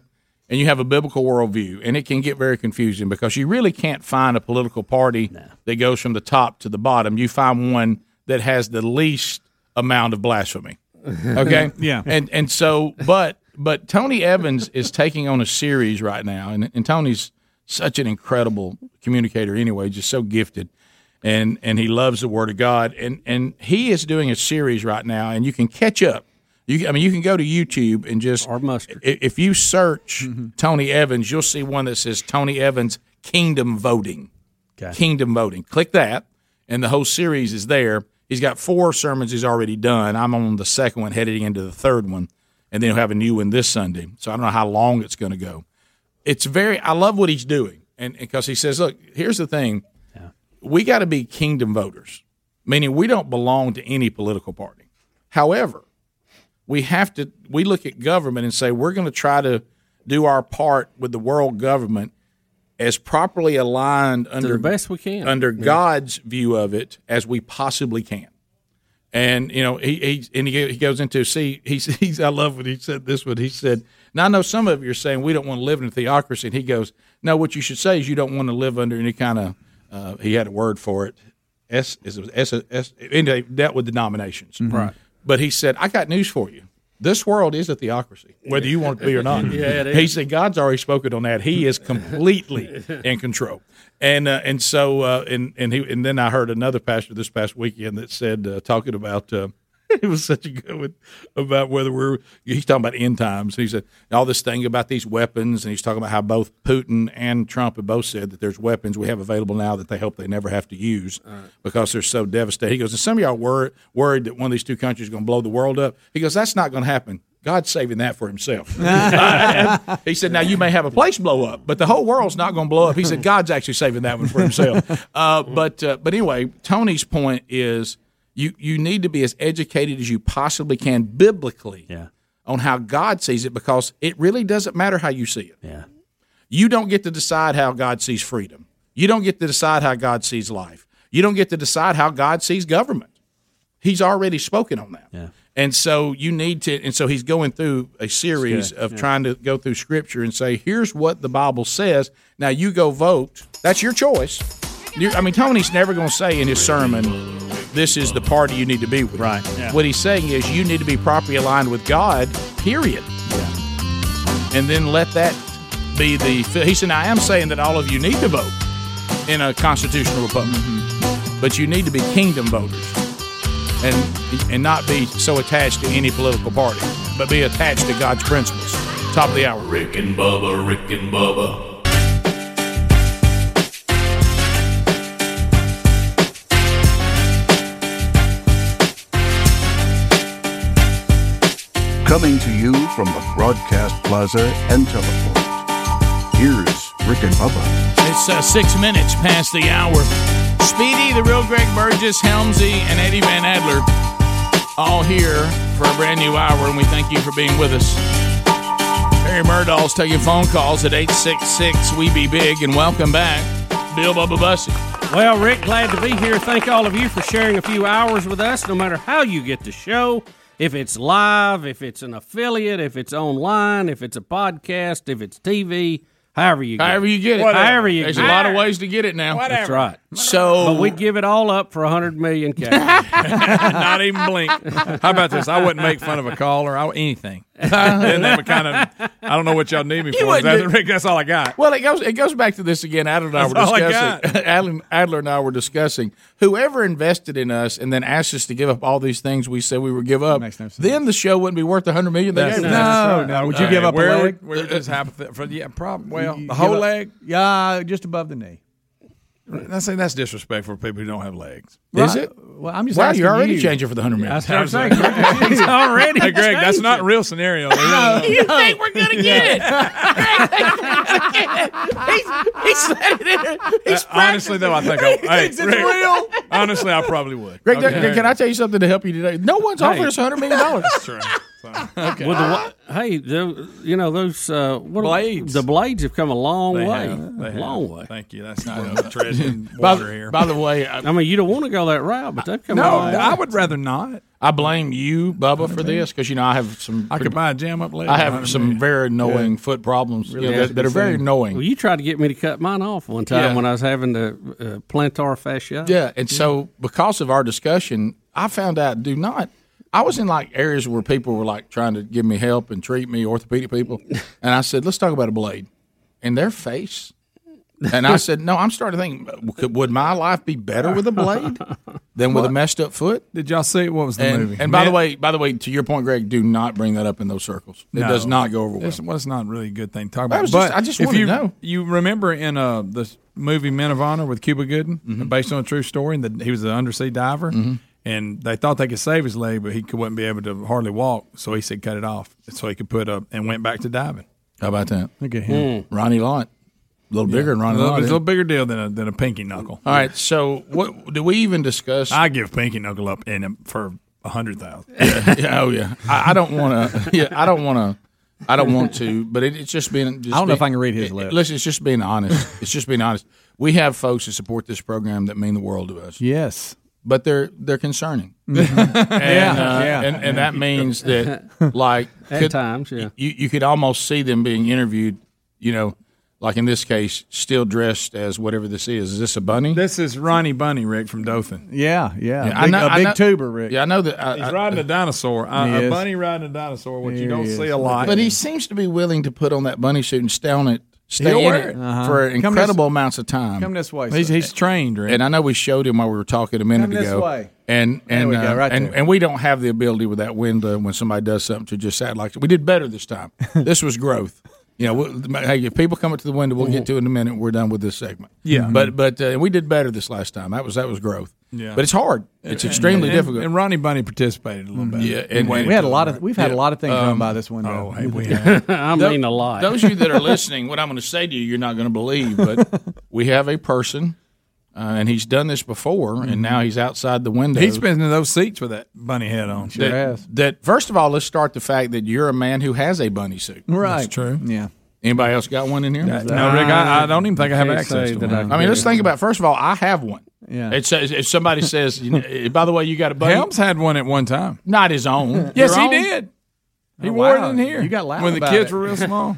Speaker 2: and you have a biblical worldview, and it can get very confusing because you really can't find a political party that goes from the top to the bottom. You find one that has the least amount of blasphemy. Okay,
Speaker 21: Yeah.
Speaker 2: and and so but but Tony Evans is taking on a series right now, and and Tony's such an incredible communicator anyway, just so gifted and and he loves the Word of God. And and he is doing a series right now, and you can catch up. You, I mean, you can go to YouTube and just or mustard. If you search Tony Evans, you'll see one that says Tony Evans Kingdom Voting. Kingdom Voting. Click that, and the whole series is there. He's got four sermons he's already done. I'm on the second one, heading into the third one, and then he'll have a new one this Sunday. So I don't know how long it's going to go it's very. I love what he's doing, and because he says, "Look, here's the thing. We got to be kingdom voters, meaning we don't belong to any political party. However, we have to. We look at government and say we're going to try to do our part with the world government." As properly aligned under
Speaker 3: the best we can.
Speaker 2: under
Speaker 3: Yeah.
Speaker 2: God's view of it as we possibly can. And you know, he, he and he, he goes into see he's, he's I love what he said this one. He said, Now I know some of you are saying we don't want to live in a theocracy, and he goes, No, what you should say is you don't want to live under any kind of uh, he had a word for it. S is it S, S and they dealt with denominations.
Speaker 5: Mhm. Right.
Speaker 2: But he said, I got news for you. This world is a theocracy, whether you want it to be or not.
Speaker 5: Yeah, it is.
Speaker 2: He said God's already spoken on that. He is completely in control. And uh, and so uh, and and he and then I heard another pastor this past weekend that said uh, talking about uh, it was such a good one about whether we're he's talking about end times. He said and all this thing about these weapons, and he's talking about how both Putin and Trump have both said that there's weapons we have available now that they hope they never have to use because they're so devastated. He goes, and some of y'all were worried that one of these two countries is going to blow the world up. He goes, that's not going to happen. God's saving that for himself. he said, now you may have a place blow up, but the whole world's not going to blow up. He said, God's actually saving that one for himself. Uh, but uh, but anyway, Tony's point is you you need to be as educated as you possibly can biblically on how God sees it because it really doesn't matter how you see it.
Speaker 7: Yeah.
Speaker 2: You don't get to decide how God sees freedom. You don't get to decide how God sees life. You don't get to decide how God sees government. He's already spoken on that.
Speaker 7: Yeah.
Speaker 2: And so you need to, and so he's going through a
Speaker 7: It's
Speaker 2: series
Speaker 7: good,
Speaker 2: of
Speaker 7: yeah.
Speaker 2: trying to go through scripture and say, here's what the Bible says. Now you go vote. That's your choice. You, I mean, Tony's never going to say in his sermon, this is the party you need to be with. Right.
Speaker 7: yeah.
Speaker 2: What he's saying is you need to be properly aligned with God, period. And then let that be the. He said, I am saying that all of you need to vote in a constitutional republic,
Speaker 7: Mm-hmm.
Speaker 2: but you need to be kingdom voters and and not be so attached to any political party, but be attached to God's principles. Top of the hour.
Speaker 9: Rick and Bubba, Rick and Bubba,
Speaker 17: Coming to you from the Broadcast Plaza and Teleport. Here's Rick and Bubba.
Speaker 2: It's uh, six minutes past the hour. Speedy, the real Greg Burgess, Helmsy, and Eddie Van Adler all here for a brand new hour, and we thank you for being with us. Harry Murdahl's taking phone calls at 866 We Be Big, and welcome back, Bill Bubba Bussy.
Speaker 3: Well, Rick, glad to be here. Thank all of you for sharing a few hours with us, no matter how you get the show. If it's live, if it's an affiliate, if it's online, if it's a podcast, if it's TV, however you get
Speaker 2: However
Speaker 3: it.
Speaker 2: you get it.
Speaker 3: However you
Speaker 2: There's
Speaker 3: get
Speaker 2: a lot
Speaker 3: it.
Speaker 2: of ways to get it now.
Speaker 3: That's right.
Speaker 2: So
Speaker 3: but we'd give it all up for a hundred million cash.
Speaker 5: Not even blink. How about this? I wouldn't make fun of a caller. I anything. Isn't that the kind of? I don't know what y'all need me
Speaker 2: You
Speaker 5: for.
Speaker 2: wouldn't
Speaker 5: That's,
Speaker 2: do-
Speaker 5: Rick, that's all I got.
Speaker 2: Well, it goes it goes back to this again. Adler and I
Speaker 5: That's all
Speaker 2: were
Speaker 5: I
Speaker 2: discussing. Adler, Adler and I were discussing whoever invested in us and then asked us to give up all these things we said we would give up. Then the show wouldn't be worth a hundred million. They
Speaker 5: That's-
Speaker 2: gave
Speaker 5: no,
Speaker 2: us.
Speaker 5: that's right. No, would you give up a
Speaker 2: Where-
Speaker 5: leg? We're just apathetic for the yeah, problem. Well,
Speaker 21: You
Speaker 5: the
Speaker 21: give
Speaker 5: whole
Speaker 21: up-
Speaker 5: leg.
Speaker 21: Yeah, just above the knee.
Speaker 5: I say that's disrespectful for people who don't have legs.
Speaker 21: Is it? Well, I'm just
Speaker 5: Wow,
Speaker 21: asking
Speaker 5: you're already
Speaker 21: you.
Speaker 5: changing for the 100 million.
Speaker 21: That's what I'm saying.
Speaker 5: It's
Speaker 21: already
Speaker 5: Hey, Greg, that's
Speaker 21: changing.
Speaker 5: not real scenario.
Speaker 21: You
Speaker 2: think we're gonna
Speaker 5: get
Speaker 2: he's, he's said it.
Speaker 5: Uh, honestly, though, I think I,
Speaker 2: He
Speaker 5: hey,
Speaker 2: thinks it's
Speaker 5: Rick,
Speaker 2: real.
Speaker 5: Honestly, I probably would.
Speaker 2: Greg,
Speaker 5: Okay.
Speaker 2: Greg, can I tell you something to help you today? No one's
Speaker 3: Hey.
Speaker 2: offering us hundred million dollars.
Speaker 5: That's true.
Speaker 3: With the wa- hey, the, you know those uh, what are- The blades have come a long
Speaker 5: They
Speaker 3: way,
Speaker 5: have. They
Speaker 3: long
Speaker 5: have.
Speaker 3: way.
Speaker 5: Thank you. That's not a treasure and
Speaker 2: By-
Speaker 5: water here.
Speaker 2: by the way, I,
Speaker 3: mean you don't want to go that route, but they've come a
Speaker 5: no,
Speaker 3: long way.
Speaker 5: I would rather not.
Speaker 2: I blame you, Bubba, for this because you know I have some.
Speaker 5: I could buy a jam up leg.
Speaker 2: I have some very annoying foot problems you know, that, that are very annoying.
Speaker 3: Well, you tried to get me to cut mine off one time
Speaker 2: Yeah.
Speaker 3: when I was having the uh, plantar fascia.
Speaker 2: Yeah, and so because of our discussion, I found out do not. I was in like areas where people were like trying to give me help and treat me, orthopedic people, and I said, "Let's talk about a blade," and their face. And I said, "No, I'm starting to think, could, would my life be better with a blade than with a messed up foot?"
Speaker 5: Did y'all see what was the
Speaker 2: And,
Speaker 5: movie?
Speaker 2: and by the
Speaker 5: Man-
Speaker 2: way, by the way, to your point, Greg, do not bring that up in those circles. It
Speaker 5: No.
Speaker 2: does not go over well.
Speaker 5: It's, well, it's not really a good thing to talk
Speaker 2: I
Speaker 5: about.
Speaker 2: was
Speaker 5: but
Speaker 2: just- I just
Speaker 5: if
Speaker 2: wanted to
Speaker 5: you,
Speaker 2: know.
Speaker 5: You remember in uh, the movie Men of Honor with Cuba Gooden,
Speaker 2: Mm-hmm.
Speaker 5: based on a true story, and the, he was an undersea diver, and they thought they could save his leg, but he could, wouldn't be able to hardly walk, so he said cut it off so he could put up and went back to diving.
Speaker 2: How about that?
Speaker 5: Look at him.
Speaker 2: Ronnie Lott. A little bigger than Ronnie
Speaker 5: Mm. a little,
Speaker 2: Lott.
Speaker 5: it's a
Speaker 2: isn't
Speaker 5: little
Speaker 2: it?
Speaker 5: bigger deal than a, than a pinky knuckle.
Speaker 2: All right, so what do we even discuss?
Speaker 5: I give pinky knuckle up in him for a hundred thousand.
Speaker 2: yeah, oh yeah. I, I don't want to. Yeah, I don't want to. I don't want to. But it, it's just being. Just
Speaker 21: I don't know
Speaker 2: being-
Speaker 21: if I can read his
Speaker 2: it-
Speaker 21: lips.
Speaker 2: Listen, it's just being honest. It's just being honest. We have folks that support this program that mean the world to us.
Speaker 21: Yes, Mm-hmm.
Speaker 2: but they're they're concerning.
Speaker 21: Yeah,
Speaker 2: and, uh,
Speaker 21: yeah.
Speaker 2: and, and that means that like
Speaker 3: At times, yeah.
Speaker 2: you you could almost see them being interviewed. You know, like in this case, still dressed as whatever this is. Is this a bunny?
Speaker 5: This is Ronnie Bunny, Rick from Dothan.
Speaker 21: Yeah, yeah.
Speaker 2: Yeah, I know- I know- Yeah, I know that. I,
Speaker 5: He's
Speaker 2: I-
Speaker 5: riding a dinosaur.
Speaker 2: He
Speaker 5: Uh, a
Speaker 2: is.
Speaker 5: bunny riding a dinosaur, which you don't
Speaker 2: Yes.
Speaker 5: see a lot.
Speaker 2: But he seems to be willing to put on that bunny suit and stay on it, stay
Speaker 5: He'll
Speaker 2: in
Speaker 5: wear
Speaker 2: it
Speaker 5: it. Uh-huh.
Speaker 2: for
Speaker 5: Come this-
Speaker 2: incredible amounts of time.
Speaker 21: come this way.
Speaker 5: He's-
Speaker 21: sir.
Speaker 5: he's trained, right?
Speaker 2: And I know we showed him while we were talking a minute
Speaker 21: Come this
Speaker 2: ago.
Speaker 21: way.
Speaker 2: And
Speaker 21: There
Speaker 2: and
Speaker 21: we go,
Speaker 2: uh,
Speaker 21: right
Speaker 2: and,
Speaker 21: there.
Speaker 2: and we don't have the ability with that window when somebody does something to just act like we did better this time. this was growth. You know, we, hey, if people come up to the window, we'll get to it in a minute. We're done with this segment.
Speaker 5: Yeah.
Speaker 2: but but uh, we did better this last time. That was that was growth.
Speaker 5: Yeah.
Speaker 2: but it's hard. It's
Speaker 5: And-
Speaker 2: extremely
Speaker 5: and-
Speaker 2: difficult.
Speaker 5: And Ronnie Bunny participated a little bit.
Speaker 2: Yeah, and-
Speaker 21: we had a lot of we've had a lot of things
Speaker 5: Um,
Speaker 21: done by this window.
Speaker 5: Oh, hey, we
Speaker 3: I mean a lot.
Speaker 2: Those of you that are listening, what I'm going to say to you, you're not going to believe, but we have a person, uh, and he's done this before, and now he's outside the window.
Speaker 5: Mm-hmm. He's been in those seats with that bunny head on.
Speaker 2: that, that first of all, let's start the fact that you're a man who has a bunny suit.
Speaker 21: Right.
Speaker 5: That's true.
Speaker 21: Yeah.
Speaker 2: Anybody else got one in here?
Speaker 5: No, no, Rick, I- I don't even think I have Can't access say to that one. I
Speaker 2: I mean, let's
Speaker 5: could.
Speaker 2: think about. First of all, I have one.
Speaker 5: Yeah.
Speaker 2: It says if somebody says, you know, by the way, you got a bunny.
Speaker 5: Helms had one at one time.
Speaker 2: Not his own.
Speaker 5: Yes,
Speaker 2: Your
Speaker 5: he
Speaker 2: own?
Speaker 5: did. He
Speaker 2: Oh,
Speaker 5: wore
Speaker 2: wow.
Speaker 5: it in here.
Speaker 2: You got loud
Speaker 5: when
Speaker 2: about
Speaker 5: the kids
Speaker 2: it.
Speaker 5: were real small.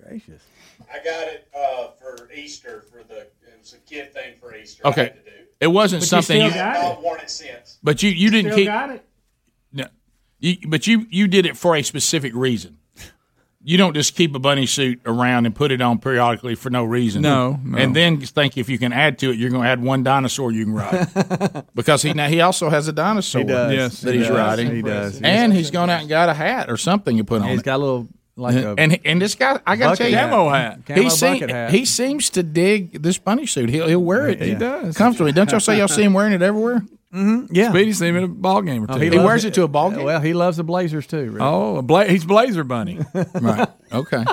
Speaker 21: Gracious.
Speaker 6: I got it uh, for Easter for the it was a kid thing for Easter. I
Speaker 2: Okay.
Speaker 6: had to do.
Speaker 2: It wasn't something.
Speaker 6: I have not worn it since.
Speaker 2: But you, you didn't
Speaker 6: Still
Speaker 2: keep.
Speaker 6: got it?
Speaker 2: No, you, but you you did it for a specific reason. You don't just keep a bunny suit around and put it on periodically for no reason.
Speaker 5: No, no.
Speaker 2: and then think if you can add to it, you're going to add one dinosaur you can ride because he now he also has a dinosaur.
Speaker 21: He does.
Speaker 5: Yes,
Speaker 2: that
Speaker 5: he
Speaker 2: he's
Speaker 5: does.
Speaker 2: riding.
Speaker 21: He does.
Speaker 2: and he's gone out and got a hat or something you put on.
Speaker 21: He's
Speaker 2: it.
Speaker 21: got a little like a
Speaker 2: and and this guy, I got to
Speaker 21: bucket
Speaker 2: tell you,
Speaker 21: hat. Camo hat.
Speaker 2: He,
Speaker 21: Camo
Speaker 2: seem-
Speaker 21: bucket hat.
Speaker 2: he seems to dig this bunny suit. He'll, he'll wear it.
Speaker 21: He
Speaker 2: does comfortably. Don't y'all say y'all see him wearing it everywhere?
Speaker 21: Mhm, yeah.
Speaker 5: Speedy's even a ball game or two.
Speaker 21: Oh,
Speaker 2: he
Speaker 21: loves
Speaker 2: wears it to a ball game?
Speaker 21: Well, he loves the Blazers too. Rick.
Speaker 5: Oh, a bla- he's Blazer Bunny.
Speaker 2: right. Okay.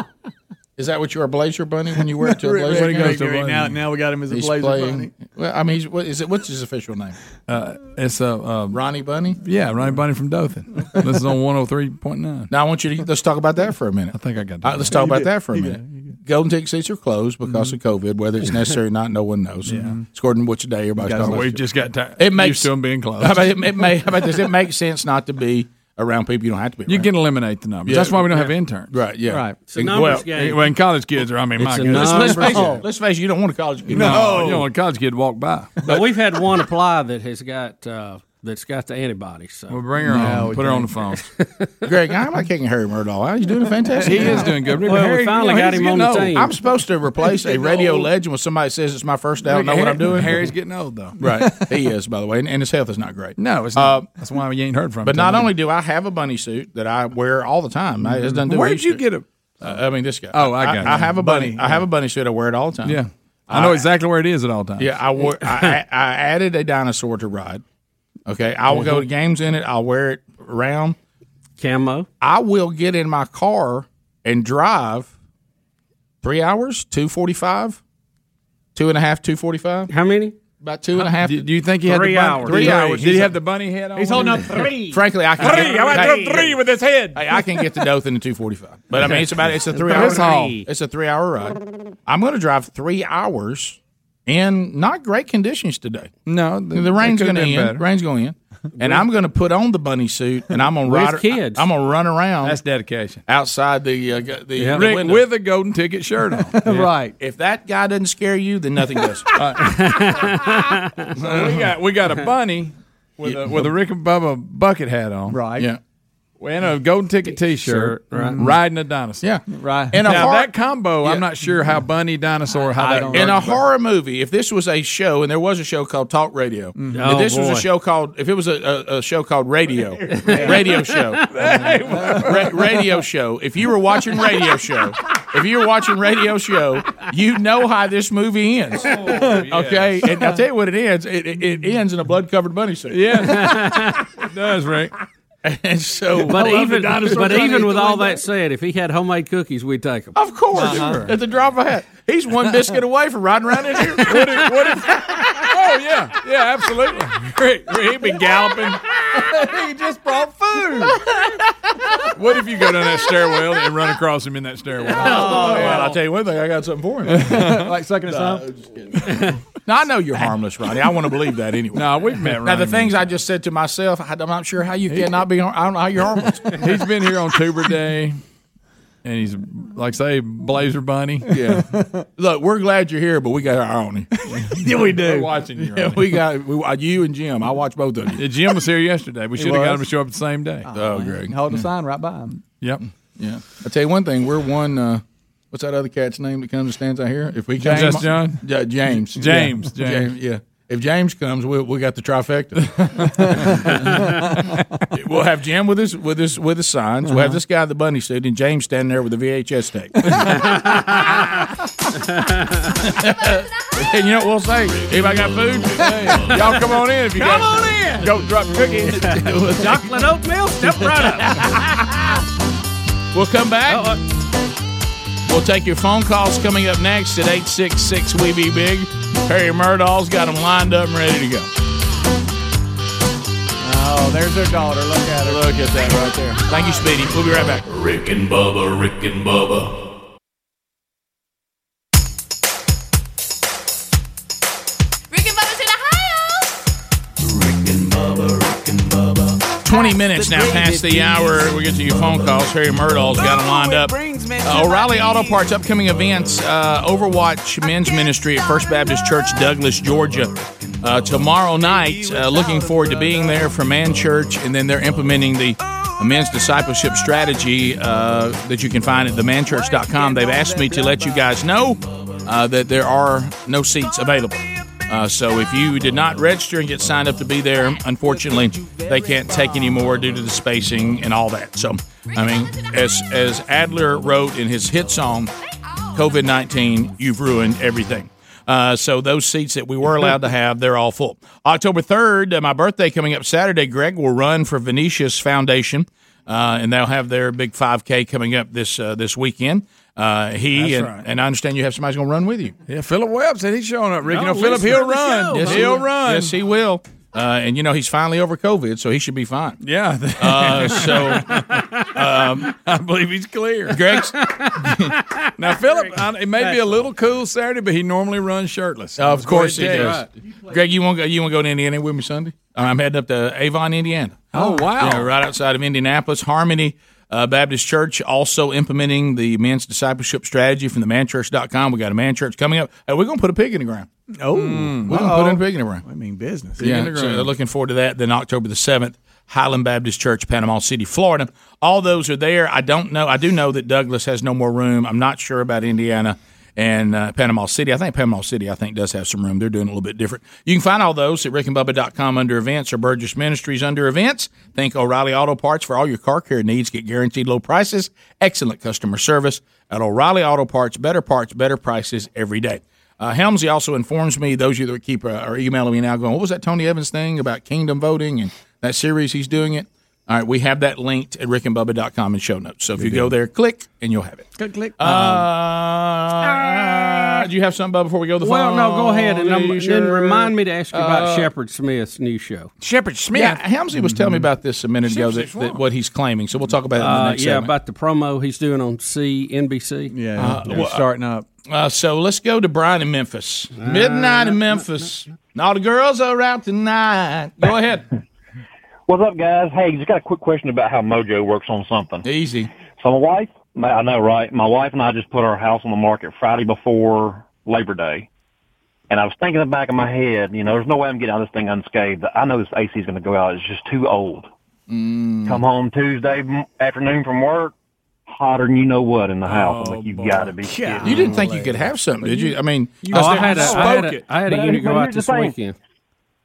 Speaker 2: Is that what you're a blazer bunny when you wear it to a
Speaker 21: Rick-
Speaker 2: blazer?
Speaker 21: Rick-
Speaker 2: game?
Speaker 21: Rick- Rick- now, now we got him as a
Speaker 2: He's
Speaker 21: Blazer
Speaker 2: playing-
Speaker 21: bunny.
Speaker 2: Well, I mean, he's, what is it? What's his official name?
Speaker 5: Uh, it's a uh,
Speaker 2: Ronnie Bunny.
Speaker 5: Yeah, Ronnie Bunny from Dothan. this is on one hundred three point nine.
Speaker 2: Now I want you to let's talk about that for a minute. I
Speaker 5: think I got.
Speaker 2: All right, let's
Speaker 5: Yeah,
Speaker 2: talk
Speaker 5: you
Speaker 2: about
Speaker 5: did. Mm-hmm.
Speaker 2: that for a
Speaker 5: You
Speaker 2: minute. Golden ticket seats are closed because of COVID. Whether it's necessary or not, no one knows. It's according to what today everybody's
Speaker 5: Guys,
Speaker 2: talking about.
Speaker 5: we've just got ti-
Speaker 2: It makes
Speaker 5: used to 'em being closed.
Speaker 2: How about, it, it may, how about this? It makes sense not to be around people you don't have to be.
Speaker 5: You
Speaker 2: around.
Speaker 5: can eliminate the numbers.
Speaker 2: Yeah.
Speaker 5: That's why we don't have
Speaker 2: Yeah.
Speaker 5: interns.
Speaker 2: Right. Yeah. Right.
Speaker 5: It's a numbers Well, game. when college kids are, I mean, my goodness.
Speaker 2: Let's, let's face it. Let's face it. You don't want a college kid.
Speaker 5: Oh, No, you don't want a college kid to walk by.
Speaker 3: But we've had one apply that has got uh, that's got the antibodies. So
Speaker 5: We'll bring her on. Put her on the
Speaker 3: Um,
Speaker 5: phone.
Speaker 2: Greg, I'm like kicking Harry Murdahl. He's doing a fantastic.
Speaker 5: He
Speaker 2: job.
Speaker 5: is doing good. Rick, Well, we Harry, finally you know, got he's him on getting the old. team.
Speaker 2: I'm supposed to replace a radio legend when somebody says it's my first day. I don't know
Speaker 5: Harry-
Speaker 2: what I'm doing.
Speaker 5: Harry's getting old though.
Speaker 2: right. He is, by the way, and, and his health is not great. Uh,
Speaker 5: No, it's not. That's why we ain't heard from. him
Speaker 2: But
Speaker 5: till
Speaker 2: not
Speaker 5: now.
Speaker 2: only do I have a bunny suit that I wear all the time, I, it doesn't do
Speaker 5: Where
Speaker 2: it
Speaker 5: did you
Speaker 2: Easter.
Speaker 5: get a?
Speaker 2: Uh, I mean, this guy.
Speaker 5: Oh, I got it.
Speaker 2: I, have a bunny.
Speaker 5: Bunny,
Speaker 2: I have a bunny suit. I wear it all the time.
Speaker 5: Yeah, I know exactly where it is at all times.
Speaker 2: Yeah, I wore. I, I I added a dinosaur to ride. Okay, I will go to games in it. I'll wear it around.
Speaker 3: Camo.
Speaker 2: I will get in my car and drive three hours, two forty-five, two and a half, two forty-five.
Speaker 3: How many?
Speaker 2: About two and a half.
Speaker 5: Do, do you think he had the
Speaker 2: Three
Speaker 5: bunny,
Speaker 2: hours.
Speaker 5: Three
Speaker 2: Three
Speaker 5: hours.
Speaker 2: hours.
Speaker 5: Did he
Speaker 2: He's
Speaker 5: have
Speaker 2: a-
Speaker 5: the bunny head on?
Speaker 2: He's holding up
Speaker 3: three.
Speaker 2: Frankly, I can
Speaker 5: Three.
Speaker 2: Get,
Speaker 5: I went through
Speaker 2: hey,
Speaker 5: three with his head.
Speaker 2: Hey, I can get to Dothan in two forty-five, but I mean it's about it's a three-hour
Speaker 5: That's all.
Speaker 2: It's a three-hour ride. I'm going to drive three hours in not great conditions today.
Speaker 5: No,
Speaker 2: The, rain's
Speaker 5: it could've
Speaker 2: going to
Speaker 5: been
Speaker 2: end.
Speaker 5: better.
Speaker 2: Rain's going to end, and I'm going to put on the bunny suit and I'm going to
Speaker 5: With
Speaker 2: ride.
Speaker 5: kids.
Speaker 2: I'm going to run around
Speaker 5: That's dedication.
Speaker 2: outside the uh, gu- the, the
Speaker 5: Rick
Speaker 2: window.
Speaker 5: with a golden ticket shirt on.
Speaker 21: Right.
Speaker 2: If that guy doesn't scare you, then nothing does. Uh,
Speaker 5: So we got we got a bunny with a with a Rick and Bubba bucket hat on.
Speaker 21: Right.
Speaker 2: Yeah.
Speaker 5: And a golden ticket T-shirt,
Speaker 2: Shirt, right.
Speaker 5: riding a dinosaur.
Speaker 2: Yeah,
Speaker 21: right.
Speaker 2: And a
Speaker 5: now
Speaker 2: hor-
Speaker 5: that combo, I'm not sure how bunny dinosaur how that
Speaker 2: in a
Speaker 5: works, but-
Speaker 2: horror movie, if this was a show, and there was a show called Talk Radio, if
Speaker 5: Oh,
Speaker 2: this was
Speaker 5: boy.
Speaker 2: a show called, if it was a, a, a show called Radio, radio show, Ra- radio show. If you were watching radio show, if you were watching radio show, you know how this movie ends. Okay, and I'll tell you what it ends. It, it, it ends in a blood covered bunny suit.
Speaker 5: Yeah, it does Rick.
Speaker 2: and so,
Speaker 3: But even but even with all that said, if he had homemade cookies, we'd take them.
Speaker 2: Of course,
Speaker 3: Uh-huh.
Speaker 2: at the drop of a hat, he's one biscuit away from riding around in here. What if, what if- oh yeah, yeah, absolutely. He'd been galloping.
Speaker 5: he just brought food.
Speaker 2: What if you go down that stairwell and run across him in that stairwell?
Speaker 5: Oh,
Speaker 2: well, I'll tell you one thing, I got something for him.
Speaker 5: Like sucking his thumb?
Speaker 2: No, I know you're harmless, Ronnie. I want to believe that anyway.
Speaker 5: No, we've met
Speaker 2: Now the
Speaker 5: Ronnie
Speaker 2: things I just said to myself, I- I'm not sure how you
Speaker 5: He-
Speaker 2: cannot be. har- I don't know how you're harmless.
Speaker 5: he's been here on Tuber Day, and he's like say Blazer Bunny.
Speaker 2: Yeah. Look, we're glad you're here, but we got our own.
Speaker 5: yeah, we do.
Speaker 2: We're watching you. Yeah, we got we, uh, you and Jim. I watch both of you.
Speaker 5: Jim was here yesterday. We
Speaker 2: He
Speaker 5: should have got
Speaker 2: was?
Speaker 5: him to show up the same day.
Speaker 2: Oh, Greg.
Speaker 21: Hold the sign right by him.
Speaker 5: Yep.
Speaker 2: Yeah. I tell you one thing. We're one. Uh, what's that other cat's name that comes and stands out here? If we
Speaker 5: James
Speaker 2: James-
Speaker 5: S. John?
Speaker 2: Ja- James.
Speaker 5: J- James,
Speaker 2: Yeah.
Speaker 5: James.
Speaker 2: Ja- Yeah. If James comes, we we got the trifecta. we'll have Jim with his with his with his signs. We'll have this guy in the bunny suit, and James standing there with the VHS tape. and you know what we'll say? Anybody got food? Hey, y'all come on in if you
Speaker 3: Come
Speaker 2: got.
Speaker 3: on in.
Speaker 2: Don't drop cookies.
Speaker 3: Chocolate oatmeal, step right up.
Speaker 2: We'll come back. We'll take your phone calls coming up next at 866 We Be Big. Harry Murdahl's got them lined up and ready to go.
Speaker 21: Oh, there's her daughter. Look at her.
Speaker 2: Look at that right there. Thank you, Speedy. We'll be right back.
Speaker 9: Rick and Bubba, Rick and Bubba,
Speaker 12: Rick and Bubba's in Ohio.
Speaker 2: 20 minutes now past the hour. We'll get to your phone calls. Harry Murdahl's got them lined up. Uh, O'Reilly Auto Parts upcoming events uh, Overwatch Men's Ministry at First Baptist Church, Douglas, Georgia. Uh, tomorrow night, uh, looking forward to being there for Man Church, and then they're implementing the men's discipleship strategy uh, that you can find at themanchurch.com. They've asked me to let you guys know uh, that there are no seats available. Uh, so if you did not register and get signed up to be there, unfortunately, they can't take any more due to the spacing and all that. So, I mean, as as Adler wrote in his hit song, COVID nineteen, you've ruined everything. Uh, so those seats that we were allowed to have, they're all full. October third, uh, my birthday coming up Saturday. Greg will run for Venetia's Foundation, uh, and they'll have their big five k coming up this uh, this weekend. Uh,
Speaker 5: That's
Speaker 2: he and,
Speaker 5: right.
Speaker 2: and I understand you have somebody's going to run with you.
Speaker 5: Yeah, Philip Webb said he's showing up, Rick. you know,
Speaker 2: No,
Speaker 5: Philip,
Speaker 2: listen
Speaker 5: he'll
Speaker 2: to the
Speaker 5: run.
Speaker 2: show,
Speaker 5: Yes,
Speaker 2: huh?
Speaker 5: he'll run.
Speaker 2: Yes, he will. Uh, and you know he's finally over COVID, so he should be fine.
Speaker 5: Yeah.
Speaker 2: Uh, so um,
Speaker 5: I believe he's clear.
Speaker 2: Greg's-
Speaker 5: now, Philip, I, it may be a little cool Saturday, but he normally runs shirtless. That's
Speaker 2: of
Speaker 5: what
Speaker 2: course he
Speaker 5: it
Speaker 2: does.
Speaker 5: takes.
Speaker 2: Greg, you won't go. You won't go to Indiana with me Sunday? I'm heading up to Avon, Indiana.
Speaker 5: Oh, wow.
Speaker 2: Yeah, right outside of Indianapolis, Harmony uh, Baptist Church also implementing the men's discipleship strategy from the manchurch.com. We got a man church coming up. Hey, we're gonna put a pig in the ground.
Speaker 21: Oh,
Speaker 2: We're gonna put in a pig in the ground.
Speaker 21: I mean, business.
Speaker 2: Yeah, so they're looking forward to that. Then October the seventh, Highland Baptist Church, Panama City, Florida. All those are there. I don't know. I do know that Douglas has no more room. I'm not sure about Indiana and uh, Panama City. I think Panama City, I think, does have some room. They're doing a little bit different. You can find all those at rickandbubba.com under events or Burgess Ministries under events. Thank O'Reilly Auto Parts for all your car care needs. Get guaranteed low prices, excellent customer service at O'Reilly Auto Parts. Better parts, better prices every day. Uh, Helmsley also informs me, those of you that keep uh, are emailing me now going, what was that Tony Evans thing about kingdom voting and that series he's doing it? All right, we have that linked at rickandbubba.com in show notes. So if you go there, click, and you'll have it.
Speaker 21: Click, click.
Speaker 2: Uh, do you have something, Bubba, before we go to the
Speaker 3: Well,
Speaker 2: phone?
Speaker 3: no, go ahead and um,
Speaker 2: Leisure.
Speaker 3: then remind me to ask you about
Speaker 2: Uh,
Speaker 3: Shepard Smith's new show.
Speaker 2: Shepard Smith. Yeah, Helmsley was telling me about this a minute ago, that, that what he's claiming. So we'll talk about it in the
Speaker 3: Mm-hmm. Uh, yeah,
Speaker 2: next segment.
Speaker 3: about the promo he's doing on CNBC.
Speaker 2: Uh,
Speaker 21: Yeah,
Speaker 2: well,
Speaker 21: up.
Speaker 2: Uh, so let's go to Brian in Memphis.
Speaker 3: Uh,
Speaker 2: Midnight in Memphis. And All the girls are out tonight. Go ahead.
Speaker 8: What's up, guys? Hey, just got a quick question about how Mojo works on something.
Speaker 2: Easy.
Speaker 8: So my wife, my- I know, right? My wife and I just put our house on the market Friday before Labor Day, and I was thinking in the back of my head, you know, there's no way I'm getting out of this thing unscathed. I know this AC is going to go out. It's just too old.
Speaker 2: Mm.
Speaker 8: Come home Tuesday m- afternoon from work, hotter than you know what in the house. I'm like, you've got to be kidding.
Speaker 2: Oh, You didn't think you could have something, did you? I mean,
Speaker 8: Oh, I had a- I had a-
Speaker 2: spoke it.
Speaker 8: I had a But- unit go but out here's the this thing. weekend.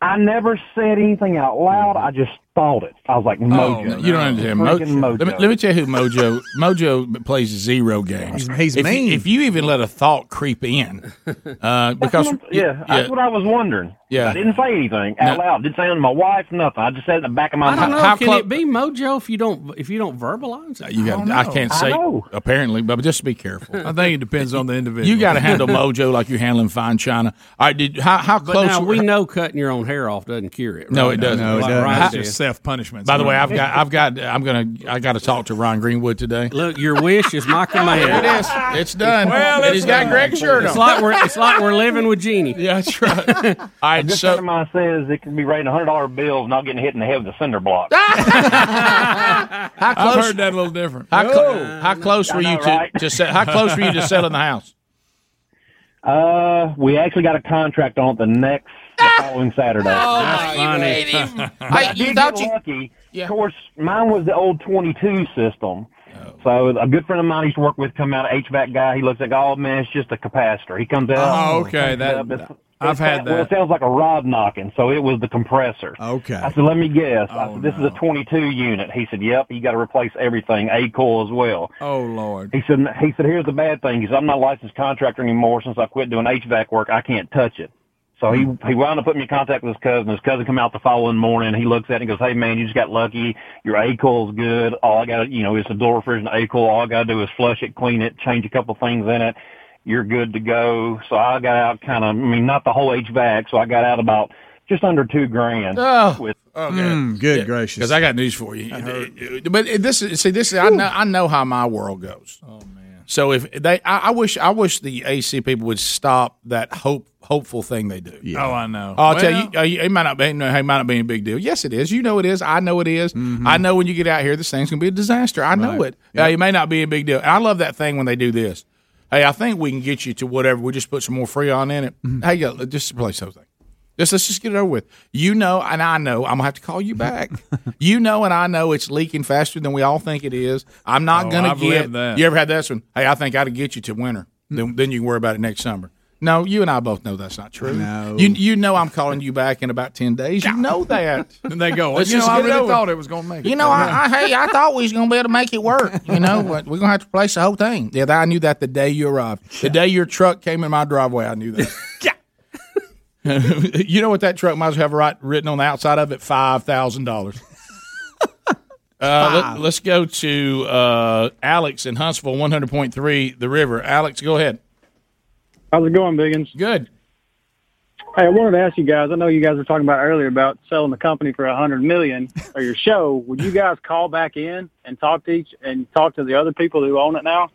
Speaker 8: I never said anything out loud. I just thought it. I was like, Mojo.
Speaker 2: no, Mm-hmm. Oh, you don't understand. Mo-
Speaker 8: oh, Freaking Mojo.
Speaker 2: Let, me, let me tell you who Mojo Mojo plays zero games.
Speaker 8: He's
Speaker 2: if
Speaker 8: mean.
Speaker 2: You, if you even let a thought creep in, uh, because
Speaker 8: That's what I'm- yeah, that's what I was wondering.
Speaker 2: Yeah.
Speaker 8: I didn't say anything out loud. Didn't say anything to my wife, nothing. I just said it in the back of my
Speaker 3: I don't
Speaker 8: mind.
Speaker 3: know. Can it be mojo if you don't if you don't verbalize it?
Speaker 2: you got. I, can't say apparently, but just be careful.
Speaker 5: I think it depends on the individual.
Speaker 2: You got to handle Mojo like you're handling fine china. All right, did how how
Speaker 3: But
Speaker 2: close?
Speaker 3: now
Speaker 2: were-
Speaker 3: we know cutting your own hair off doesn't cure it. Right?
Speaker 2: No, it doesn't.
Speaker 3: Like Ryan said.
Speaker 5: punishment.
Speaker 2: By the way, I've got, I've got, I'm gonna, I got to talk to Ron Greenwood today.
Speaker 3: Look, your wish is my command.
Speaker 2: There it is. It's done.
Speaker 3: Well,
Speaker 2: and
Speaker 3: it's
Speaker 2: he's got
Speaker 3: done.
Speaker 2: Greg's shirt on.
Speaker 3: It's like we're it's like we're living with Jeannie.
Speaker 2: Yeah, that's right. All
Speaker 8: A
Speaker 2: right,
Speaker 8: good
Speaker 2: so
Speaker 8: friend of mine says it can be rating hundred dollar bills, not getting hit in the head with a cinder block.
Speaker 2: how close?
Speaker 5: I've heard that a little different. Oh.
Speaker 2: How, clo- how close
Speaker 8: I
Speaker 2: were you
Speaker 8: know,
Speaker 2: to,
Speaker 8: right?
Speaker 2: to sell, how close were you to selling the house?
Speaker 8: Uh, we actually got a contract on it the next the following Saturday.
Speaker 6: Oh,
Speaker 3: Oh,
Speaker 2: That's funny.
Speaker 8: But you thought you lucky. Of course, mine was the old 22 system.
Speaker 5: Oh.
Speaker 8: So a good friend of mine used to work with, come out of HVAC guy. He looks like, oh man, it's just a capacitor. He comes out.
Speaker 5: Oh, okay,
Speaker 8: comes
Speaker 5: that-
Speaker 8: up, it's-
Speaker 5: I've
Speaker 8: it's
Speaker 5: had
Speaker 8: Well, it
Speaker 5: that.
Speaker 8: sounds like a rod knocking. So it was the compressor.
Speaker 21: Okay.
Speaker 8: I said, let me guess. I said, this is a 22 unit. He said, yep. You got to replace everything, a coil as well.
Speaker 5: Oh Lord.
Speaker 8: He said, he said, here's the bad thing. He said, I'm not a licensed contractor anymore since I quit doing HVAC work. I can't touch it. So he, he wound up putting me in contact with his cousin. His cousin come out the following morning. He looks at it and goes, Hey man, you just got lucky. Your A coil's good. All I got, you know, is a door refrigerant A coil. All I got to do is flush it, clean it, change a couple things in it. You're good to go. So I got out kind of, I mean, not the whole HVAC. So I got out about just under two grand.
Speaker 2: Oh,
Speaker 8: with,
Speaker 2: okay.
Speaker 21: Mm, good gracious.
Speaker 2: Because I got news for you. Uh, But it- this is see, this is I know I know how my world goes. Oh man. So if they, I, I wish I wish the AC people would stop that hope hopeful thing they do.
Speaker 5: Oh, I know.
Speaker 2: I'll tell
Speaker 5: Well,
Speaker 2: you, uh, you- it might not be, no, it might not be a big deal. Yes, it is. You know it is. I know it is.
Speaker 5: Mm-hmm.
Speaker 2: I know when you get out here, this thing's gonna be a disaster. I know it. Uh, it may not be a big deal. And I love that thing when they do this. Hey, I think we can get you to whatever. We just put some more Freon in it.
Speaker 5: Mm-hmm.
Speaker 2: Hey, yeah, just replace those things. Just let's just get it over with. You know, and I know I'm gonna have to call you back. you know, and I know it's leaking faster than we all think it is. I'm not
Speaker 5: Oh,
Speaker 2: gonna
Speaker 5: I've
Speaker 2: get.
Speaker 5: lived that.
Speaker 2: You ever had this one? Hey, I think I would get you to winter. Then, then you can worry about it next summer. No, you and I both know that's not true.
Speaker 5: No.
Speaker 2: You you know I'm calling you back in about ten days. You know that.
Speaker 5: And they go.
Speaker 2: Let's
Speaker 5: you know,
Speaker 2: just
Speaker 5: I
Speaker 2: get it
Speaker 5: really
Speaker 2: over.
Speaker 5: thought it Uh-huh. was going to make.
Speaker 2: You know, I, I hey, I thought we was gonna be able to make it work. You know, but we're gonna have to replace the whole thing. Yeah, I knew that the day you arrived. The day your truck came in my driveway, I knew that. you know what that truck might as well have right, written on the outside of it? Five thousand dollars. Uh, let, us go to uh, Alex in Huntsville, one hundred point three, the river. Alex, go ahead.
Speaker 10: How's it going, Biggins?
Speaker 2: Good.
Speaker 10: Hey, I wanted to ask you guys. I know you guys were talking about earlier about selling the company for a hundred million or your show. Would you guys call back in and talk to each and talk to the other people who own it now?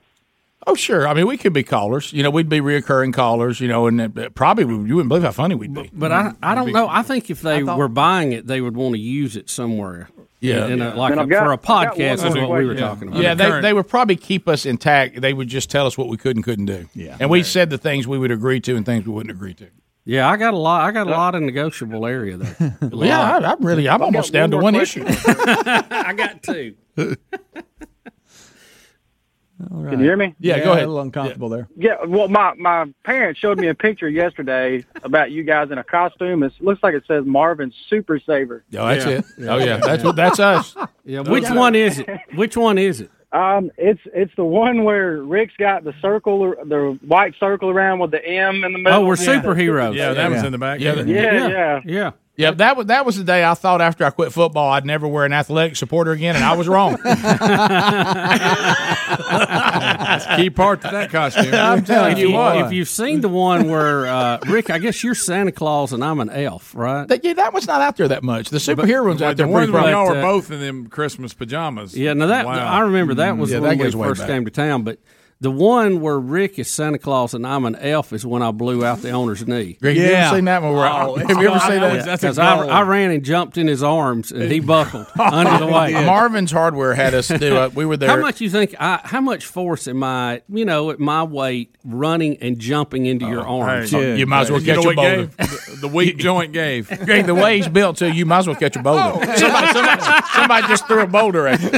Speaker 2: Oh, sure. I mean, we could be callers. You know, we'd be reoccurring callers. You know, and uh, probably we- you wouldn't believe how funny we'd be.
Speaker 3: But I, I don't know. I think if they were buying it, they would want to use it somewhere.
Speaker 2: Yeah.
Speaker 3: In a-
Speaker 2: Yeah.
Speaker 3: uh, like
Speaker 2: Then
Speaker 3: a,
Speaker 2: I've got-
Speaker 3: for a
Speaker 2: I've got
Speaker 3: podcast
Speaker 2: one
Speaker 3: is what we were
Speaker 2: Yeah.
Speaker 3: talking about.
Speaker 2: Yeah, they, they would probably keep us intact. They would just tell us what we could and couldn't do. Yeah, and we said the things we would agree to and things we wouldn't agree to.
Speaker 3: yeah. I got a lot. I got a lot of negotiable area there.
Speaker 2: Yeah, I, I'm really, I'm almost down to one issue.
Speaker 3: I got two.
Speaker 10: Can you hear me?
Speaker 21: Yeah, go ahead. A little uncomfortable there.
Speaker 10: Yeah, well, my my parents showed me a picture yesterday about you guys in a costume. It looks like it says Marvin Super Saver.
Speaker 2: Oh, that's it. Oh, yeah, that's what that's us.
Speaker 3: Yeah, which one is it? Which one is it?
Speaker 10: Um, it's it's the one where Rick's got the circle, the white circle around with the M in the middle.
Speaker 3: Oh, we're superheroes.
Speaker 5: Yeah, that was in the back.
Speaker 2: Yeah,
Speaker 10: Yeah, yeah.
Speaker 3: yeah.
Speaker 2: Yeah, that was that was the day I thought after I quit football I'd never wear an athletic supporter again, and I was wrong.
Speaker 5: key part to that costume.
Speaker 2: I'm telling
Speaker 3: if
Speaker 2: you what.
Speaker 3: If you've seen the one where uh, Rick, I guess you're Santa Claus and I'm an elf, right?
Speaker 2: That, yeah, that one's not out there that much. The superhero one's out
Speaker 5: The
Speaker 2: there
Speaker 5: one
Speaker 2: pretty
Speaker 5: where y'all
Speaker 2: prominent.
Speaker 5: were both in them Christmas pajamas.
Speaker 3: uh, Yeah, now that
Speaker 5: Wow.
Speaker 3: I remember
Speaker 2: Mm-hmm.
Speaker 3: that was
Speaker 5: Yeah,
Speaker 3: when
Speaker 5: goes
Speaker 3: we
Speaker 5: way
Speaker 3: first
Speaker 5: back.
Speaker 3: came to town. But the one where Rick is Santa Claus and I'm an elf is when I blew out the owner's knee.
Speaker 2: Greg, you ever seen that one? Where I- have you ever seen that?
Speaker 3: Because I, I ran and jumped in his arms and he buckled
Speaker 2: Oh,
Speaker 3: under the weight.
Speaker 2: Marvin's Hardware had us do it. We were there.
Speaker 3: How much you think? I, how much force am I? You know, at my weight, running and jumping into your arms.
Speaker 2: Oh, Hey, you might as well catch
Speaker 5: know
Speaker 2: a
Speaker 5: what
Speaker 2: boulder.
Speaker 5: gave? The, the weak joint gave.
Speaker 2: Greg, the way he's built, too, you might as well catch a boulder.
Speaker 3: Oh.
Speaker 2: somebody, somebody, somebody just threw a boulder at you.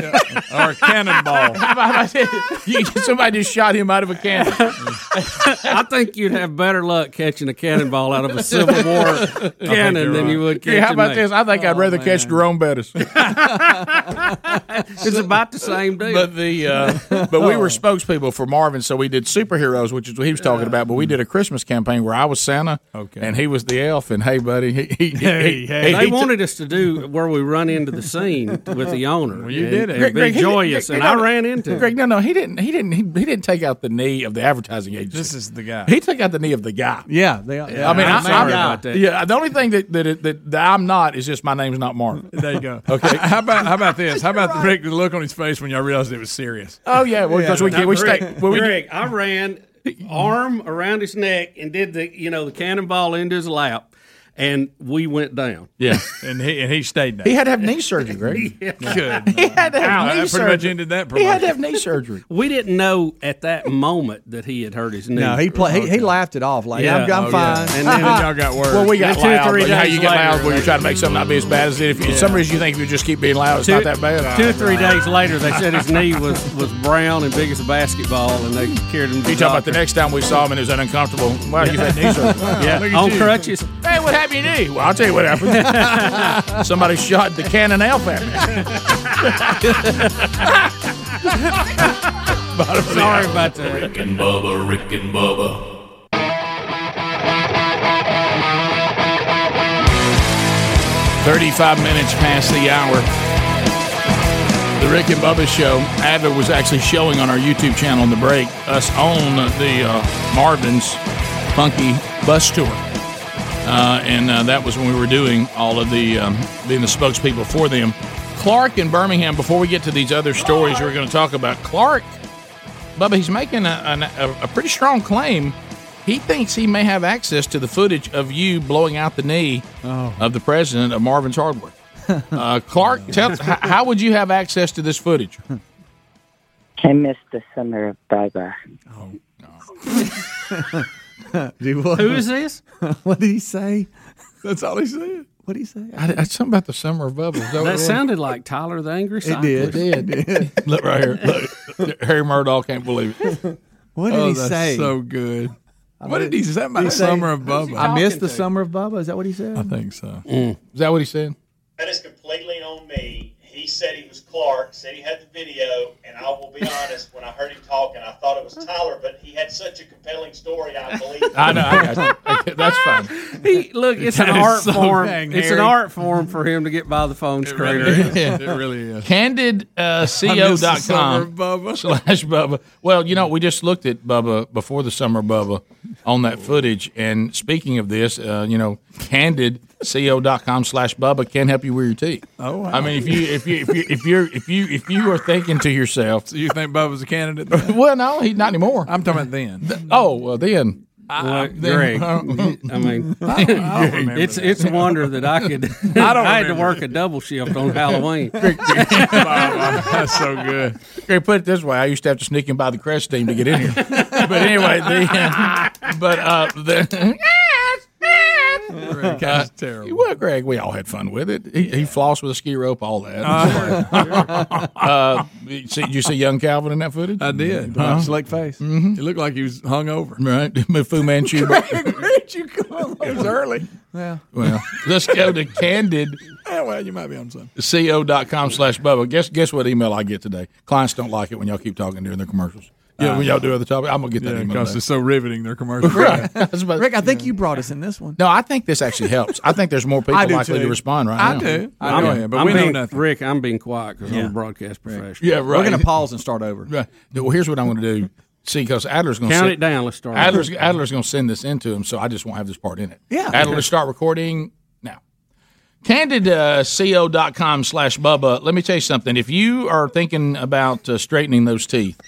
Speaker 5: Or a cannonball.
Speaker 2: You- somebody just shot him out of a cannon.
Speaker 3: I think you'd have better luck catching a cannonball out of a Civil War cannon than you would catching.
Speaker 2: Yeah, how about
Speaker 3: a-
Speaker 2: this? I think I'd rather catch Jerome Bettis.
Speaker 3: It's about the same deal. Oh.
Speaker 2: But the uh, but we were spokespeople for Marvin, so we did superheroes, which is what he was talking about. But we did a Christmas campaign where I was Santa, okay. and he was the elf. And hey, buddy, he, he, he- he- he-
Speaker 3: they
Speaker 2: he-
Speaker 3: wanted us to do where we run into the scene with the owner.
Speaker 2: Well, you
Speaker 3: and-
Speaker 2: did it.
Speaker 3: and be joyous, and I ran into it.
Speaker 2: Greg. No, no, he didn't. He didn't. He, he didn't take out the knee of the advertising agency. This
Speaker 5: is the guy.
Speaker 2: He took out the knee of the guy.
Speaker 21: Yeah, they,
Speaker 2: I mean,
Speaker 21: I'm
Speaker 2: I'm,
Speaker 21: sorry
Speaker 2: I'm-
Speaker 21: about that.
Speaker 2: Yeah, the only thing that that, that that I'm not is just my name's not Mark.
Speaker 5: There you go.
Speaker 2: Okay.
Speaker 5: How about how about this? How about the Rick, the look on his face when y'all realized it was serious?
Speaker 2: Oh yeah, well because we
Speaker 5: no,
Speaker 2: get we
Speaker 5: Rick.
Speaker 2: stay. well, we-
Speaker 3: Greg, I ran arm around his neck and did the you know the cannonball into his lap, and we went down.
Speaker 5: Yeah, and he and he stayed.
Speaker 2: He had to have knee surgery, Greg.
Speaker 5: Good.
Speaker 2: He had to have
Speaker 3: Ow, that
Speaker 2: knee
Speaker 3: pretty
Speaker 2: surgery.
Speaker 3: much ended that
Speaker 2: He had to
Speaker 3: promotion.
Speaker 2: have knee surgery.
Speaker 3: We didn't know at that moment that he had hurt his knee. oh,
Speaker 21: No, he play, he, he laughed it off like I'm, I'm fine.
Speaker 3: And then y'all got worse.
Speaker 2: oh, Well, we got
Speaker 3: Then two or
Speaker 2: loud,
Speaker 3: three
Speaker 2: but how
Speaker 3: days
Speaker 2: you get
Speaker 3: later,
Speaker 2: loud when you're trying to make something not be as bad as it. If for some reason you think if you just keep being loud, it's not that bad.
Speaker 3: Two or three days later, they said his knee was, was brown and big as a basketball, and they carried him. To
Speaker 2: You talking about the next time we saw him and it was that uncomfortable? Wow, you've had knee surgery.
Speaker 3: Yeah,
Speaker 2: Look at
Speaker 3: on
Speaker 2: you.
Speaker 3: crutches.
Speaker 2: Hey, what happened to your knee? Well, I'll tell you what happened. Somebody shot the cannon elf at me.
Speaker 9: Sorry about that. Rick and Bubba, Rick and Bubba.
Speaker 2: Thirty-five minutes past the hour. The Rick and Bubba Show. Adler was actually showing on our YouTube channel in the break us on the uh, Marvin's Funky Bus Tour, uh, and uh, that was when we were doing all of the um, being the spokespeople for them. Clark in Birmingham. Before we get to these other stories, we're going to talk about Clark. Bubba, he's making a, a, a pretty strong claim. He thinks he may have access to the footage of you blowing out the knee
Speaker 21: Oh.
Speaker 2: of the president of Marvin's Hardware. Uh, Clark, tell, h- how would you have access to this footage?
Speaker 11: I missed the summer of Baba.
Speaker 21: Dude, what-
Speaker 3: Who is this?
Speaker 21: what did he say?
Speaker 5: That's all he said.
Speaker 21: What did he say?
Speaker 2: I, I, something about the summer of bubbles. Is what it
Speaker 3: That
Speaker 2: was?
Speaker 3: sounded like Tyler the Angry
Speaker 21: It did.
Speaker 3: Cyclist.
Speaker 2: Look right here. Look. Harry Murdoch can't believe it.
Speaker 21: What did
Speaker 5: oh,
Speaker 21: he
Speaker 5: that's
Speaker 21: say?
Speaker 5: So good. What did he say about
Speaker 21: Did
Speaker 5: the
Speaker 21: he say-
Speaker 5: summer of Bubba?
Speaker 21: I missed the summer of Bubba. Is that what he said? I
Speaker 5: think so.
Speaker 3: Mm.
Speaker 2: Is that what he said?
Speaker 6: That is completely on me. He said he was Clark, said he had the video, and I will be honest, when I heard him talking, I thought it was Tyler, but he had such a compelling story, I believe.
Speaker 2: I know. I got you. That's fine.
Speaker 3: He, look, it's
Speaker 2: That
Speaker 3: an
Speaker 2: is
Speaker 3: art
Speaker 2: so
Speaker 3: form.
Speaker 2: dang
Speaker 3: It's an
Speaker 2: hairy.
Speaker 3: art form for him to get by the phone screener.
Speaker 5: is.
Speaker 2: uh, CandidCO.com.
Speaker 5: summer of Bubba.
Speaker 2: slash Bubba. Well, you know, we just looked at Bubba before the summer Bubba on that footage. And speaking of this, uh, you know, E candidco.com slash Bubba can help you wear your teeth.
Speaker 5: Oh, wow.
Speaker 2: I mean, if you if you if you if you're if you if you are thinking to yourself,
Speaker 5: you think Bubba's a candidate?
Speaker 2: well, no, he's not anymore.
Speaker 5: I'm talking about then.
Speaker 2: oh, well, then.
Speaker 3: Well,
Speaker 2: then- uh,
Speaker 3: Greg, I mean,
Speaker 5: I don't- I don't remember
Speaker 3: it's
Speaker 5: that.
Speaker 3: it's a wonder that I could.
Speaker 5: I
Speaker 3: I,
Speaker 5: don't
Speaker 3: had to
Speaker 5: remember
Speaker 3: work a double shift on Halloween.
Speaker 5: That's so good.
Speaker 2: Great, put it this way: I used to have to sneak in by the crash team to get in here. but anyway, the, but uh, the, Uh,
Speaker 5: Greg, that's terrible.
Speaker 2: Well, Greg, we all had fun with it. He, he flossed with a ski rope, all that.
Speaker 5: Uh.
Speaker 2: uh, you see- you see young Calvin in that footage?
Speaker 5: I did.
Speaker 2: Huh?
Speaker 5: Slick
Speaker 21: face.
Speaker 5: Mm-hmm. It looked like he was hung over.
Speaker 2: Right, Fu Manchu.
Speaker 5: Great, you come. It was early.
Speaker 21: Yeah.
Speaker 2: well, let's go to candid.
Speaker 5: Yeah, Eh, well, you might be on something.
Speaker 2: co.com slash Bubba. Guess guess what email I get today? Clients don't like it when y'all keep talking during their commercials. Yeah, when y'all do other topics, I'm gonna get that
Speaker 5: Yeah,
Speaker 2: email.
Speaker 5: because
Speaker 2: today.
Speaker 5: it's so riveting their commercial.
Speaker 2: Right.
Speaker 21: Rick, I think you brought us in this one.
Speaker 2: No, I think this actually helps. I think there's more people
Speaker 21: I do
Speaker 2: likely
Speaker 21: too.
Speaker 2: to respond right
Speaker 21: I
Speaker 2: now.
Speaker 21: do.
Speaker 3: I'm,
Speaker 2: Yeah.
Speaker 3: I'm being, Rick, I'm being quiet because I'm
Speaker 2: Yeah.
Speaker 3: a broadcast professional.
Speaker 2: Yeah, right.
Speaker 21: We're going to pause and start over.
Speaker 2: Right. Well, here's what I'm going to do. See, because Adler's going to
Speaker 3: Count it down. Let's start.
Speaker 2: Adler's Adler's going to send this into him, so I just won't have this part in it.
Speaker 3: Yeah.
Speaker 2: Adler, start recording now. uh, CandidCO.com slash Bubba. Let me tell you something. If you are thinking about uh, straightening those teeth,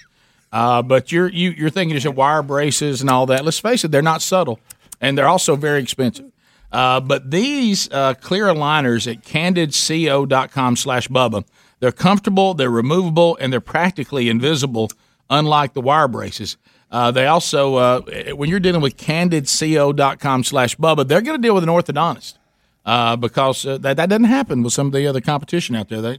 Speaker 2: uh, but you're you, you're thinking just wire braces and all that. Let's face it, they're not subtle, and they're also very expensive. Uh, but these uh, clear aligners at candidco.com slash Bubba, they're comfortable, they're removable, and they're practically invisible, unlike the wire braces. Uh, they also, uh, when you're dealing with candidco.com slash Bubba, they're going to deal with an orthodontist uh, because uh, that, that doesn't happen with some of the other competition out there. They,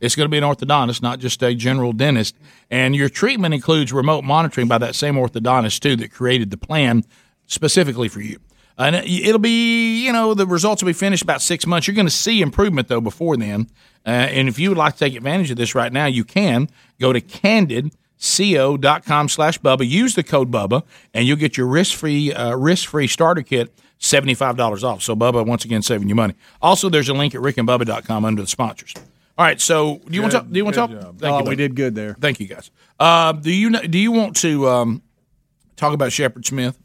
Speaker 2: It's going to be an orthodontist, not just a general dentist. And your treatment includes remote monitoring by that same orthodontist, too, that created the plan specifically for you. And it- it'll be, you know, the results will be finished about six months. You're going to see improvement, though, before then. Uh, and if you would like to take advantage of this right now, you can go to candidco.com slash Bubba. Use the code Bubba, and you'll get your risk free uh, risk free starter kit $75 off. So, Bubba, once again, saving you money. Also, there's a link at rickandbubba.com under the sponsors. All right, so do you want to
Speaker 21: Good-
Speaker 2: talk? Do you want to
Speaker 21: good
Speaker 2: talk?
Speaker 21: job. Oh, we did good there.
Speaker 2: Thank you, guys. Uh, do you kn- do you want to um, talk about Shepard Smith?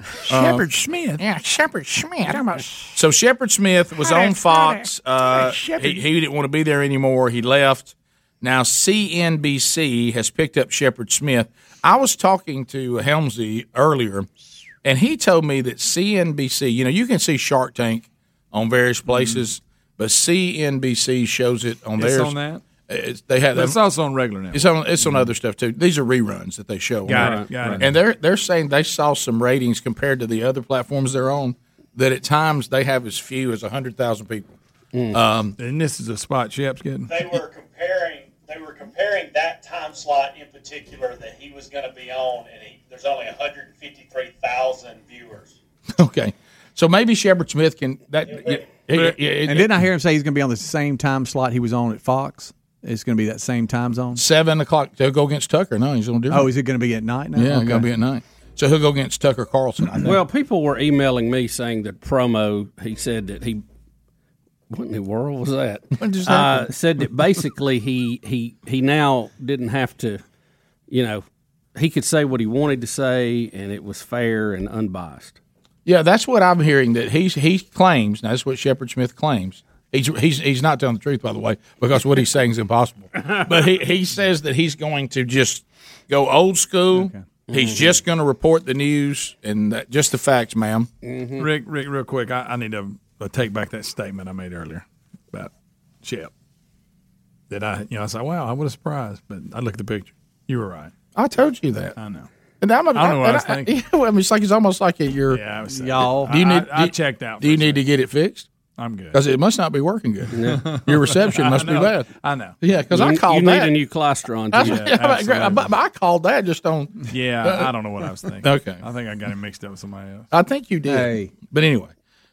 Speaker 2: Uh,
Speaker 13: Shepard Smith. Yeah, Shepard Smith. Talking about
Speaker 2: So Shepard Smith was
Speaker 13: Howdy,
Speaker 2: on Fox. Uh,
Speaker 13: Shepard.
Speaker 2: he, he didn't want to be there anymore. He left. Now CNBC has picked up Shepard Smith. I was talking to Helmsy earlier, and he told me that CNBC. You know, you can see Shark Tank on various places, but CNBC shows it on
Speaker 5: Mm-hmm. It's
Speaker 2: theirs.
Speaker 5: on that?
Speaker 2: It's- they have.
Speaker 5: But it's also on regular now.
Speaker 2: It's on. It's on other stuff too. These are reruns that they show.
Speaker 5: Mm-hmm. Got
Speaker 2: on
Speaker 5: it,
Speaker 2: there.
Speaker 5: got it.
Speaker 2: And they're they're saying they saw some ratings compared to the other platforms they're on that at times they have as few as hundred thousand people. Um,
Speaker 5: Mm. and this is a spot Shep's getting.
Speaker 6: They were comparing. They were comparing that time slot in particular that he was going to be on, and he, there's only 153,000 viewers.
Speaker 2: Okay, so maybe Shepard Smith can that. Yeah, yeah, yeah, it-
Speaker 21: and didn't I hear him say he's going to be on the same time slot he was on at Fox? It's going to be that same time zone.
Speaker 2: seven o'clock they'll go against Tucker. No, he's on different.
Speaker 21: Oh, is it going to be at night now?
Speaker 2: Yeah,
Speaker 21: Okay.
Speaker 2: going to be at night. So he'll go against Tucker Carlson. I think.
Speaker 3: Well, people were emailing me saying that promo. He said that he. What in the world was that?
Speaker 2: What just
Speaker 3: uh,
Speaker 2: happened?
Speaker 3: said that basically he he he now didn't have to, you know, he could say what he wanted to say and it was fair and unbiased.
Speaker 2: Yeah, that's what I'm hearing. That he's he claims. Now, that's what Shepard Smith claims. He's he's he's not telling the truth, by the way, because what he's saying is impossible. But he he says that he's going to just go old school. He's just going to report the news and that, just the facts, ma'am.
Speaker 5: Rick, Rick, real quick, I, I need to uh, take back that statement I made earlier about Shep. That I, you know, I said, wow, I would have surprised, but I looked at the picture. You were right.
Speaker 2: I told you that.
Speaker 5: I know.
Speaker 2: And I'm a,
Speaker 5: I don't know what I
Speaker 2: and
Speaker 5: was thinking.
Speaker 2: Yeah, well, I mean, it's like it's almost like it, you're yeah,
Speaker 5: y'all.
Speaker 2: Do you
Speaker 5: I-
Speaker 2: need?
Speaker 5: I- I
Speaker 2: do-
Speaker 5: checked out
Speaker 2: Do you need to get it fixed?
Speaker 5: I'm good.
Speaker 2: Because it must not be working good.
Speaker 5: Yeah.
Speaker 2: Your reception
Speaker 5: I
Speaker 2: must be
Speaker 5: know.
Speaker 2: bad.
Speaker 5: I know.
Speaker 2: Yeah, because
Speaker 5: You-
Speaker 2: I
Speaker 5: you
Speaker 2: called
Speaker 5: need
Speaker 2: that.
Speaker 5: a new
Speaker 3: colostrum.
Speaker 2: That's-
Speaker 5: Yeah,
Speaker 2: yeah, but-
Speaker 5: absolutely.
Speaker 2: but, but I called that just on.
Speaker 5: Yeah, I don't know what I was thinking.
Speaker 2: Okay.
Speaker 5: I think I got him mixed up with somebody else.
Speaker 2: I think you did. But anyway,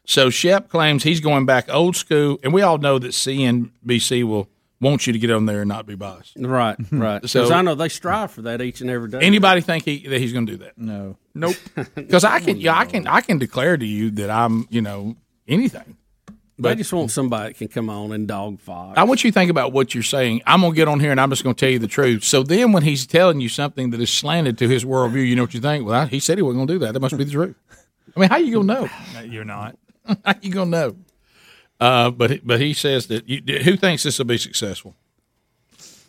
Speaker 2: so Shep claims he's going back old school, and we all know that CNBC will want you to get on there and not be biased.
Speaker 3: Right, right.
Speaker 2: So
Speaker 3: Because I know they strive for that each and every day.
Speaker 2: anybody think he, that he's going to do that?
Speaker 21: No.
Speaker 2: Nope. Because I can, yeah, I can, I can declare to you that I'm, you know, anything.
Speaker 3: they just want somebody that can come on and dog fight.
Speaker 2: I want you to think about what you're saying. I'm going to get on here and I'm just going to tell you the truth. So then, when he's telling you something that is slanted to his worldview, you know what you think? Well, I, he said he wasn't going to do that. That must be the truth. I mean, how you going to know?
Speaker 5: No, You're not.
Speaker 2: How you going to know? Uh, but he- but he says that you, who thinks this will be successful?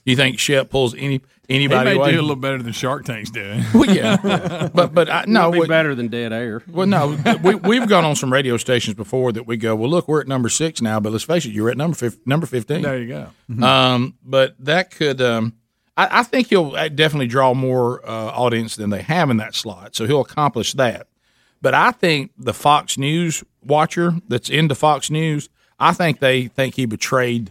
Speaker 2: You think Shep pulls any anybody
Speaker 5: he may
Speaker 2: away?
Speaker 5: do a little better than Shark Tank's doing.
Speaker 2: Well, yeah, but but I, no,
Speaker 3: It'd be
Speaker 2: what-
Speaker 3: better than dead air.
Speaker 2: well, no, we, we've gone on some radio stations before that we go. Well, look, we're at number six now, but let's face it, you're at number fif- number fifteen.
Speaker 5: There you go.
Speaker 2: Um, but that could, um, I, I think he'll definitely draw more uh, audience than they have in that slot, so he'll accomplish that. But I think the Fox News watcher that's into Fox News, I think they think he betrayed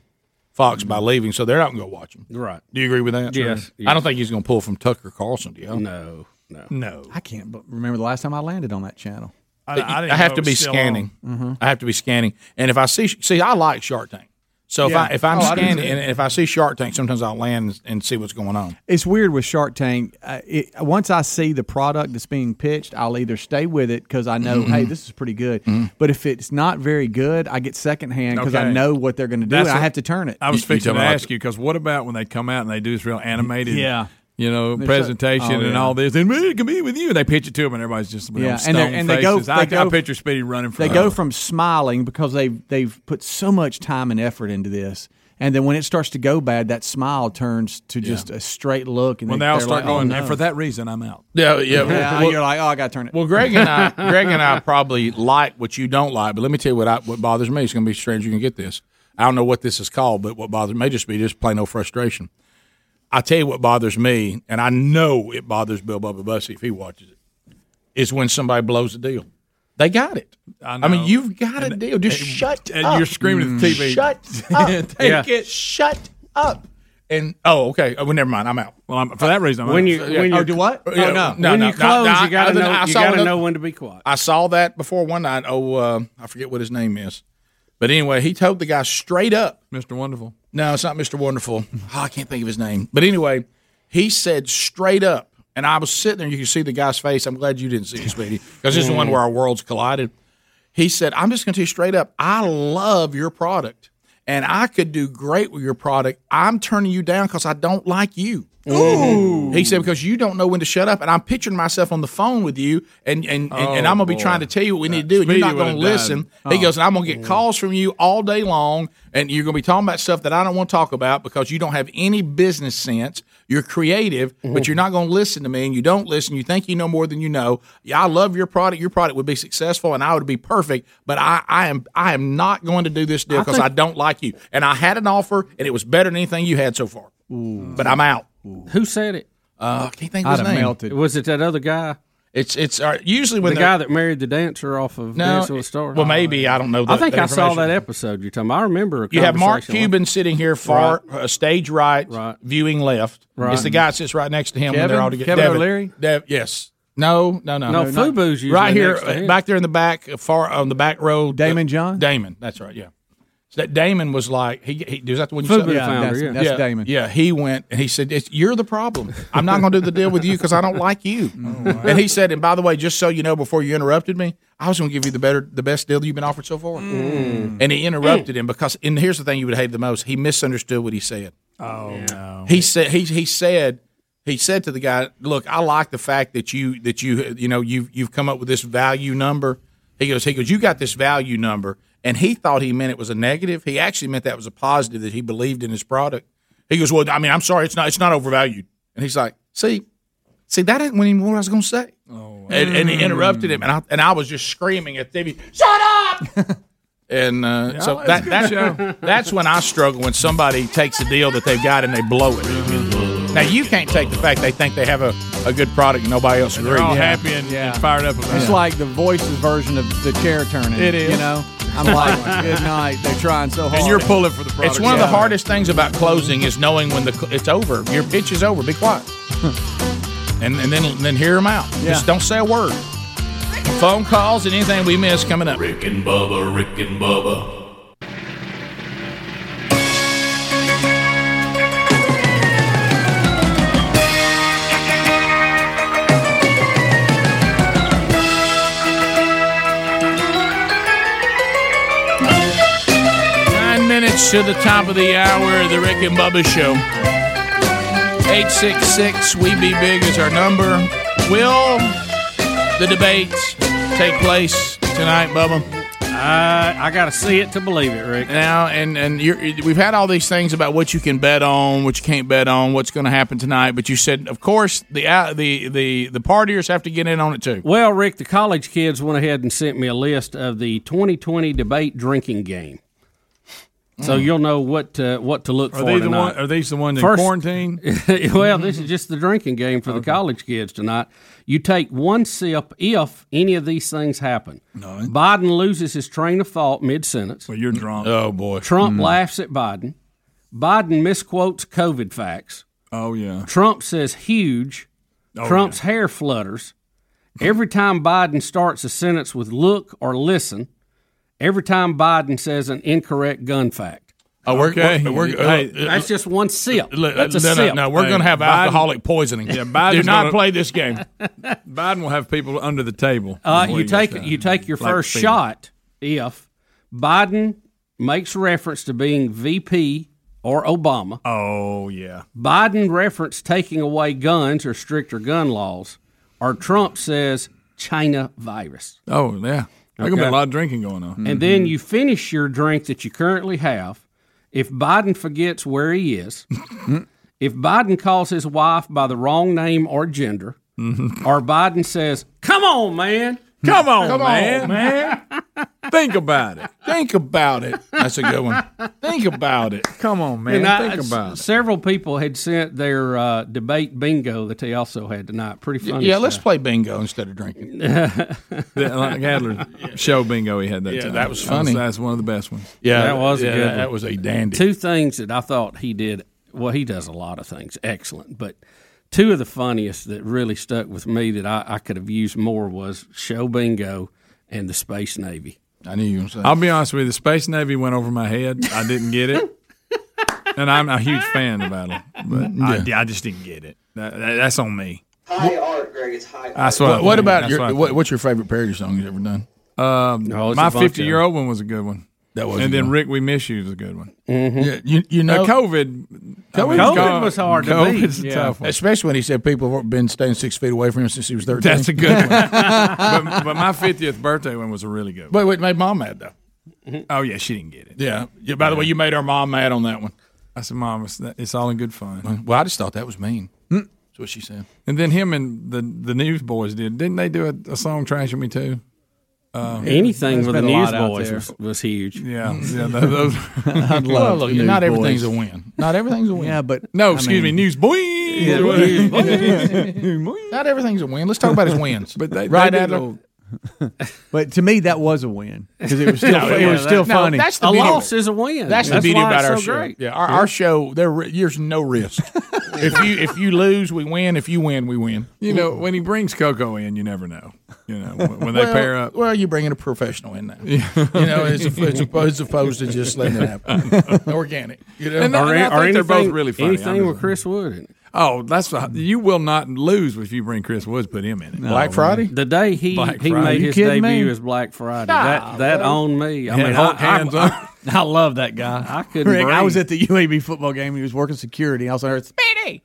Speaker 2: Fox by leaving, so they're not going to go watch him.
Speaker 3: Right.
Speaker 2: Do you agree with that?
Speaker 3: Yes,
Speaker 2: I don't think he's going to pull from Tucker Carlson. Do you?
Speaker 3: No, no,
Speaker 5: no.
Speaker 21: I can't b- remember the last time I landed on that channel. Mm-hmm.
Speaker 2: I, have to be scanning. I have to be scanning, and if I see, see, I like Shark Tank. So if
Speaker 21: Yeah.
Speaker 2: I if I'm
Speaker 21: Oh, I do
Speaker 2: scanning
Speaker 21: too.
Speaker 2: and if I see Shark Tank, sometimes I'll land and see what's going on.
Speaker 21: It's weird with Shark Tank. Uh, it, once I see the product that's being pitched, I'll either stay with it because I know,
Speaker 2: Mhm.
Speaker 21: hey, this is pretty good.
Speaker 2: Mm-hmm.
Speaker 21: But if it's not very good, I get secondhand because I
Speaker 5: Okay.
Speaker 21: know what they're going to do.
Speaker 5: That's
Speaker 21: and I
Speaker 5: what-
Speaker 21: have to turn it.
Speaker 5: I was fixing to ask you because what about when they come out and they do this real animated,
Speaker 21: Yeah.
Speaker 5: you know,
Speaker 21: There's a-
Speaker 5: presentation
Speaker 21: Oh,
Speaker 5: and
Speaker 21: yeah.
Speaker 5: all this, and "Me, it can be with you. They pitch it to them, and everybody's just with
Speaker 21: Yeah,
Speaker 5: stone
Speaker 21: and, they're- and they go.
Speaker 5: faces.
Speaker 21: They
Speaker 5: I,
Speaker 21: go
Speaker 5: I picture Speedy running. From
Speaker 21: they go from smiling because they've they've put so much time and effort into this, and then when it starts to go bad, that smile turns to just a straight look. And
Speaker 5: when they all
Speaker 21: they're
Speaker 5: start
Speaker 21: like, oh,
Speaker 5: going,
Speaker 21: no."
Speaker 5: and for that reason, I'm out.
Speaker 2: Yeah, yeah. Well-
Speaker 21: you're like, oh, I got to turn it.
Speaker 2: Well, Greg and I, Greg and I probably like what you don't like, but let me tell you what I, what bothers me. It's going to be strange. You can get this. I don't know what this is called, but what bothers may just be just plain old frustration. I tell you what bothers me, and I know it bothers Bill Bubba Bussy if he watches it, is when somebody blows a deal. They got it. I, mean,
Speaker 5: know.
Speaker 2: you've got a deal. Just shut
Speaker 5: and
Speaker 2: up.
Speaker 5: you're screaming at the TV.
Speaker 2: Shut up.
Speaker 5: Take Yeah.
Speaker 2: Shut
Speaker 21: up.
Speaker 2: And oh, okay. Oh, well, never mind. I'm out. Well, I'm, for that reason,
Speaker 21: I'm When out. you- when you- Oh, do what? Oh, no.
Speaker 2: no.
Speaker 21: When
Speaker 2: no,
Speaker 21: you
Speaker 2: no,
Speaker 21: close,
Speaker 2: no, I-
Speaker 21: you gotta
Speaker 2: other than-
Speaker 21: know-
Speaker 2: I
Speaker 21: you
Speaker 2: saw
Speaker 21: gotta
Speaker 2: another-
Speaker 21: know when to be quiet.
Speaker 2: I saw that before one night. Oh, uh, I forget what his name is, but anyway, he told the guy straight up,
Speaker 5: Mr. Wonderful.
Speaker 2: No, it's not Mr. Wonderful. Oh, I can't think of his name. But anyway, he said straight up, and I was sitting there. You could see the guy's face. I'm glad you didn't see it, Speedy, because this is the one where our worlds collided. He said, "I'm just going to tell you straight up. I love your product, and I could do great with your product. I'm turning you down because I don't like you."
Speaker 5: Ooh.
Speaker 2: He said, "Because you don't know when to shut up, and I'm picturing myself on the phone with you, and and, and, and
Speaker 5: Oh,
Speaker 2: I'm going to be
Speaker 5: boy.
Speaker 2: trying to tell you what we need to do, and you're
Speaker 5: Speedy
Speaker 2: not going
Speaker 5: would've
Speaker 2: to listen."
Speaker 5: died.
Speaker 2: He
Speaker 5: Oh.
Speaker 2: goes, "And I'm going to get calls from you all day long, and you're going to be talking about stuff that I don't want to talk about because you don't have any business sense. You're creative,
Speaker 5: Mm-hmm.
Speaker 2: but you're not going to listen to me, and you don't listen. You think you know more than you know. Yeah, I love your product. Your product would be successful, and I would be perfect. But I, I am I am not going to do this deal
Speaker 5: I
Speaker 2: because
Speaker 5: think-
Speaker 2: I don't like you. And I had an offer, and it was better than anything you had so far. But I'm out."
Speaker 3: Who said it?
Speaker 2: Uh, I can't think of his name.
Speaker 3: Was it that other guy?
Speaker 2: It's it's uh, usually when
Speaker 3: the
Speaker 2: they're-
Speaker 3: guy that married the dancer off of
Speaker 2: No,
Speaker 3: Dance with the Stars.
Speaker 2: well, maybe. I don't know the-
Speaker 3: I think
Speaker 2: the
Speaker 3: I saw
Speaker 2: information.
Speaker 3: that episode you're talking. about. I remember. A
Speaker 2: You have Mark
Speaker 3: conversation like-
Speaker 2: Cuban sitting here far uh, stage right, viewing left.
Speaker 3: Right.
Speaker 2: It's the guy that sits right next to him when
Speaker 3: Kevin?
Speaker 2: they're all together.
Speaker 3: Kevin
Speaker 2: Devin.
Speaker 3: O'Leary?
Speaker 2: Dev, yes. No, no, no.
Speaker 3: No, Fubu's usually
Speaker 2: right here,
Speaker 3: next to him.
Speaker 2: uh, back there in the back, uh, far on the back row. Damon John. Damon, that's right. Yeah. So that Damon was like he, he was that the one you
Speaker 21: Fubu
Speaker 2: said?
Speaker 21: Yeah, founder, that's- yeah. that's Damon.
Speaker 2: Yeah, he went and he said, it's, "You're the problem. I'm not going to do the deal with you because I don't like you." And he said, "And by the way, just so you know, before you interrupted me, I was going to give you the better, the best deal you've been offered so far."
Speaker 5: Mm.
Speaker 2: And he interrupted him because, and here's the thing you would hate the most: he misunderstood what he said.
Speaker 5: Oh, no.
Speaker 2: He said he he said he said to the guy, "Look, I like the fact that you that you you know you you've come up with this value number." He goes, he goes, "You got this value number," and he thought he meant it was a negative. He actually meant that was a positive that he believed in his product. He goes, "Well, I mean, I'm sorry, it's not it's not overvalued." And he's like, "See, see, that ain't even what I was going to say."
Speaker 5: Oh,
Speaker 2: and, and he interrupted him, and I and I was just screaming at TV, "Shut up!" and uh,
Speaker 5: Yeah,
Speaker 2: so
Speaker 5: it's
Speaker 2: that
Speaker 5: a good
Speaker 2: that's,
Speaker 5: show.
Speaker 2: that's when I struggle when somebody takes a deal that they've got and they blow it. Now you can't take the fact they think they have a, a good product and nobody else agrees.
Speaker 21: all happy
Speaker 5: and,
Speaker 21: fired up
Speaker 2: about
Speaker 21: It's
Speaker 2: it.
Speaker 21: like the voices version of the chair turning.
Speaker 2: It is.
Speaker 21: You know, I'm like, good night. They're trying so hard.
Speaker 2: It's one of the hardest things about closing is knowing when the cl- it's over. Your pitch is over. Be quiet,
Speaker 21: Hmm.
Speaker 2: and and then then hear them out.
Speaker 9: Yeah.
Speaker 2: Just don't say a word. Phone calls and anything we miss coming up.
Speaker 9: Rick and Bubba, Rick and Bubba,
Speaker 2: Nine minutes to the top of the hour of the Rick and Bubba Show. 866 We Be Big is our number. Will the debate take place tonight, Bubba?
Speaker 3: Uh, I got to see it to believe it, Rick.
Speaker 2: Now, and and you're, we've had all these things about what you can bet on, what you can't bet on, what's going to happen tonight. But you said, of course, the uh, the the the partiers have to get in on it too.
Speaker 3: Well, Rick, the college kids went ahead and sent me a list of the 2020 debate drinking game. So
Speaker 5: Mm.
Speaker 3: you'll know what to, what to look
Speaker 5: Are
Speaker 3: for
Speaker 5: they the
Speaker 3: tonight.
Speaker 5: one- are these the ones in quarantine? Mm-hmm.
Speaker 3: well, this is just the drinking game for the college kids tonight. You take one sip if any of these things happen. Biden loses his train of thought mid sentence.
Speaker 5: Well, you're drunk.
Speaker 2: Oh boy.
Speaker 3: Trump
Speaker 5: Mm.
Speaker 3: laughs at Biden. Biden misquotes COVID facts.
Speaker 5: Oh yeah.
Speaker 3: Trump says huge.
Speaker 5: Oh,
Speaker 3: Trump's hair flutters. Every time Biden starts a sentence with look or listen, every time Biden says an incorrect gun fact.
Speaker 2: Oh, we're- Okay. we're- uh, we're- Hey,
Speaker 3: that's just one sip.
Speaker 2: L-
Speaker 3: That's a
Speaker 2: no, no,
Speaker 3: sip.
Speaker 2: no, we're going to have alcoholic poisoning.
Speaker 5: Yeah, Biden's
Speaker 2: Do not
Speaker 5: gonna-
Speaker 2: play this game.
Speaker 5: Biden will have people under the table.
Speaker 3: Uh,
Speaker 5: Before
Speaker 3: you
Speaker 5: he
Speaker 3: take
Speaker 5: gets done.
Speaker 3: you take your
Speaker 5: Like
Speaker 3: first
Speaker 5: Phoenix.
Speaker 3: shot if Biden makes reference to being VP or Obama.
Speaker 5: Oh yeah.
Speaker 3: Biden referenced taking away guns or stricter gun laws, or Trump says China virus.
Speaker 5: Oh yeah. There's gonna be a
Speaker 3: Okay.
Speaker 5: lot of drinking going on. Mm-hmm.
Speaker 3: And
Speaker 2: Mm-hmm.
Speaker 3: then you finish your drink that you currently have. If Biden forgets where he is, if Biden calls his wife by the wrong name or gender,
Speaker 2: Mm-hmm.
Speaker 3: or Biden says, Come on, man.
Speaker 5: Come on,
Speaker 3: Come on,
Speaker 5: man.
Speaker 3: man.
Speaker 5: Think about it.
Speaker 2: Think about it. That's a good one. Think about it.
Speaker 5: Come on, man.
Speaker 3: And I-
Speaker 5: Think about
Speaker 3: s-
Speaker 5: it.
Speaker 3: Several people had sent their uh, debate bingo that they also had tonight. Pretty
Speaker 2: Yeah,
Speaker 3: funny.
Speaker 2: let's
Speaker 3: stuff.
Speaker 2: play bingo instead of drinking.
Speaker 5: Yeah, like Adler show bingo he had that
Speaker 2: Yeah,
Speaker 5: time.
Speaker 2: that was funny.
Speaker 5: That's one of the best ones.
Speaker 3: that was
Speaker 2: yeah,
Speaker 3: a good
Speaker 2: that-
Speaker 3: one.
Speaker 2: that was a dandy.
Speaker 3: Two things that I thought he did. Well, he does a lot of things excellent, but two of the funniest that really stuck with me that I, I could have used more was show bingo and the space navy.
Speaker 2: I knew you were going to say.
Speaker 5: I'll be honest with you. The Space Navy went over my head. I didn't get it. and I'm a huge fan of Adler, but I, I just didn't get it. That, that- that's on me.
Speaker 1: High art, Greg. It's high art.
Speaker 5: That's what, I
Speaker 2: What, what
Speaker 5: think.
Speaker 2: about
Speaker 5: That's
Speaker 2: your?
Speaker 5: what I
Speaker 2: What, what's your favorite parody song you've ever done?
Speaker 5: Um,
Speaker 2: No, it's
Speaker 5: my
Speaker 2: a bunch of
Speaker 5: fifty year old one was a good one.
Speaker 2: That was a
Speaker 5: and
Speaker 2: good
Speaker 5: then
Speaker 2: one.
Speaker 5: Rick, we miss you is a good one.
Speaker 2: Mhm. Yeah, you- you
Speaker 5: Now,
Speaker 2: know-
Speaker 5: COVID. I mean, co- COVID's a tough one.
Speaker 2: Especially when he said people have been staying six feet away from him since he was thirteen.
Speaker 5: That's a good one. but, but my fiftieth birthday one was a really good. one.
Speaker 2: But it made mom mad though.
Speaker 5: Oh yeah, she didn't get it.
Speaker 2: Yeah. yeah by the way, you made our mom mad on that one.
Speaker 5: I said, Mom, it's, it's all in good fun.
Speaker 2: Well, I just thought that was mean.
Speaker 5: Mm.
Speaker 2: That's what she said.
Speaker 5: And then him and the the Newsboys did. Didn't they do a, a song trashing me too? Um,
Speaker 3: Anything with the newsboys was, was huge.
Speaker 5: Yeah, yeah, tho- those.
Speaker 2: well, look, not everything's a win. Not everything's a win.
Speaker 5: Yeah, but- No, I excuse mean- me, Newsboys. Yeah, Newsboys.
Speaker 2: not everything's a win. Let's talk about his wins.
Speaker 5: But they-
Speaker 2: right,
Speaker 5: they did
Speaker 2: Adler?
Speaker 5: little-
Speaker 21: But to me, that was a win because it was still
Speaker 2: No,
Speaker 21: it, was
Speaker 2: that-
Speaker 21: still
Speaker 2: no,
Speaker 21: funny.
Speaker 2: That's the
Speaker 3: A
Speaker 2: beauty-
Speaker 3: loss is a win.
Speaker 2: That's, the
Speaker 3: That's
Speaker 2: beauty
Speaker 3: why
Speaker 2: about
Speaker 3: it's
Speaker 2: our
Speaker 3: so
Speaker 2: show.
Speaker 3: great.
Speaker 2: Yeah, our,
Speaker 3: Yeah.
Speaker 2: our show there there's no risk. if you if you lose, we win. If you win, we win.
Speaker 5: You know, when he brings Coco in, you never know. You know, when when they
Speaker 2: Well,
Speaker 5: pair up.
Speaker 2: Well, you're bringing a professional in now. you know, as, op- as opposed, as opposed to just letting it happen. Organic. You know,
Speaker 5: And I- and I think they're both really funny. I'm
Speaker 3: Anything
Speaker 5: just-
Speaker 3: with Chris Wood in it.
Speaker 5: Oh, that's you will not lose if you bring Chris Woods. Put him in it.
Speaker 3: Black Friday? The day he- he made his debut as Black Friday. That- that owned me. I
Speaker 5: I mean,
Speaker 3: mean,
Speaker 5: Hulk
Speaker 3: I-
Speaker 5: hands
Speaker 3: I-
Speaker 5: up.
Speaker 21: I love that guy.
Speaker 3: I couldn't
Speaker 21: Rick, I
Speaker 3: breathe.
Speaker 21: was at the UAB football game. and He was working security. I also heard Speedy.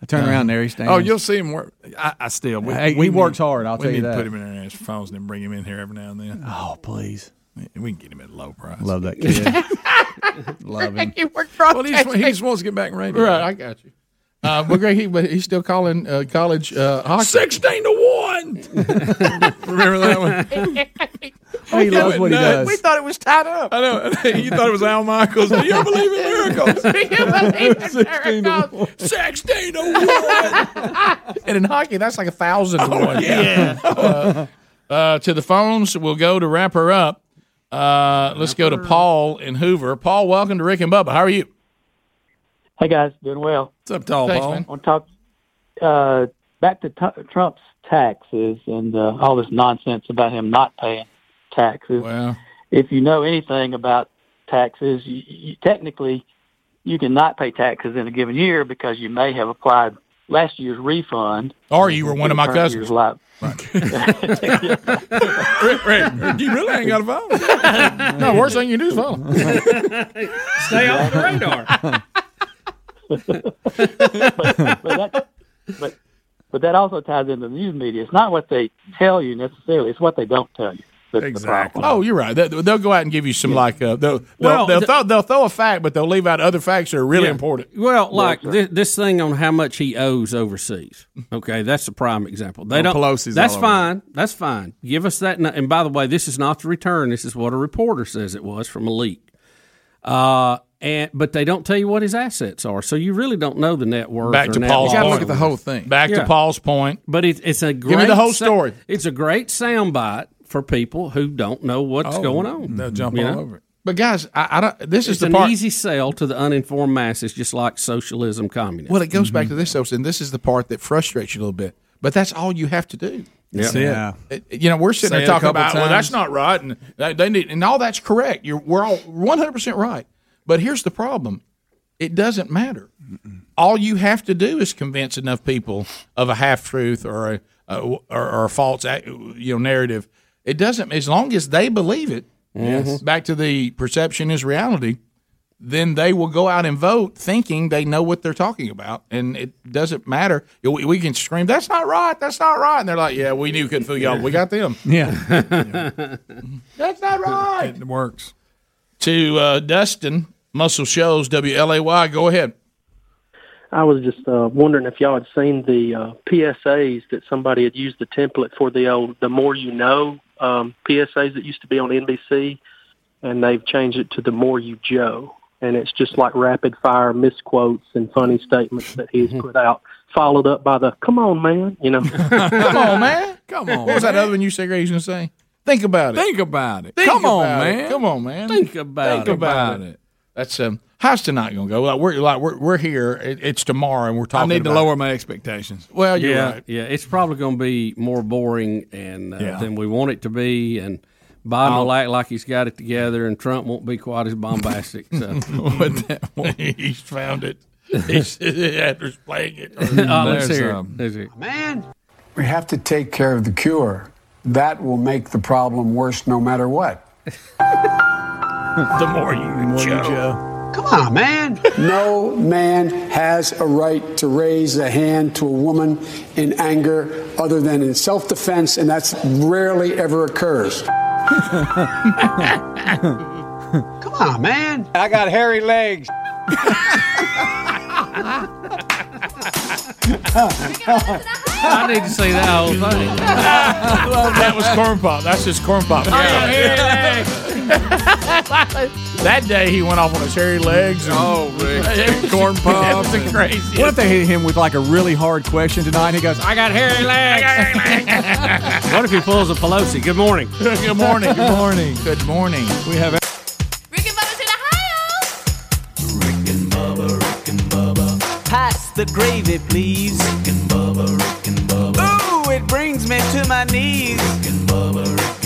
Speaker 21: I turned around there. He stands.
Speaker 5: Oh, you'll see him work. I, I still.
Speaker 21: Hey, he works hard, I'll
Speaker 5: we
Speaker 21: tell you
Speaker 5: need
Speaker 21: that.
Speaker 5: To put him in our phones and then bring him in here every now and then.
Speaker 21: Oh, please.
Speaker 5: We can get him at a low price.
Speaker 21: Love that kid. Love him.
Speaker 2: you work
Speaker 5: Well, he just, he just wants to get back in radio.
Speaker 2: Right, I got you. Uh, but Greg, he, but he's still calling uh, college uh, hockey. Sixteen to one.
Speaker 5: Remember that one?
Speaker 21: He loves what he does.
Speaker 2: We thought it was tied up.
Speaker 5: I know. You thought it was Al Michaels. Do you believe in miracles?
Speaker 2: Do you believe in miracles?
Speaker 5: Sixteen to one. Oh,
Speaker 2: and in hockey, that's like a thousand to one.
Speaker 5: yeah.
Speaker 2: Uh, uh, to the phones, we'll go to wrap her up. Uh, let's go to Paul in Hoover. Paul, welcome to Rick and Bubba. How are you?
Speaker 14: Hey guys, doing well.
Speaker 5: What's up, tall
Speaker 2: Thanks, Paul? man.
Speaker 14: On top, uh, back to t- Trump's taxes and uh, all this nonsense about him not paying taxes.
Speaker 2: Well,
Speaker 14: if you know anything about taxes, you, you, technically you cannot pay taxes in a given year because you may have applied last year's refund.
Speaker 2: Or you were one of my
Speaker 14: Current year's
Speaker 2: cousins.
Speaker 14: li-
Speaker 5: Rick, Rick, you really ain't got a phone.
Speaker 2: no, worst thing you do is follow.
Speaker 3: Stay off the radar.
Speaker 14: but, that, but, but that also ties into the news media. It's not what they tell you necessarily; it's what they don't tell you. That's The problem.
Speaker 2: Oh, you're right. They, they'll go out and give you some like uh, they'll they'll,
Speaker 14: Well,
Speaker 2: they'll,
Speaker 14: the-
Speaker 2: throw, they'll throw a fact, but they'll leave out other facts that are really
Speaker 3: Yeah.
Speaker 2: important.
Speaker 3: Well, like this, this thing on how much he owes overseas. Okay, that's a prime example. They
Speaker 5: Oh,
Speaker 3: don't.
Speaker 5: Pelosi's
Speaker 3: that's
Speaker 5: all over
Speaker 3: fine. That's fine. Give us that. nu- And by the way, this is not the return. This is what a reporter says it was from a leak. Uh, and but they don't tell you what his assets are, so you really don't know the net worth.
Speaker 2: Back
Speaker 3: or
Speaker 2: to
Speaker 3: net
Speaker 2: Paul's
Speaker 3: loss.
Speaker 2: point. You gotta look at the whole thing. Back to Paul's point.
Speaker 3: But it, it's a great
Speaker 2: me the whole
Speaker 3: sou-
Speaker 2: story.
Speaker 3: it's a great soundbite for people who don't know what's
Speaker 2: Oh,
Speaker 3: going on.
Speaker 5: they'll jump all over it.
Speaker 2: But guys, I, I don't. This
Speaker 3: It's
Speaker 2: is the
Speaker 3: an
Speaker 2: part.
Speaker 3: easy sell to the uninformed masses, just like socialism, communism.
Speaker 2: well, it goes back to this, though, and this is the part that frustrates you a little bit. But that's all you have to do.
Speaker 5: That's it. Yeah.
Speaker 2: It- You know, we're sitting
Speaker 5: Say
Speaker 2: there
Speaker 5: it a
Speaker 2: talking
Speaker 5: couple
Speaker 2: about well,
Speaker 5: times.
Speaker 2: that's not right, and they, they need, and all that's correct. You're we're all one hundred percent right. But here's the problem: it doesn't matter. All you have to do is convince enough people of a half truth or a, a or, or a false ac- you know narrative. It doesn't as long as they believe it.
Speaker 5: Yes.
Speaker 2: Back to the perception is reality. Then they will go out and vote, thinking they know what they're talking about, and it doesn't matter. We, we can scream, "That's not right! That's not right!" And they're like, "Yeah, we knew could fool y'all. We got them."
Speaker 5: Yeah.
Speaker 2: That's not right.
Speaker 5: It works.
Speaker 2: To uh, Dustin Muscle Shows WLAY. Go ahead.
Speaker 15: I was just uh, wondering if y'all had seen the uh, PSAs that somebody had used the template for the old "the more you know"
Speaker 10: um,
Speaker 11: PSAs that used to be on NBC, and they've changed it to the more you Joe, and it's just like rapid fire misquotes and funny statements that he's put out, followed up by the "Come on, man," you know.
Speaker 2: Come on, man.
Speaker 5: Come
Speaker 2: on. What was that other one you said, Greg, you was going to say? Think about it.
Speaker 5: Think about it.
Speaker 2: Think
Speaker 5: Come on,
Speaker 2: about it.
Speaker 5: man.
Speaker 2: Come on, man.
Speaker 5: Think about
Speaker 2: Think
Speaker 5: it.
Speaker 2: about it. That's um. How's tonight going to go? Like we're like we're, we're here. It, it's tomorrow, and we're talking.
Speaker 5: need to
Speaker 2: about
Speaker 5: lower
Speaker 2: it.
Speaker 5: my expectations.
Speaker 2: Well, you're
Speaker 3: Mm-hmm. yeah,
Speaker 2: right.
Speaker 3: yeah. It's probably going to be more boring and uh,
Speaker 2: Yeah.
Speaker 3: than we want it to be, and Biden will act like he's got it together, and Trump won't be quite as bombastic. So
Speaker 5: But that one-
Speaker 2: he's found it. He's after playing it.
Speaker 3: Oh, let's
Speaker 2: There's,
Speaker 3: hear it.
Speaker 2: um,
Speaker 3: Let's hear it.
Speaker 23: We have to take care of the cure. That will make the problem worse no matter what.
Speaker 2: the more you Joe.
Speaker 23: Come on, man. no man has a right to raise a hand to a woman in anger other than in self defense, and that's rarely ever occurs.
Speaker 9: Come on, man. I got hairy legs.
Speaker 3: I need to see that whole thing.
Speaker 2: that was corn pop. That's just corn pop. That day he went off on his hairy legs. And oh, corn
Speaker 21: pops.
Speaker 2: That's crazy.
Speaker 21: What if they hit him with like a really hard question tonight? And he goes,
Speaker 3: I got hairy legs. what if he pulls a Pelosi? Good morning.
Speaker 2: Good morning. Good morning. Good morning. We have.
Speaker 9: Pass the gravy, please. Rick and Bubba, Rick and Bubba. Ooh, it brings me to my knees. Rick and Bubba, Rick